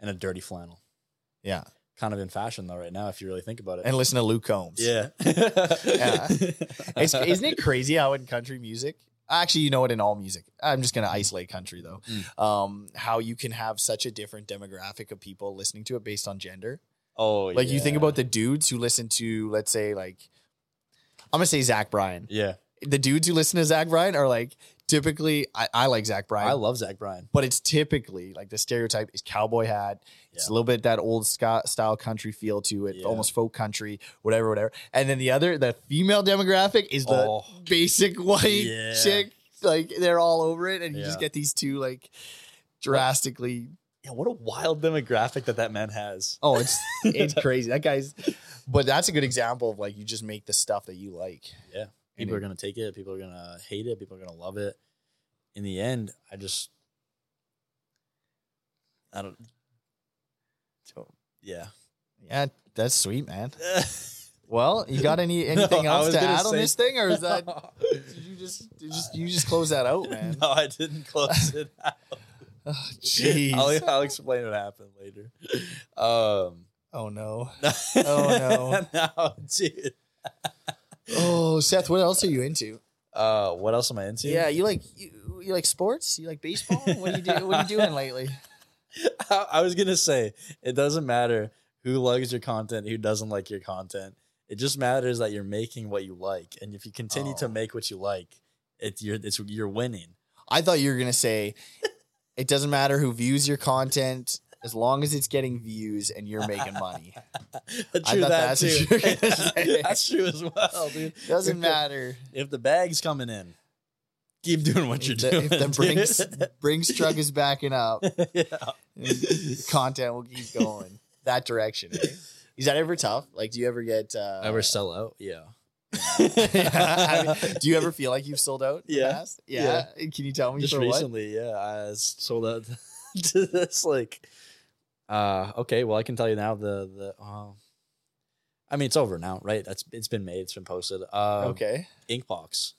Speaker 1: and a dirty flannel.
Speaker 2: Yeah.
Speaker 1: kind of in fashion though right now if you really think about it.
Speaker 2: And listen to Luke Combs.
Speaker 1: yeah,
Speaker 2: Yeah. It's, isn't it crazy how in country music, actually, you know it in all music. I'm just going to isolate country though.
Speaker 1: Mm.
Speaker 2: Um, how you can have such a different demographic of people listening to it based on gender.
Speaker 1: Oh,
Speaker 2: Like you think
Speaker 1: yeah.
Speaker 2: about the dudes who listen to, let's say, like I'm gonna say Zach Bryan.
Speaker 1: yeah.
Speaker 2: The dudes who listen to Zach Bryan are like typically I, I like Zach Bryan.
Speaker 1: I love Zach Bryan.
Speaker 2: but it's typically like the stereotype is cowboy hat. It's a
Speaker 1: Yeah.
Speaker 2: little bit that old Scott style country feel to it,
Speaker 1: Yeah.
Speaker 2: almost folk country, whatever, whatever. And then the other, the female demographic is the
Speaker 1: Oh.
Speaker 2: basic white
Speaker 1: Yeah.
Speaker 2: chick. Like they're all over it, and you just
Speaker 1: Yeah.
Speaker 2: get these two like drastically.
Speaker 1: Yeah, what a wild demographic that that man has.
Speaker 2: Oh, it's it's crazy. That guy's, but that's a good example of like you just make the stuff that you like.
Speaker 1: Yeah.
Speaker 2: And
Speaker 1: People are
Speaker 2: it-
Speaker 1: gonna take it. People are gonna hate it. People are gonna love it. In the end, I just, I don't. Yeah.
Speaker 2: yeah, that's sweet, man.
Speaker 1: Anything
Speaker 2: Well, you got any anything
Speaker 1: I
Speaker 2: else
Speaker 1: was
Speaker 2: to
Speaker 1: gonna
Speaker 2: add on
Speaker 1: say-
Speaker 2: this thing, or is that did you just did you just you just close that out, man?
Speaker 1: No, I didn't close it out.
Speaker 2: Oh, Jeez.
Speaker 1: I'll, I'll explain what happened later. Um.
Speaker 2: oh no.
Speaker 1: Oh no. no, dude.
Speaker 2: Oh, Seth, what else are you into?
Speaker 1: Uh, what else am I into?
Speaker 2: Yeah, you like you, you like sports? You like baseball? What are you do, what are you doing lately?
Speaker 1: I, I was gonna say it doesn't matter who likes your content, who doesn't like your content. It just matters that you're making what you like, and if you continue
Speaker 2: Oh.
Speaker 1: to make what you like, it, you're it's you're winning.
Speaker 2: I thought you were gonna say it doesn't matter who views your content as long as it's getting views and you're making money.
Speaker 1: true
Speaker 2: thought
Speaker 1: that
Speaker 2: that's what
Speaker 1: too.
Speaker 2: you were gonna say.
Speaker 1: that's true as well, Oh, dude.
Speaker 2: Doesn't matter
Speaker 1: If the bag's coming in, keep doing what you're
Speaker 2: if the,
Speaker 1: doing.
Speaker 2: if the Brinks
Speaker 1: dude.
Speaker 2: Brinks truck is backing up. Content will keep going that direction. eh? Is that ever tough? Like, do you ever get uh,
Speaker 1: yeah. Ever sell out? Yeah.
Speaker 2: I mean, do you ever feel like you've sold out? in the
Speaker 1: Yeah.
Speaker 2: past? yeah. Can you tell me
Speaker 1: just
Speaker 2: for what?
Speaker 1: recently yeah i sold out to this like uh okay well i can tell you now the the um i mean it's over now right that's it's been made it's been posted um okay
Speaker 2: Okay.
Speaker 1: inkbox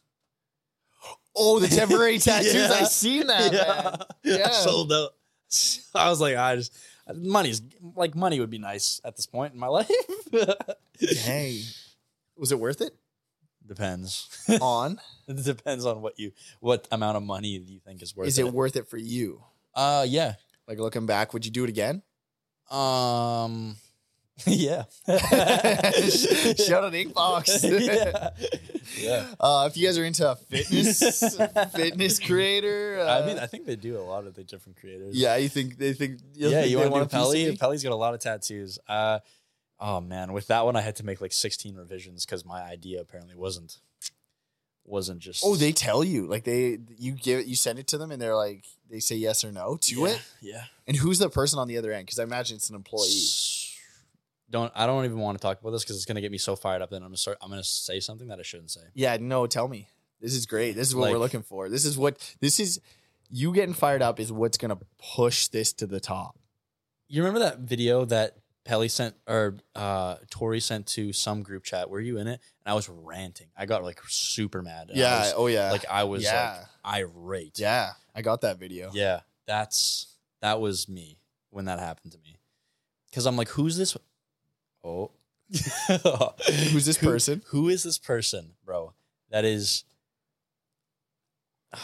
Speaker 2: Oh, the temporary tattoos.
Speaker 1: Yeah.
Speaker 2: I seen that. Man. Yeah.
Speaker 1: I sold out i was like i just money's like money would be nice at this point in my life
Speaker 2: Dang. Was it worth it?
Speaker 1: depends
Speaker 2: On
Speaker 1: it depends on what you what amount of money you think is worth
Speaker 2: is it worth it for you?
Speaker 1: uh yeah
Speaker 2: Like looking back, would you do it again?
Speaker 1: um yeah
Speaker 2: Shout out Inkbox.
Speaker 1: yeah. yeah.
Speaker 2: Uh, if you guys are into fitness, fitness creator, uh,
Speaker 1: I mean, I think they do a lot of the different creators.
Speaker 2: yeah, you think they think
Speaker 1: Yeah, you want to do
Speaker 2: want
Speaker 1: Pelly? Pelly's got a lot of tattoos. Uh, oh man, with that one, I had to make like 16 revisions because my idea apparently wasn't wasn't just.
Speaker 2: Oh, they tell you like they you give you send it to them and they're like they say yes or no to
Speaker 1: yeah,
Speaker 2: it.
Speaker 1: Yeah.
Speaker 2: And who's the person on the other end? Because I imagine it's an employee.
Speaker 1: S- don't I don't even want to talk about this because it's gonna get me so fired up that I'm gonna start I'm gonna say something that I shouldn't say.
Speaker 2: Yeah, no, tell me. This is great. This is what we're
Speaker 1: Like-
Speaker 2: looking for. This is what this is you getting fired up is what's gonna push this to the top.
Speaker 1: You remember that video that Pelly sent or uh Tori sent to some group chat? Were you in it? And I was ranting. I got like super mad. and I
Speaker 2: yeah.
Speaker 1: was-
Speaker 2: oh yeah.
Speaker 1: like I was
Speaker 2: yeah.
Speaker 1: like irate.
Speaker 2: yeah. I got that video.
Speaker 1: Yeah, that's that was me when that happened to me. Cuz I'm like who's this Oh.
Speaker 2: Who's this
Speaker 1: Who-
Speaker 2: person?
Speaker 1: Who is this person, bro? That is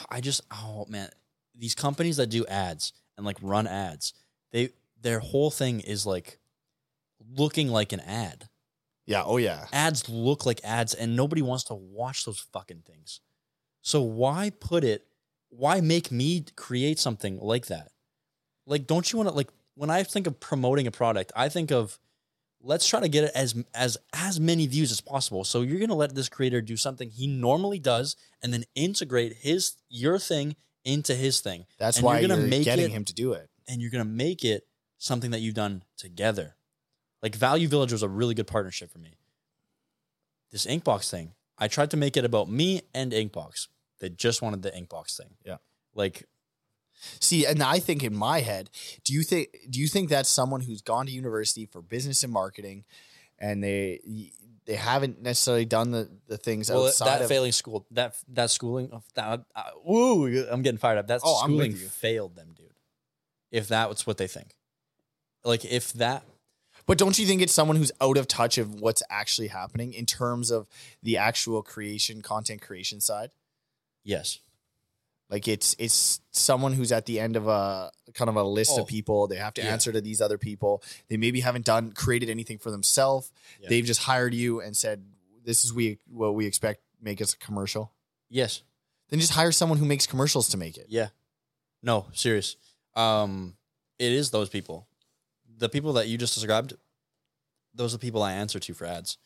Speaker 1: I just oh man, these companies that do ads and like run ads, they their whole thing is like looking like an ad.
Speaker 2: Yeah. Oh yeah.
Speaker 1: Ads look like ads and nobody wants to watch those fucking things. So why put it why make me create something like that? Like don't you want to like when I think of promoting a product, I think of let's try to get it as as as many views as possible. So you're going to let this creator do something he normally does and then integrate his your thing into his thing
Speaker 2: That's
Speaker 1: And
Speaker 2: why
Speaker 1: you're
Speaker 2: you're,
Speaker 1: gonna make
Speaker 2: getting
Speaker 1: it-
Speaker 2: him to do it.
Speaker 1: and you're going to make it something that you've done together. Like Value Village was a really good partnership for me. This Inkbox thing, I tried to make it about me and Inkbox. They just wanted the Inkbox thing.
Speaker 2: Yeah.
Speaker 1: Like
Speaker 2: See, and I think in my head, do you think do you think that's someone who's gone to university for business and marketing and they they haven't necessarily done the, the things
Speaker 1: well,
Speaker 2: outside
Speaker 1: that
Speaker 2: of
Speaker 1: failing school, that that schooling of that. Uh, ooh, I'm getting fired up. That
Speaker 2: Oh, I'm with
Speaker 1: schooling
Speaker 2: you.
Speaker 1: failed them, dude. If that was what they think, like if that
Speaker 2: But don't you think it's someone who's out of touch of what's actually happening in terms of the actual creation, content creation side?
Speaker 1: yes,
Speaker 2: Like it's it's someone who's at the end of a kind of a list
Speaker 1: Oh.
Speaker 2: of people. They have to
Speaker 1: Yeah.
Speaker 2: answer to these other people. They maybe haven't done created anything for themselves.
Speaker 1: Yeah.
Speaker 2: They've just hired you and said, "This is we what we expect. Make us a commercial."
Speaker 1: yes,
Speaker 2: Then just hire someone who makes commercials to make it.
Speaker 1: yeah, no, serious. Um, it is those people, the people that you just described. Those are the people I answer to for ads.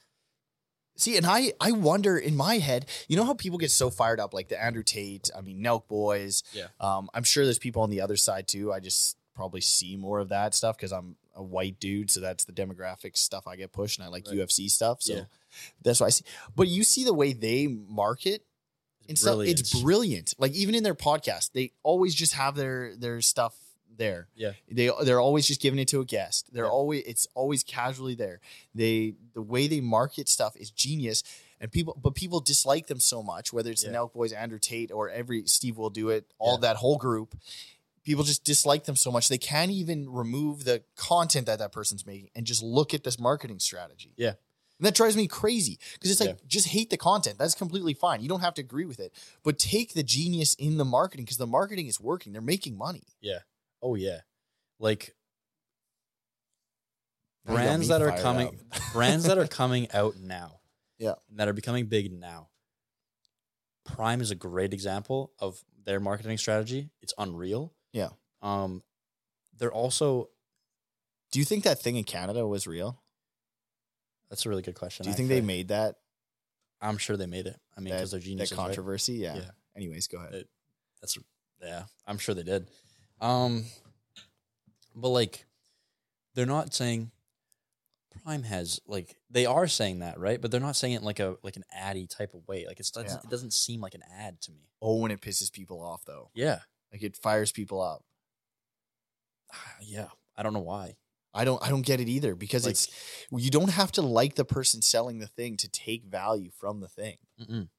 Speaker 2: See, and I I wonder in my head, you know how people get so fired up, like the Andrew Tate, I mean Nelk Boys.
Speaker 1: Yeah.
Speaker 2: Um, I'm sure there's people on the other side too. I just probably see more of that stuff because I'm a white dude, so that's the demographic stuff I get pushed, and I like
Speaker 1: Right.
Speaker 2: UFC stuff, so
Speaker 1: Yeah.
Speaker 2: that's what I see. But you see the way they market and stuff; it's
Speaker 1: Brilliant.
Speaker 2: brilliant. Like even in their podcast, they always just have their their stuff there.
Speaker 1: Yeah.
Speaker 2: They they're always just giving it to a guest. They're
Speaker 1: Yeah.
Speaker 2: always it's always casually there. They the way they market stuff is genius. And people but people dislike them so much, whether it's
Speaker 1: Yeah.
Speaker 2: the Nelk Boys, Andrew Tate, or every Steve will do it, all
Speaker 1: Yeah.
Speaker 2: that whole group. People just dislike them so much they can't even remove the content that that person's making and just look at this marketing strategy.
Speaker 1: Yeah.
Speaker 2: And that drives me crazy because it's like
Speaker 1: Yeah.
Speaker 2: just hate the content. That's completely fine. You don't have to agree with it, but take the genius in the marketing because the marketing is working. They're making money.
Speaker 1: Oh yeah, like
Speaker 2: Now you got
Speaker 1: brands
Speaker 2: me
Speaker 1: that are
Speaker 2: fired
Speaker 1: coming
Speaker 2: up.
Speaker 1: brands that are coming out now
Speaker 2: Yeah.
Speaker 1: that are becoming big now prime is a great example of their marketing strategy it's unreal
Speaker 2: Yeah.
Speaker 1: um they're also
Speaker 2: Do you think that thing in Canada was real?
Speaker 1: that's a really good question
Speaker 2: Do you think they
Speaker 1: actually.
Speaker 2: made that
Speaker 1: i'm sure they made it i mean because they're
Speaker 2: that
Speaker 1: geniuses right?
Speaker 2: controversy? Yeah.
Speaker 1: Yeah.
Speaker 2: Anyways, go ahead.
Speaker 1: It- That's yeah, I'm sure they did. Um but like they're not saying Prime has like they are saying that, right? But they're not saying it in like a like an addy type of way. Like it's doesn't
Speaker 2: Yeah.
Speaker 1: it doesn't seem like an ad to me.
Speaker 2: oh, when it pisses people off though,
Speaker 1: Yeah.
Speaker 2: like it fires people up.
Speaker 1: Ah, Yeah. I don't know why.
Speaker 2: I don't I don't get it either because
Speaker 1: Like-
Speaker 2: it's you don't have to like the person selling the thing to take value from the thing.
Speaker 1: Mm-mm.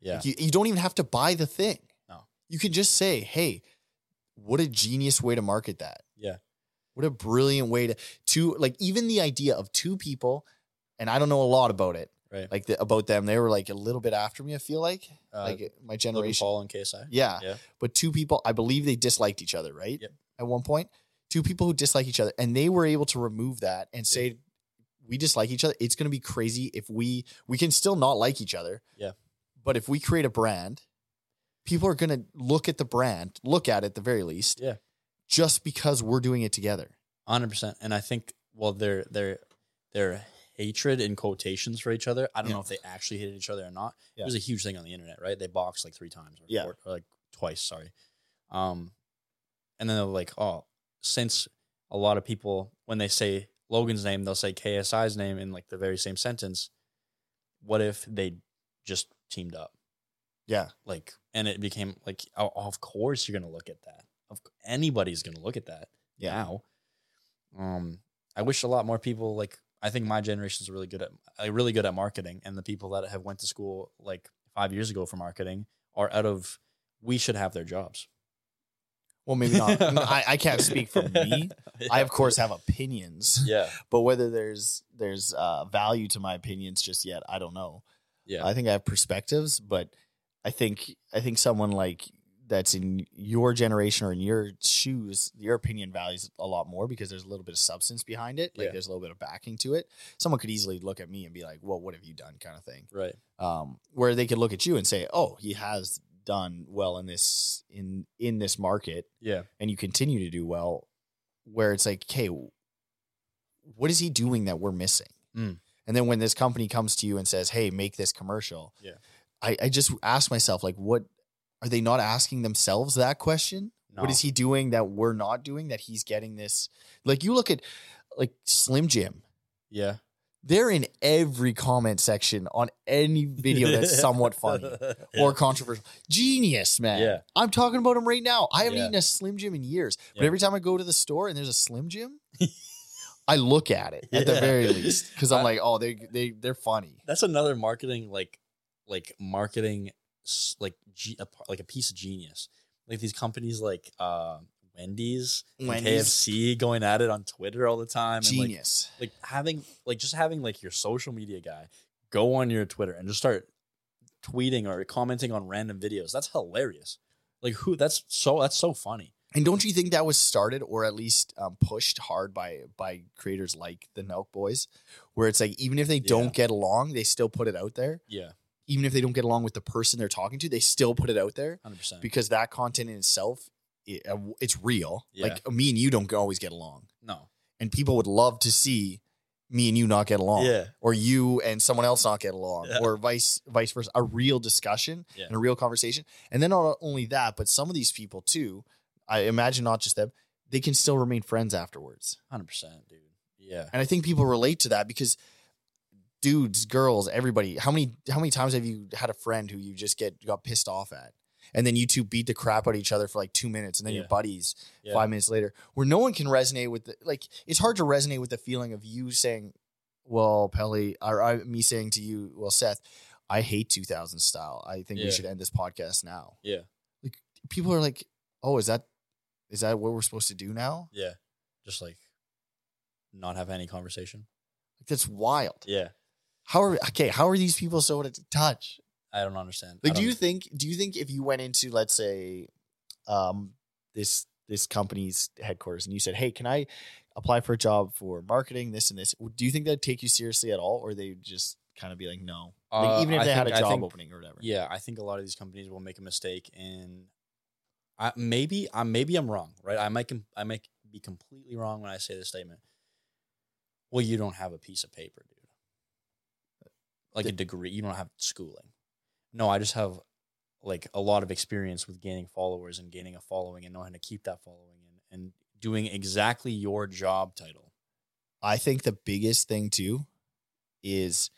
Speaker 1: Yeah.
Speaker 2: Like, you, you don't even have to buy the thing.
Speaker 1: No.
Speaker 2: You can just say, hey, what a genius way to market that.
Speaker 1: Yeah.
Speaker 2: What a brilliant way to two like even the idea of two people, and I don't know a lot about it,
Speaker 1: right.
Speaker 2: like the, about them. They were like a little bit after me, I feel like.
Speaker 1: uh,
Speaker 2: like my
Speaker 1: Logan
Speaker 2: generation.
Speaker 1: Paul and KSI.
Speaker 2: Yeah.
Speaker 1: Yeah.
Speaker 2: But two people, I believe they disliked each other, right?
Speaker 1: Yep.
Speaker 2: At one point, two people who dislike each other, and they were able to remove that and say, "We dislike each other. It's going to be crazy if we we can still not like each other.
Speaker 1: Yeah.
Speaker 2: But if we create a brand, people are going to look at the brand, look at it at the very least.
Speaker 1: Yeah.
Speaker 2: Just because we're doing it together.
Speaker 1: Hundred percent. And I think well their their their hatred in quotations for each other. I don't
Speaker 2: Yeah.
Speaker 1: know if they actually hated each other or not. It
Speaker 2: Yeah.
Speaker 1: was a huge thing on the internet, right? They boxed like three times or,
Speaker 2: Yeah.
Speaker 1: four- or, like twice, sorry. Um and then they're like, oh, since a lot of people when they say Logan's name, they'll say KSI's name in like the very same sentence. What if they just teamed up?
Speaker 2: Yeah.
Speaker 1: Like, and it became like, oh, of course you're gonna look at that. Of anybody's gonna look at that
Speaker 2: Yeah.
Speaker 1: now. Um, I wish a lot more people like. I think my generation's really good at uh, really good at marketing, and the people that have went to school like five years ago for marketing are out of. We should have their jobs.
Speaker 2: Well, maybe not. I, I can't speak for me. I of course have opinions,
Speaker 1: Yeah,
Speaker 2: but whether there's there's uh, value to my opinions just yet, I don't know.
Speaker 1: yeah.
Speaker 2: I think I have perspectives, but I think I think someone like that's in your generation or in your shoes, your opinion values a lot more because there's a little bit of substance behind it. Like
Speaker 1: Yeah.
Speaker 2: there's a little bit of backing to it. Someone could easily look at me and be like, "Well, what have you done?" kind of thing.
Speaker 1: right.
Speaker 2: Um, where they could look at you and say, "Oh, he has done well in this in in this market."
Speaker 1: Yeah,
Speaker 2: and you continue to do well, where it's like, hey, what is he doing that we're missing?
Speaker 1: Mm.
Speaker 2: And then when this company comes to you and says, hey, make this commercial,
Speaker 1: Yeah.
Speaker 2: I, I just ask myself, like, what are they not asking themselves that question? What
Speaker 1: No.
Speaker 2: is he doing that we're not doing that he's getting this? Like, you look at like Slim Jim.
Speaker 1: yeah.
Speaker 2: They're in every comment section on any video that's somewhat funny or controversial. Genius, man.
Speaker 1: Yeah.
Speaker 2: I'm talking about him right now. I haven't
Speaker 1: Yeah.
Speaker 2: eaten a Slim Jim in years. But
Speaker 1: Yeah.
Speaker 2: every time I go to the store and there's a Slim Jim, I look at it at the
Speaker 1: Yeah.
Speaker 2: very least because I'm
Speaker 1: I-
Speaker 2: like, oh, they they they're funny.
Speaker 1: that's another marketing like like marketing s- like ge- a, par- like a piece of genius like these companies like uh wendy's, and
Speaker 2: Wendy's.
Speaker 1: kfc going at it on twitter all the time and like,
Speaker 2: Genius.
Speaker 1: like having like just having like your social media guy go on your twitter and just start tweeting or commenting on random videos that's hilarious like who that's so that's so funny
Speaker 2: and don't you think that was started or at least um, pushed hard by by creators like the Nelk Boys, where it's like even if they
Speaker 1: Yeah.
Speaker 2: don't get along, they still put it out there.
Speaker 1: yeah
Speaker 2: Even if they don't get along with the person they're talking to, they still put it out there
Speaker 1: 100%
Speaker 2: because that content in itself, it, uh, it's real.
Speaker 1: Yeah.
Speaker 2: Like me and you don't always get along.
Speaker 1: no
Speaker 2: and people would love to see me and you not get along
Speaker 1: yeah
Speaker 2: or you and someone else not get along
Speaker 1: Yeah.
Speaker 2: or vice vice versa a real discussion
Speaker 1: Yeah.
Speaker 2: and a real conversation and then not only that but some of these people too i imagine not just them they can still remain friends afterwards
Speaker 1: 100% dude yeah
Speaker 2: and i think people relate to that because dudes girls everybody how many how many times have you had a friend who you just get got pissed off at and then you two beat the crap out of each other for like two minutes and then
Speaker 1: Yeah.
Speaker 2: your buddies
Speaker 1: yeah
Speaker 2: five minutes later, where no one can resonate with the, like it's hard to resonate with the feeling of you saying, "Well, Pelly," or I, me saying to you, "Well, Seth, I hate 2000 style. I think
Speaker 1: Yeah.
Speaker 2: we should end this podcast now."
Speaker 1: Yeah.
Speaker 2: like people are like, "Oh, is that is that what we're supposed to do now?"
Speaker 1: yeah just like not have any conversation
Speaker 2: Like that's wild.
Speaker 1: yeah
Speaker 2: How are okay? How are these people so out of touch?
Speaker 1: I don't understand. I
Speaker 2: Like, do
Speaker 1: don't-
Speaker 2: you think? Do you think if you went into, let's say, um, this this company's headquarters, and you said, "Hey, can I apply for a job for marketing? This and this?" Do you think they'd take you seriously at all, or they just kind of be like, "No," like,
Speaker 1: Uh,
Speaker 2: even if
Speaker 1: I
Speaker 2: they had a
Speaker 1: think- I
Speaker 2: job
Speaker 1: think-
Speaker 2: opening or whatever?
Speaker 1: Yeah, I think a lot of these companies will make a mistake, and I, maybe I maybe I'm wrong. Right? I might com- I might be completely wrong when I say this statement. Well, you don't have a piece of paper, dude. Like a degree, you don't have schooling. No, I just have like a lot of experience with gaining followers and gaining a following and knowing how to keep that following and, and doing exactly your job title.
Speaker 2: I think the biggest thing too is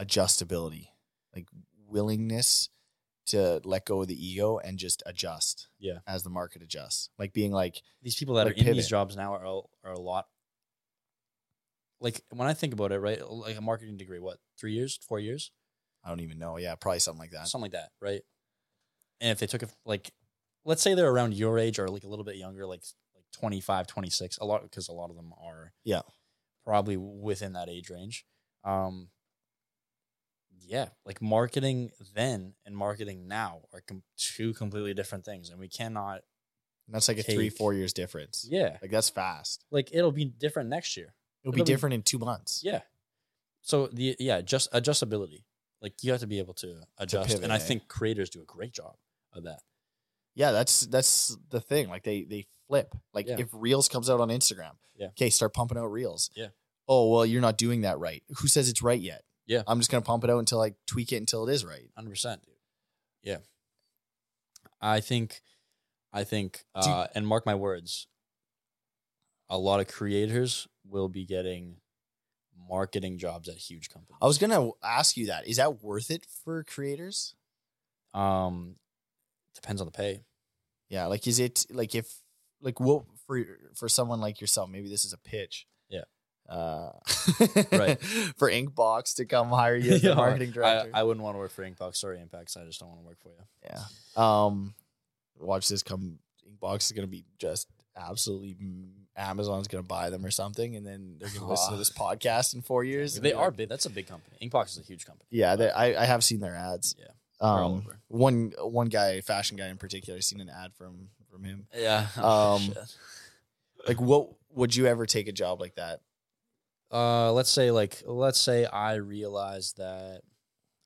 Speaker 2: adjustability, like willingness to let go of the ego and just adjust.
Speaker 1: Yeah.
Speaker 2: as the market adjusts, like being like,
Speaker 1: these people that
Speaker 2: Like
Speaker 1: are in these
Speaker 2: pivot.
Speaker 1: jobs now are a- are a lot. Like when I think about it, right? Like a marketing degree, what three years, four years,
Speaker 2: I don't even know. Yeah, probably something like that.
Speaker 1: something like that, right? And if they took a like, let's say they're around your age or like a little bit younger, like like 25, 26, a lot because a lot of them are
Speaker 2: Yeah.
Speaker 1: probably within that age range. Um, yeah, like marketing then and marketing now are com- two completely different things, and we cannot.
Speaker 2: And that's like a three,
Speaker 1: Take-
Speaker 2: four years difference.
Speaker 1: Yeah,
Speaker 2: Like that's fast.
Speaker 1: like it'll be different next year.
Speaker 2: It'll
Speaker 1: It'll
Speaker 2: be
Speaker 1: be-
Speaker 2: different in two months.
Speaker 1: Yeah. So the yeah, just adjustability. Like you have to be able to adjust,
Speaker 2: pivot,
Speaker 1: and I
Speaker 2: eh?
Speaker 1: think creators do a great job of that.
Speaker 2: Yeah, that's that's the thing. Like they they flip. Like
Speaker 1: Yeah.
Speaker 2: if Reels comes out on Instagram,
Speaker 1: Yeah.
Speaker 2: okay, start pumping out Reels.
Speaker 1: Yeah.
Speaker 2: Oh well, you're not doing that right. Who says it's right yet?
Speaker 1: Yeah.
Speaker 2: I'm just gonna pump it out until I tweak it until it is right.
Speaker 1: Hundred percent, dude. Yeah. I think, I think, uh, and mark my words. A lot of creators will be getting marketing jobs at huge companies.
Speaker 2: I was gonna ask you that. Is that worth it for creators?
Speaker 1: Um, depends on the pay.
Speaker 2: Yeah, like is it like if like what for for someone like yourself? Maybe this is a pitch.
Speaker 1: Yeah.
Speaker 2: Uh,
Speaker 1: Right.
Speaker 2: for Inkbox to come hire you as the
Speaker 1: Yeah,
Speaker 2: marketing
Speaker 1: I,
Speaker 2: director.
Speaker 1: I wouldn't want to work for Inkbox or Impacts. I just don't want to work for you.
Speaker 2: yeah. Um, watch this come. Inkbox is gonna be just absolutely. Amazon's gonna buy them or something, and then they're gonna listen to this podcast in four years. and
Speaker 1: They
Speaker 2: be
Speaker 1: are
Speaker 2: like-
Speaker 1: big. That's a big company. Inkbox is a huge company.
Speaker 2: Yeah, they, I I have seen their ads.
Speaker 1: Yeah. all
Speaker 2: Um,
Speaker 1: over.
Speaker 2: one one guy, fashion guy in particular, I've seen an ad from from him.
Speaker 1: Yeah.
Speaker 2: Um, Like, what would you ever take a job like that?
Speaker 1: uh, let's say like let's say I realize that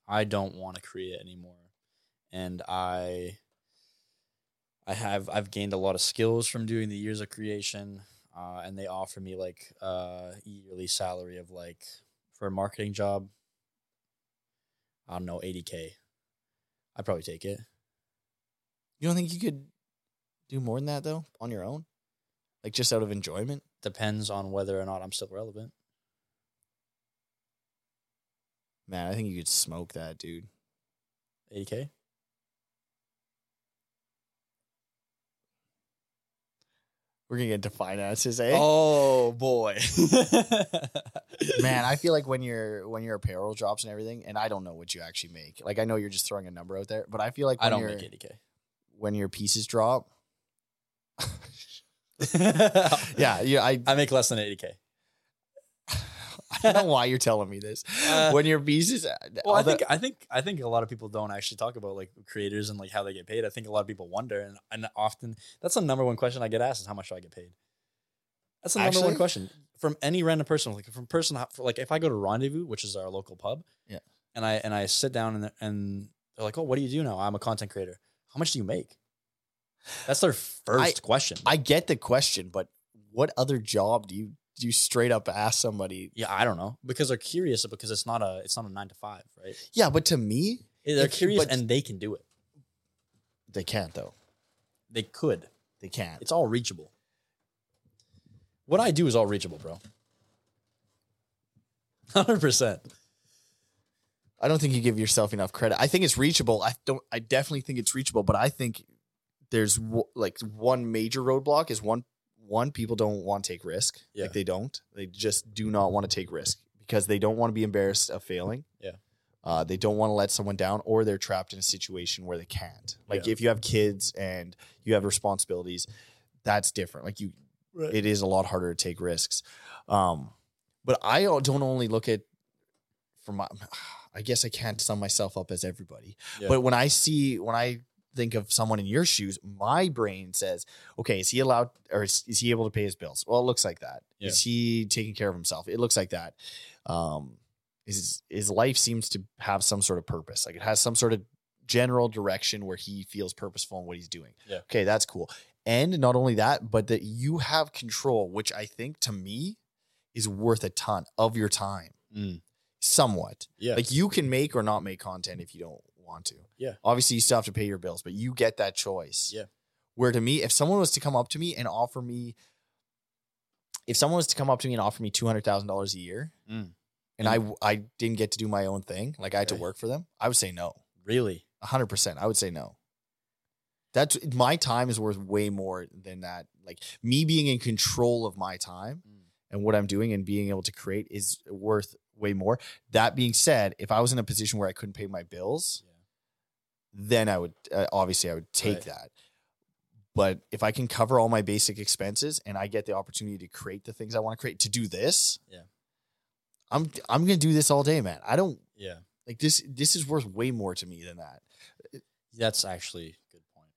Speaker 1: I don't want to create anymore, and I I have I've gained a lot of skills from doing the years of creation, uh, and they offer me like uh yearly salary of like for a marketing job. I don't know, eighty k. I'd probably take it.
Speaker 2: You don't think you could do more than that though on your own, like just out of enjoyment?
Speaker 1: Depends on whether or not I'm still relevant.
Speaker 2: Man, I think you could smoke that, dude.
Speaker 1: Eighty k.
Speaker 2: We're gonna get into finances, eh?
Speaker 1: Oh boy,
Speaker 2: Man, I feel like when your when your apparel drops and everything, and I don't know what you actually make. Like I know you're just throwing a number out there, but I feel like when
Speaker 1: I don't
Speaker 2: your-
Speaker 1: make eighty k.
Speaker 2: when your pieces drop. yeah, yeah, I
Speaker 1: I make less than 80k.
Speaker 2: I don't know why you're telling me this.
Speaker 1: Uh,
Speaker 2: when your pieces,
Speaker 1: Well, I
Speaker 2: although-
Speaker 1: think I think I think a lot of people don't actually talk about like creators and like how they get paid. I think a lot of people wonder, and, and often that's the number one question I get asked is how much do I get paid. That's the number
Speaker 2: Actually?
Speaker 1: one question from any random person. Like from person like if I go to Rendezvous, which is our local pub,
Speaker 2: Yeah.
Speaker 1: and I and I sit down and they're- and they're like, "Oh, what do you do now? I'm a content creator. How much do you make?" That's their first question.
Speaker 2: I get the question, but what other job do you do you straight up ask somebody?
Speaker 1: yeah, I don't know because they're curious because it's not a it's not a nine to five, right?
Speaker 2: Yeah, but to me,
Speaker 1: They're
Speaker 2: If-
Speaker 1: curious
Speaker 2: but-
Speaker 1: and they can do it.
Speaker 2: they can't though.
Speaker 1: They could.
Speaker 2: They can't.
Speaker 1: It's all reachable. What I do is all reachable, bro. 100%.
Speaker 2: I don't think you give yourself enough credit. I think it's reachable. I don't. I definitely think it's reachable, but I think there's w- like one major roadblock is one one people don't want to take risk.
Speaker 1: Yeah.
Speaker 2: Like they don't. They just do not want to take risk because they don't want to be embarrassed of failing.
Speaker 1: Yeah.
Speaker 2: Uh, they don't want to let someone down, or they're trapped in a situation where they can't. Like
Speaker 1: Yeah.
Speaker 2: if you have kids and you have responsibilities, that's different. Like you,
Speaker 1: Right.
Speaker 2: it is a lot harder to take risks. Um, but I don't only look at from my. I guess I can't sum myself up as everybody,
Speaker 1: Yeah.
Speaker 2: but when I see when I think of someone in your shoes, my brain says, okay, is he allowed or is, is he able to pay his bills? Well, it looks like that.
Speaker 1: Yeah.
Speaker 2: Is he taking care of himself? It looks like that. Um, his his life seems to have some sort of purpose. Like it has some sort of general direction where he feels purposeful in what he's doing.
Speaker 1: Yeah.
Speaker 2: Okay, that's cool. And not only that, but that you have control, which I think to me is worth a ton of your time, somewhat.
Speaker 1: Yeah.
Speaker 2: Like you can make or not make content if you don't want to.
Speaker 1: Yeah.
Speaker 2: Obviously, you still have to pay your bills, but you get that choice.
Speaker 1: Yeah.
Speaker 2: Where to me, if someone was to come up to me and offer me, if someone was to come up to me and offer me two hundred thousand dollars a year,
Speaker 1: Mm.
Speaker 2: and I I didn't get to do my own thing, like I had to
Speaker 1: Okay.
Speaker 2: work for them, I would say no,
Speaker 1: really?
Speaker 2: hundred percent. I would say no. That's my time is worth way more than that. Like me being in control of my time and what I'm doing and being able to create is worth way more. That being said, if I was in a position where I couldn't pay my bills,
Speaker 1: Yeah.
Speaker 2: then I would uh, obviously I would take
Speaker 1: Right.
Speaker 2: that. But if I can cover all my basic expenses and I get the opportunity to create the things I want to create to do this,
Speaker 1: Yeah.
Speaker 2: I'm I'm gonna do this all day, man. I don't
Speaker 1: Yeah.
Speaker 2: like this. This is worth way more to me than that.
Speaker 1: That's actually a good point.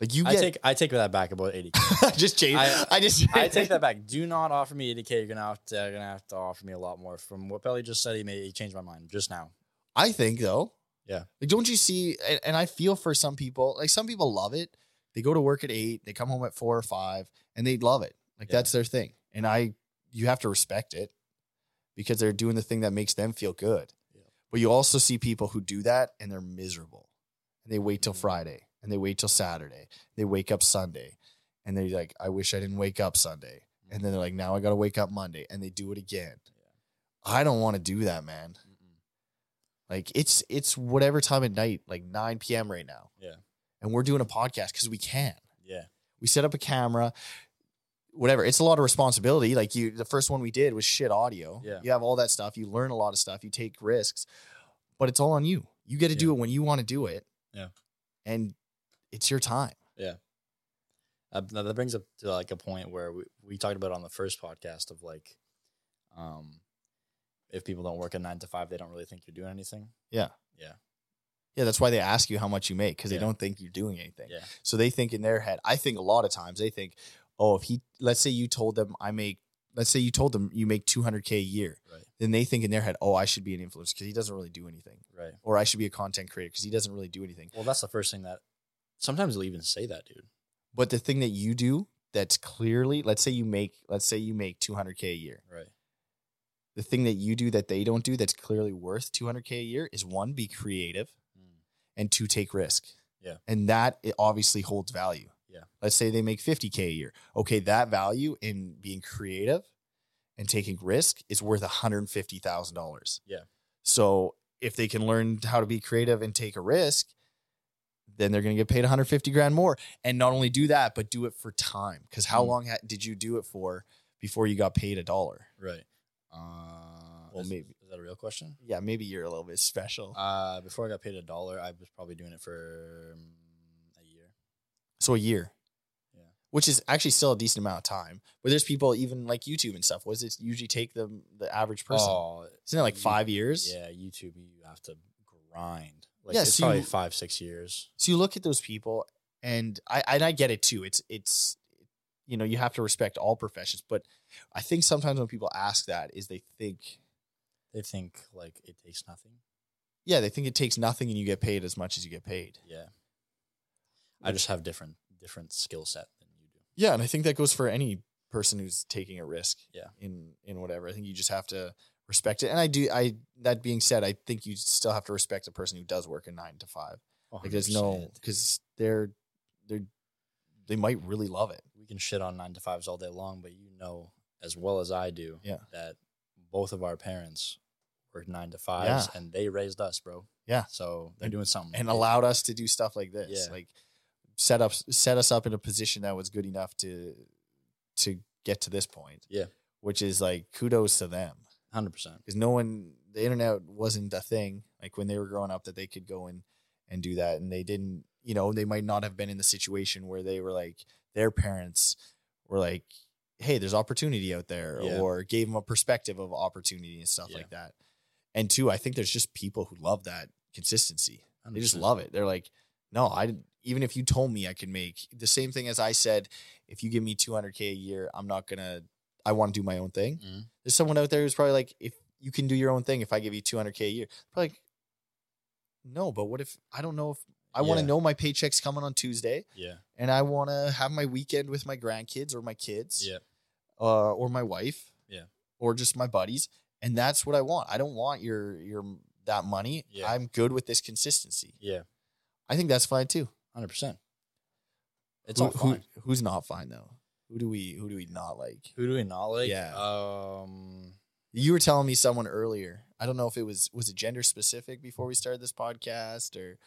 Speaker 2: Like you
Speaker 1: I
Speaker 2: get
Speaker 1: take I take that back about 80k.
Speaker 2: just change. I,
Speaker 1: I-
Speaker 2: just
Speaker 1: I take that back. Do not offer me 80k. You're going to have to, gonna have to offer me a lot more. From what Belly just said, he made he changed my mind just now.
Speaker 2: I think though.
Speaker 1: Yeah.
Speaker 2: Like, don't you see? And, and I feel for some people. Like, some people love it. They go to work at eight, they come home at four or five, and they love it. Like,
Speaker 1: Yeah.
Speaker 2: that's their thing. And I, you have to respect it because they're doing the thing that makes them feel good.
Speaker 1: Yeah.
Speaker 2: But you also see people who do that and they're miserable. And they wait till
Speaker 1: Mhm.
Speaker 2: Friday and they wait till Saturday. They wake up Sunday and they're like, I wish I didn't wake up Sunday.
Speaker 1: Mm-hmm.
Speaker 2: and then they're like, now I got to wake up Monday, and they do it again. I don't want to do that, man. Like it's it's whatever time at night, like 9 p.m. right now.
Speaker 1: Yeah.
Speaker 2: And we're doing a podcast because we can.
Speaker 1: Yeah.
Speaker 2: We set up a camera, whatever. It's a lot of responsibility. Like you, the first one we did was shit audio.
Speaker 1: Yeah.
Speaker 2: You have all that stuff. You learn a lot of stuff. You take risks, but it's all on you. You get to do
Speaker 1: Yeah.
Speaker 2: it when you want to do it.
Speaker 1: Yeah.
Speaker 2: And it's your time.
Speaker 1: Uh, now that brings up to like a point where we, we talked about on the first podcast of like, um, if people don't work a nine to five, they don't really think you're doing anything.
Speaker 2: Yeah, that's why they ask you how much you make because
Speaker 1: Yeah.
Speaker 2: they don't think you're doing anything.
Speaker 1: Yeah.
Speaker 2: So they think in their head. I think a lot of times they think, oh, if he, let's say you told them I make, let's say you told them you make 200K a year.
Speaker 1: Right.
Speaker 2: Then they think in their head, oh, I should be an influencer because he doesn't really do anything.
Speaker 1: Right.
Speaker 2: Or I should be a content creator because he doesn't really do anything.
Speaker 1: Well, that's the first thing that sometimes they'll even say that, dude.
Speaker 2: But the thing that you do that's clearly, let's say you make, let's say you make 200K a year.
Speaker 1: Right.
Speaker 2: The thing that you do that they don't do that's clearly worth 200K a year is one, be creative. and to take risk.
Speaker 1: Yeah.
Speaker 2: And that it obviously holds value.
Speaker 1: Yeah.
Speaker 2: Let's say they make 50K a year. Okay, that value in being creative and taking risk is worth $150,000.
Speaker 1: Yeah.
Speaker 2: So if they can learn how to be creative and take a risk, then they're going to get paid 150 grand more. And not only do that, but do it for time. Because how
Speaker 1: Mm.
Speaker 2: long ha- did you do it for before you got paid a dollar?
Speaker 1: Right. Uh,
Speaker 2: Hmm. Well,
Speaker 1: is-
Speaker 2: maybe.
Speaker 1: Is that a real question?
Speaker 2: Yeah, maybe you're a little bit special.
Speaker 1: Uh, before I got paid a dollar, I was probably doing it for um, a year.
Speaker 2: So a year.
Speaker 1: Yeah.
Speaker 2: Which is actually still a decent amount of time. But there's people even like YouTube and stuff. What does it usually take them the average person?
Speaker 1: Oh,
Speaker 2: Isn't it like
Speaker 1: you-
Speaker 2: five years?
Speaker 1: yeah. YouTube, you have to grind. Like,
Speaker 2: Yeah,
Speaker 1: it's
Speaker 2: so
Speaker 1: probably
Speaker 2: you-
Speaker 1: five, six years.
Speaker 2: So you look at those people and I and I get it too. It's it's you know, you have to respect all professions, but I think sometimes when people ask that is they think
Speaker 1: They think like it takes nothing.
Speaker 2: yeah, they think it takes nothing and you get paid as much as you get paid.
Speaker 1: Yeah. I just have different different skill set than you do.
Speaker 2: Yeah, and I think that goes for any person who's taking a risk.
Speaker 1: Yeah.
Speaker 2: In in whatever, I think you just have to respect it. And I do. I that being said, I think you still have to respect the person who does work a nine to five. Like there's no
Speaker 1: 100%.
Speaker 2: because they're they're they might really love it.
Speaker 1: we can shit on nine to fives all day long, but you know as well as I do
Speaker 2: Yeah.
Speaker 1: that both of our parents worked nine to fives and they raised us, bro.
Speaker 2: Yeah.
Speaker 1: So they're doing something.
Speaker 2: and allowed us to do stuff like this.
Speaker 1: Yeah.
Speaker 2: Like set up set us up in a position that was good enough to to get to this point.
Speaker 1: Yeah.
Speaker 2: Which is like kudos to them.
Speaker 1: hundred percent.
Speaker 2: because no one the internet wasn't a thing like when they were growing up that they could go and and do that and they didn't you know they might not have been in the situation where they were like their parents were like hey there's opportunity out there
Speaker 1: Yeah.
Speaker 2: or gave them a perspective of opportunity and stuff
Speaker 1: Yeah.
Speaker 2: like that and two i think there's just people who love that consistency they just love it they're like no i didn't- even if you told me i could make the same thing as i said if you give me 200k a year i'm not gonna i want to do my own thing
Speaker 1: Mhm.
Speaker 2: there's someone out there who's probably like, if you can do your own thing, if I give you 200k a year, probably like, no, but what if I don't know if I want to
Speaker 1: Yeah.
Speaker 2: know my paycheck's coming on Tuesday
Speaker 1: Yeah.
Speaker 2: and I want to have my weekend with my grandkids or my kids,
Speaker 1: Yeah.
Speaker 2: uh, or my wife,
Speaker 1: Yeah.
Speaker 2: or just my buddies, and that's what I want. I don't want your your that money.
Speaker 1: Yeah.
Speaker 2: I'm good with this consistency.
Speaker 1: Yeah.
Speaker 2: I think that's fine too.
Speaker 1: Hundred percent. It's
Speaker 2: Who-
Speaker 1: all fine.
Speaker 2: Who, who's not fine though? Who do we who do we not like?
Speaker 1: Who, do we not like?
Speaker 2: Yeah.
Speaker 1: Um
Speaker 2: You were telling me someone earlier. I don't know if it was was it gender specific before we started this podcast or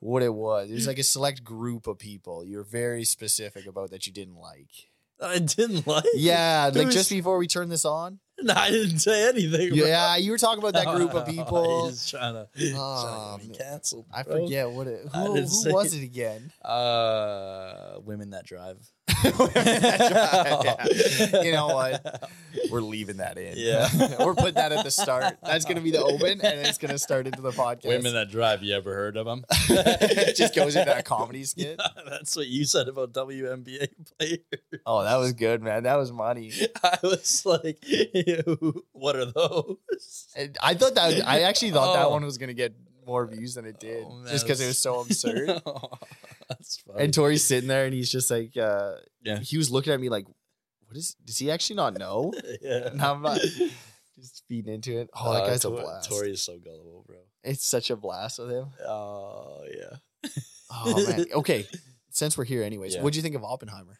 Speaker 2: what it was. It was like a select group of people you were very specific about that you didn't like.
Speaker 1: I didn't like
Speaker 2: Yeah,
Speaker 1: There
Speaker 2: like
Speaker 1: was-
Speaker 2: just before we turned this on.
Speaker 1: No, I didn't say anything. bro.
Speaker 2: Yeah, you were talking about that group of
Speaker 1: He's
Speaker 2: people.
Speaker 1: trying to, he's
Speaker 2: Ah,
Speaker 1: trying to get me
Speaker 2: man.
Speaker 1: canceled.
Speaker 2: I
Speaker 1: bro.
Speaker 2: forget what it
Speaker 1: I
Speaker 2: who,
Speaker 1: didn't
Speaker 2: who
Speaker 1: say-
Speaker 2: was it again?
Speaker 1: Uh, women that drive.
Speaker 2: Yeah. You know what? We're leaving that in.
Speaker 1: Yeah.
Speaker 2: we're putting that at the start. That's gonna be the open and it's gonna start into the podcast.
Speaker 1: Women that drive. You ever heard of them?
Speaker 2: it just goes into that comedy skit.
Speaker 1: that's what you said about WNBA players.
Speaker 2: Oh, that was good, man. That was money.
Speaker 1: I was like, "Ew, what are those?
Speaker 2: And I thought that I actually thought that
Speaker 1: Oh.
Speaker 2: one was gonna get more views than it did,
Speaker 1: Oh, man,
Speaker 2: just because it was so absurd.
Speaker 1: that's funny.
Speaker 2: and Tori's sitting there, and he's just like, uh,
Speaker 1: Yeah.
Speaker 2: he was looking at me like, "What is? Does he actually not know?"
Speaker 1: yeah.
Speaker 2: And I'm not just feeding into it. Oh, that
Speaker 1: Uh,
Speaker 2: guy's a
Speaker 1: Tor-
Speaker 2: blast.
Speaker 1: Tori is so gullible, bro.
Speaker 2: It's such a blast with him.
Speaker 1: Oh yeah.
Speaker 2: Oh man. Okay, since we're here, anyways,
Speaker 1: Yeah.
Speaker 2: what'd you think of Oppenheimer?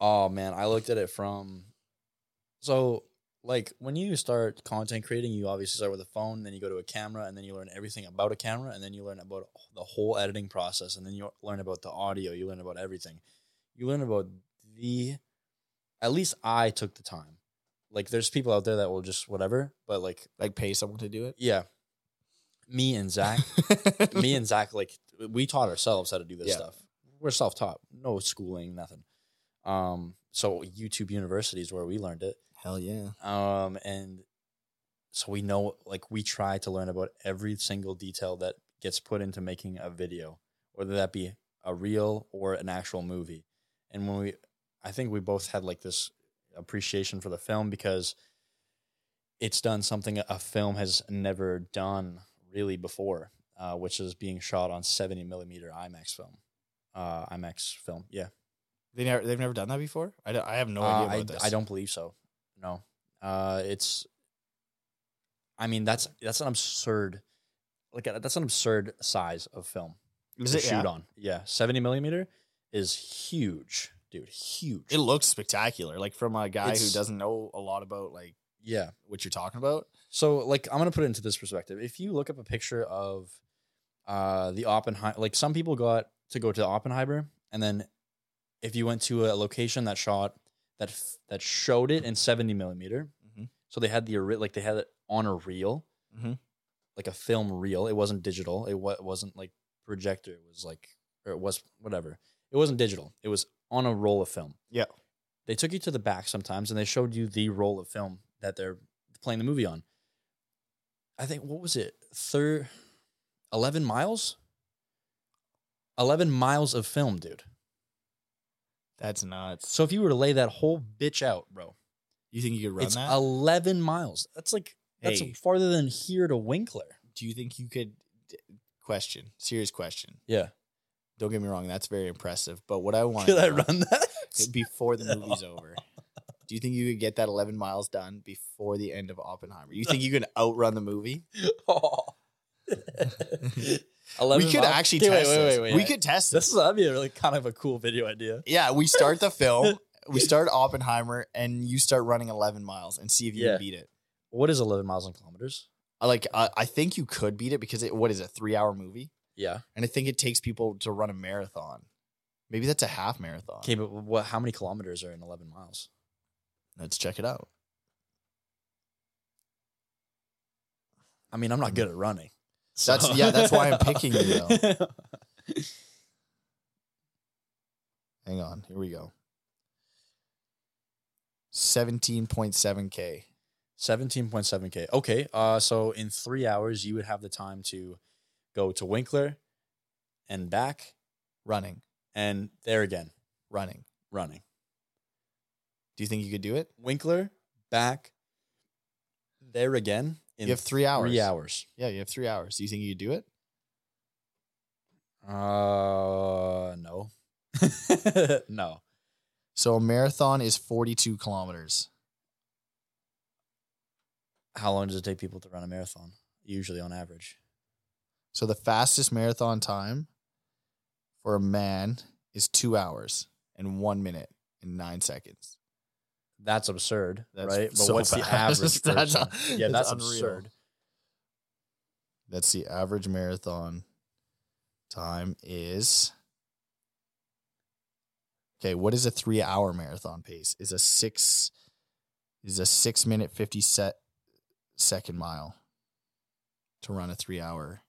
Speaker 1: Oh man, I looked at it from so like when you start content creating, you obviously start with a phone, then you go to a camera, and then you learn everything about a camera, and then you learn about the whole editing process, and then you learn about the audio, you learn about everything. You learn about the at least I took the time. Like there's people out there that will just whatever, but like
Speaker 2: Like pay someone to do it.
Speaker 1: yeah. Me and Zach, me and Zach, like we taught ourselves how to do this
Speaker 2: Yeah.
Speaker 1: stuff. We're self taught, no schooling, nothing. Um, so YouTube University is where we learned it.
Speaker 2: Hell yeah.
Speaker 1: Um, and so we know, like, we try to learn about every single detail that gets put into making a video, whether that be a reel or an actual movie. And when we, I think we both had like this appreciation for the film because it's done something a film has never done really before, uh, which is being shot on 70 millimeter IMAX film. Uh, IMAX film, yeah.
Speaker 2: They never they've never done that before? I, don't- I have no
Speaker 1: Uh,
Speaker 2: idea about
Speaker 1: I,
Speaker 2: this.
Speaker 1: I don't believe so. No, uh, it's. I mean, that's that's an absurd, like uh, that's an absurd size of film
Speaker 2: Is
Speaker 1: to
Speaker 2: it,
Speaker 1: shoot
Speaker 2: yeah.
Speaker 1: on. Yeah, seventy millimeter is huge, dude. Huge.
Speaker 2: It looks spectacular. Like from a guy
Speaker 1: It's-
Speaker 2: who doesn't know a lot about like
Speaker 1: yeah.
Speaker 2: what you're talking about.
Speaker 1: So, like, I'm gonna put it into this perspective. If you look up a picture of, uh, the Oppenheimer, like some people got to go to Oppenheimer, and then if you went to a location that shot that f- that showed it in seventy millimeter,
Speaker 2: Mhm.
Speaker 1: so they had the ori- like they had it on a reel,
Speaker 2: Mhm.
Speaker 1: like a film reel. It wasn't digital. It wa- wasn't like projector. It was like or it was whatever. It wasn't digital. It was on a roll of film.
Speaker 2: Yeah.
Speaker 1: They took you to the back sometimes, and they showed you the roll of film that they're playing the movie on. I think what was it? Third, eleven miles. Eleven miles of film, dude.
Speaker 2: That's nuts.
Speaker 1: So if you were to lay that whole bitch out, bro,
Speaker 2: You think you could run
Speaker 1: it's
Speaker 2: that?
Speaker 1: eleven miles. That's like that's
Speaker 2: Hey.
Speaker 1: farther than here to Winkler.
Speaker 2: Do you think you could d- question? Serious question.
Speaker 1: Yeah,
Speaker 2: Don't get me wrong, that's very impressive. But what I want
Speaker 1: could I run that?
Speaker 2: before the movie's over. Do you think you could get that 11 miles done before the end of Oppenheimer? You think you can outrun the movie?
Speaker 1: eleven.
Speaker 2: we could
Speaker 1: miles?
Speaker 2: actually
Speaker 1: Okay,
Speaker 2: test
Speaker 1: wait, wait,
Speaker 2: this.
Speaker 1: wait, wait.
Speaker 2: we could test this.
Speaker 1: This is that'd be a really kind of a cool video idea.
Speaker 2: Yeah, we start the film, we start Oppenheimer, and you start running 11 miles and see if you
Speaker 1: Yeah.
Speaker 2: can beat it.
Speaker 1: What is eleven miles in kilometers?
Speaker 2: I Like, I, I think you could beat it because it, what is it, three hour movie?
Speaker 1: Yeah.
Speaker 2: And I think it takes people to run a marathon. Maybe that's a half marathon.
Speaker 1: Okay, but what? How many kilometers are in eleven miles?
Speaker 2: Let's check it out.
Speaker 1: I mean, I'm not
Speaker 2: Mm.
Speaker 1: good at running.
Speaker 2: That's- yeah, that's why I'm picking you, though. Hang on. Here we go 17.7K.
Speaker 1: Seventeen point seven k. Okay, uh, so in three hours, you would have the time to go to Winkler and back,
Speaker 2: Running,
Speaker 1: and there again,
Speaker 2: running.
Speaker 1: running.
Speaker 2: Do you think you could do it?
Speaker 1: Winkler back, there again. In
Speaker 2: you have three hours.
Speaker 1: Three hours.
Speaker 2: Yeah, you have three hours. Do you think you could do it?
Speaker 1: Uh, no, no.
Speaker 2: So a marathon is 42 kilometers.
Speaker 1: How long does it take people to run a marathon? Usually, on average.
Speaker 2: So the fastest marathon time for a man is two hours and one minute and nine seconds.
Speaker 1: That's absurd,
Speaker 2: That's
Speaker 1: right? But
Speaker 2: so
Speaker 1: what's the
Speaker 2: fast.
Speaker 1: average?
Speaker 2: That's-
Speaker 1: person? yeah, that's,
Speaker 2: unreal.
Speaker 1: absurd.
Speaker 2: That's the average marathon time is. Okay, what is a three hour marathon pace? Is a six is a six minute fifty set second mile to run a three hour.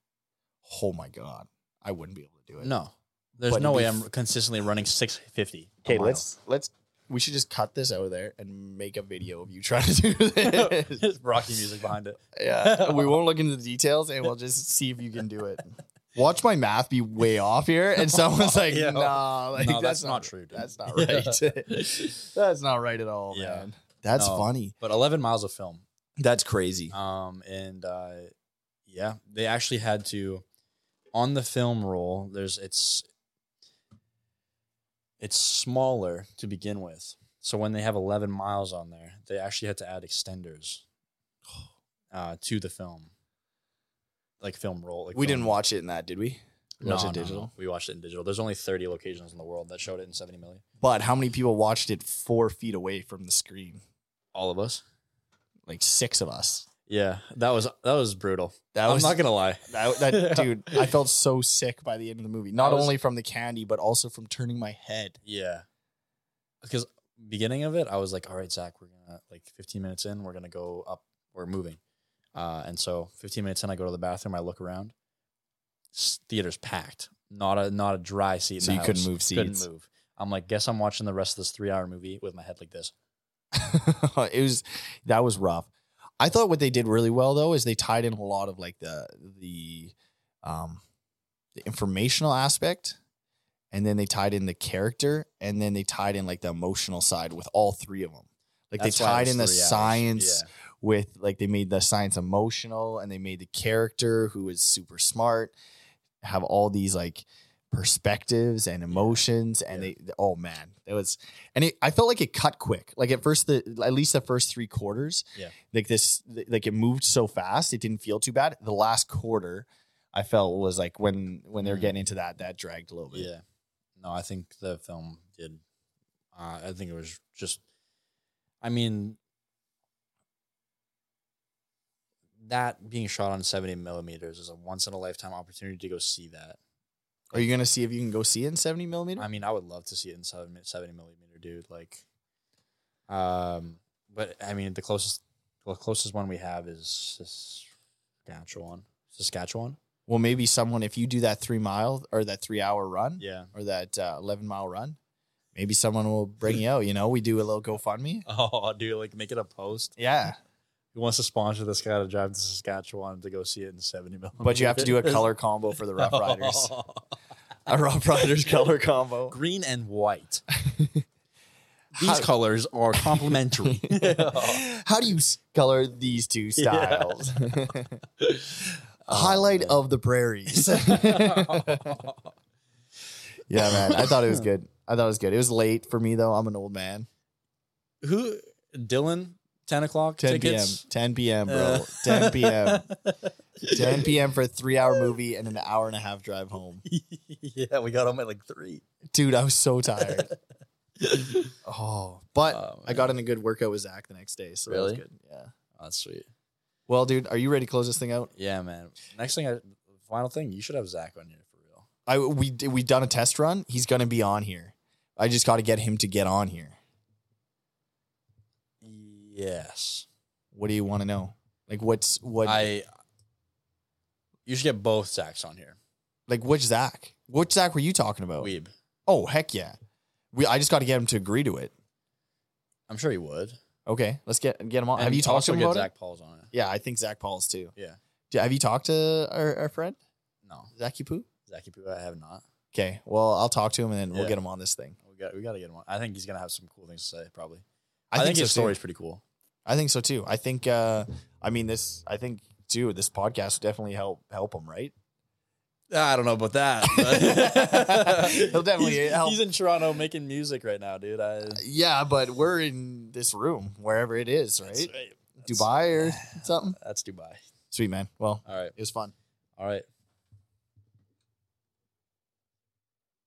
Speaker 2: Oh my god. I wouldn't be able to do it.
Speaker 1: No, there's
Speaker 2: But
Speaker 1: no
Speaker 2: it'd
Speaker 1: way
Speaker 2: be
Speaker 1: I'm consistently running 650. a
Speaker 2: Okay,
Speaker 1: mile.
Speaker 2: let's let's we should just cut this out of there and make a video of you trying to do this.
Speaker 1: Rocky music behind it.
Speaker 2: Yeah, we won't look into the details, and we'll just see if you can do it. Watch my math be way off here, and someone's like,
Speaker 1: Yeah.
Speaker 2: "Nah, like,
Speaker 1: No, that's not true, dude."
Speaker 2: That's not right. that's not right at all,
Speaker 1: Yeah.
Speaker 2: man. That's
Speaker 1: No.
Speaker 2: funny.
Speaker 1: But 11 miles of film.
Speaker 2: That's crazy.
Speaker 1: Um, and uh, yeah, they actually had to on the film roll. There's it's it's smaller to begin with. So when they have 11 miles on there, they actually had to add extenders uh, to the film, like film roll. Like
Speaker 2: we
Speaker 1: film-
Speaker 2: um, didn't watch it in that, did we? You watch it digital?
Speaker 1: We watched it in digital. There's only 30 locations in the world that showed it in 70 million.
Speaker 2: But how many people watched it four feet away from the screen?
Speaker 1: All of us.
Speaker 2: Like six of us.
Speaker 1: Yeah, that was that was brutal.
Speaker 2: That
Speaker 1: I'm
Speaker 2: was
Speaker 1: not gonna lie.
Speaker 2: that, that dude. I felt so sick by the end of the movie. Not
Speaker 1: That was-
Speaker 2: only from the candy, but also from turning my head.
Speaker 1: Yeah, because beginning of it, I was like, "All right, Zach, we're gonna like 15 minutes in, we're gonna go up. We're moving." Uh, and so 15 minutes in, I go to the bathroom. I look around. S- Theater's packed. Not a not a dry seat. in
Speaker 2: So
Speaker 1: the
Speaker 2: you couldn't
Speaker 1: house.
Speaker 2: move seats.
Speaker 1: Couldn't move. I'm like, guess I'm watching the rest of this three hour movie with my head like this.
Speaker 2: it was that was rough. I thought what they did really well though is they tied in a lot of like the the um the informational aspect and then they tied in the character and then they tied in like the emotional side with all three of them. Like
Speaker 1: That's
Speaker 2: they
Speaker 1: why it
Speaker 2: tied
Speaker 1: was
Speaker 2: in the
Speaker 1: three hours.
Speaker 2: science
Speaker 1: Yeah.
Speaker 2: with like they made the science emotional and they made the character who is super smart have all these like perspectives and emotions and
Speaker 1: Yeah.
Speaker 2: they oh man it was and it, i felt like it cut quick like at first the at least the first three quarters
Speaker 1: Yeah.
Speaker 2: like this like it moved so fast it didn't feel too bad the last quarter i felt was like when when they're
Speaker 1: Mm.
Speaker 2: getting into that that dragged a little bit
Speaker 1: Yeah. No, I think the film did. Uh, I think it was just. I mean, that being shot on seventy millimeters is a once in a lifetime opportunity to go see that.
Speaker 2: are you gonna see if you can go see it in 70 millimeter
Speaker 1: I mean, I would love to see it in 70, 70 millimeter, dude. Like, um, but I mean, the closest, the closest one we have is Saskatchewan. Saskatchewan.
Speaker 2: well maybe someone if you do that three mile or that three hour run
Speaker 1: Yeah.
Speaker 2: or that uh, 11 mile run maybe someone will bring you out you know we do a little gofundme
Speaker 1: Oh, dude! Like, make it a post.
Speaker 2: yeah
Speaker 1: Who wants to sponsor this guy to drive to Saskatchewan to go see it in 70 millimeters?
Speaker 2: but you have to do a color combo for the rough
Speaker 1: Oh.
Speaker 2: riders a rough riders color combo
Speaker 1: Green and white.
Speaker 2: How-
Speaker 1: These colors are complementary.
Speaker 2: How do you s- color these two styles? Highlight of the prairies. yeah, man. I thought it was good. I thought it was good. It was late for me though. I'm an old man.
Speaker 1: Who? Dylan, 10 o'clock
Speaker 2: 10
Speaker 1: tickets.
Speaker 2: p.m. 10 p.m. bro.
Speaker 1: Uh.
Speaker 2: 10 p.m. 10 p.m. for a three-hour movie and an hour and a half drive home.
Speaker 1: yeah, we got home at like 3.
Speaker 2: Dude, I was so tired. Oh, but
Speaker 1: Oh,
Speaker 2: I got in a good workout with Zach the next day, so
Speaker 1: Really?
Speaker 2: that was good. Yeah.
Speaker 1: That's sweet.
Speaker 2: Well, dude, are you ready to close this thing out?
Speaker 1: Yeah, man. Next thing, I, final thing, you should have Zach on here for real.
Speaker 2: I we d- we done a test run. He's gonna be on here. I just got to get him to get on here.
Speaker 1: Yes.
Speaker 2: What do you want to know? Like what's what?
Speaker 1: I. You should get both Zachs on here.
Speaker 2: like which Zach? Which Zach were you talking about?
Speaker 1: Weeb.
Speaker 2: Oh heck yeah! We I just got to get him to agree to it.
Speaker 1: I'm sure he would.
Speaker 2: Okay, let's get get him on. Have
Speaker 1: And
Speaker 2: you talked
Speaker 1: also
Speaker 2: to him
Speaker 1: get
Speaker 2: about
Speaker 1: Zach
Speaker 2: it?
Speaker 1: Paul's on it?
Speaker 2: Yeah, I think Zach Paul's too.
Speaker 1: Yeah.
Speaker 2: Do, have you talked to our, our friend
Speaker 1: No,
Speaker 2: Zachy Poo?
Speaker 1: Zachy Poo, I have not.
Speaker 2: Okay, well I'll talk to him and then we'll
Speaker 1: Yeah.
Speaker 2: get him on this thing.
Speaker 1: We got we got to get him on. I think he's gonna have some cool things to say. Probably.
Speaker 2: I, think,
Speaker 1: his
Speaker 2: so too.
Speaker 1: story's pretty cool.
Speaker 2: I think so too. I think uh I mean this. I think too. This podcast would definitely help help him, right?
Speaker 1: Uh, I don't know about that.
Speaker 2: but- He'll definitely
Speaker 1: he's,
Speaker 2: help.
Speaker 1: He's in Toronto making music right now, dude. I,
Speaker 2: Uh, Yeah, but we're in this room, wherever it is, right?
Speaker 1: That's right. That's-
Speaker 2: Dubai or something.
Speaker 1: That's Dubai.
Speaker 2: Sweet, man. Well,
Speaker 1: All right.
Speaker 2: it was fun.
Speaker 1: All right.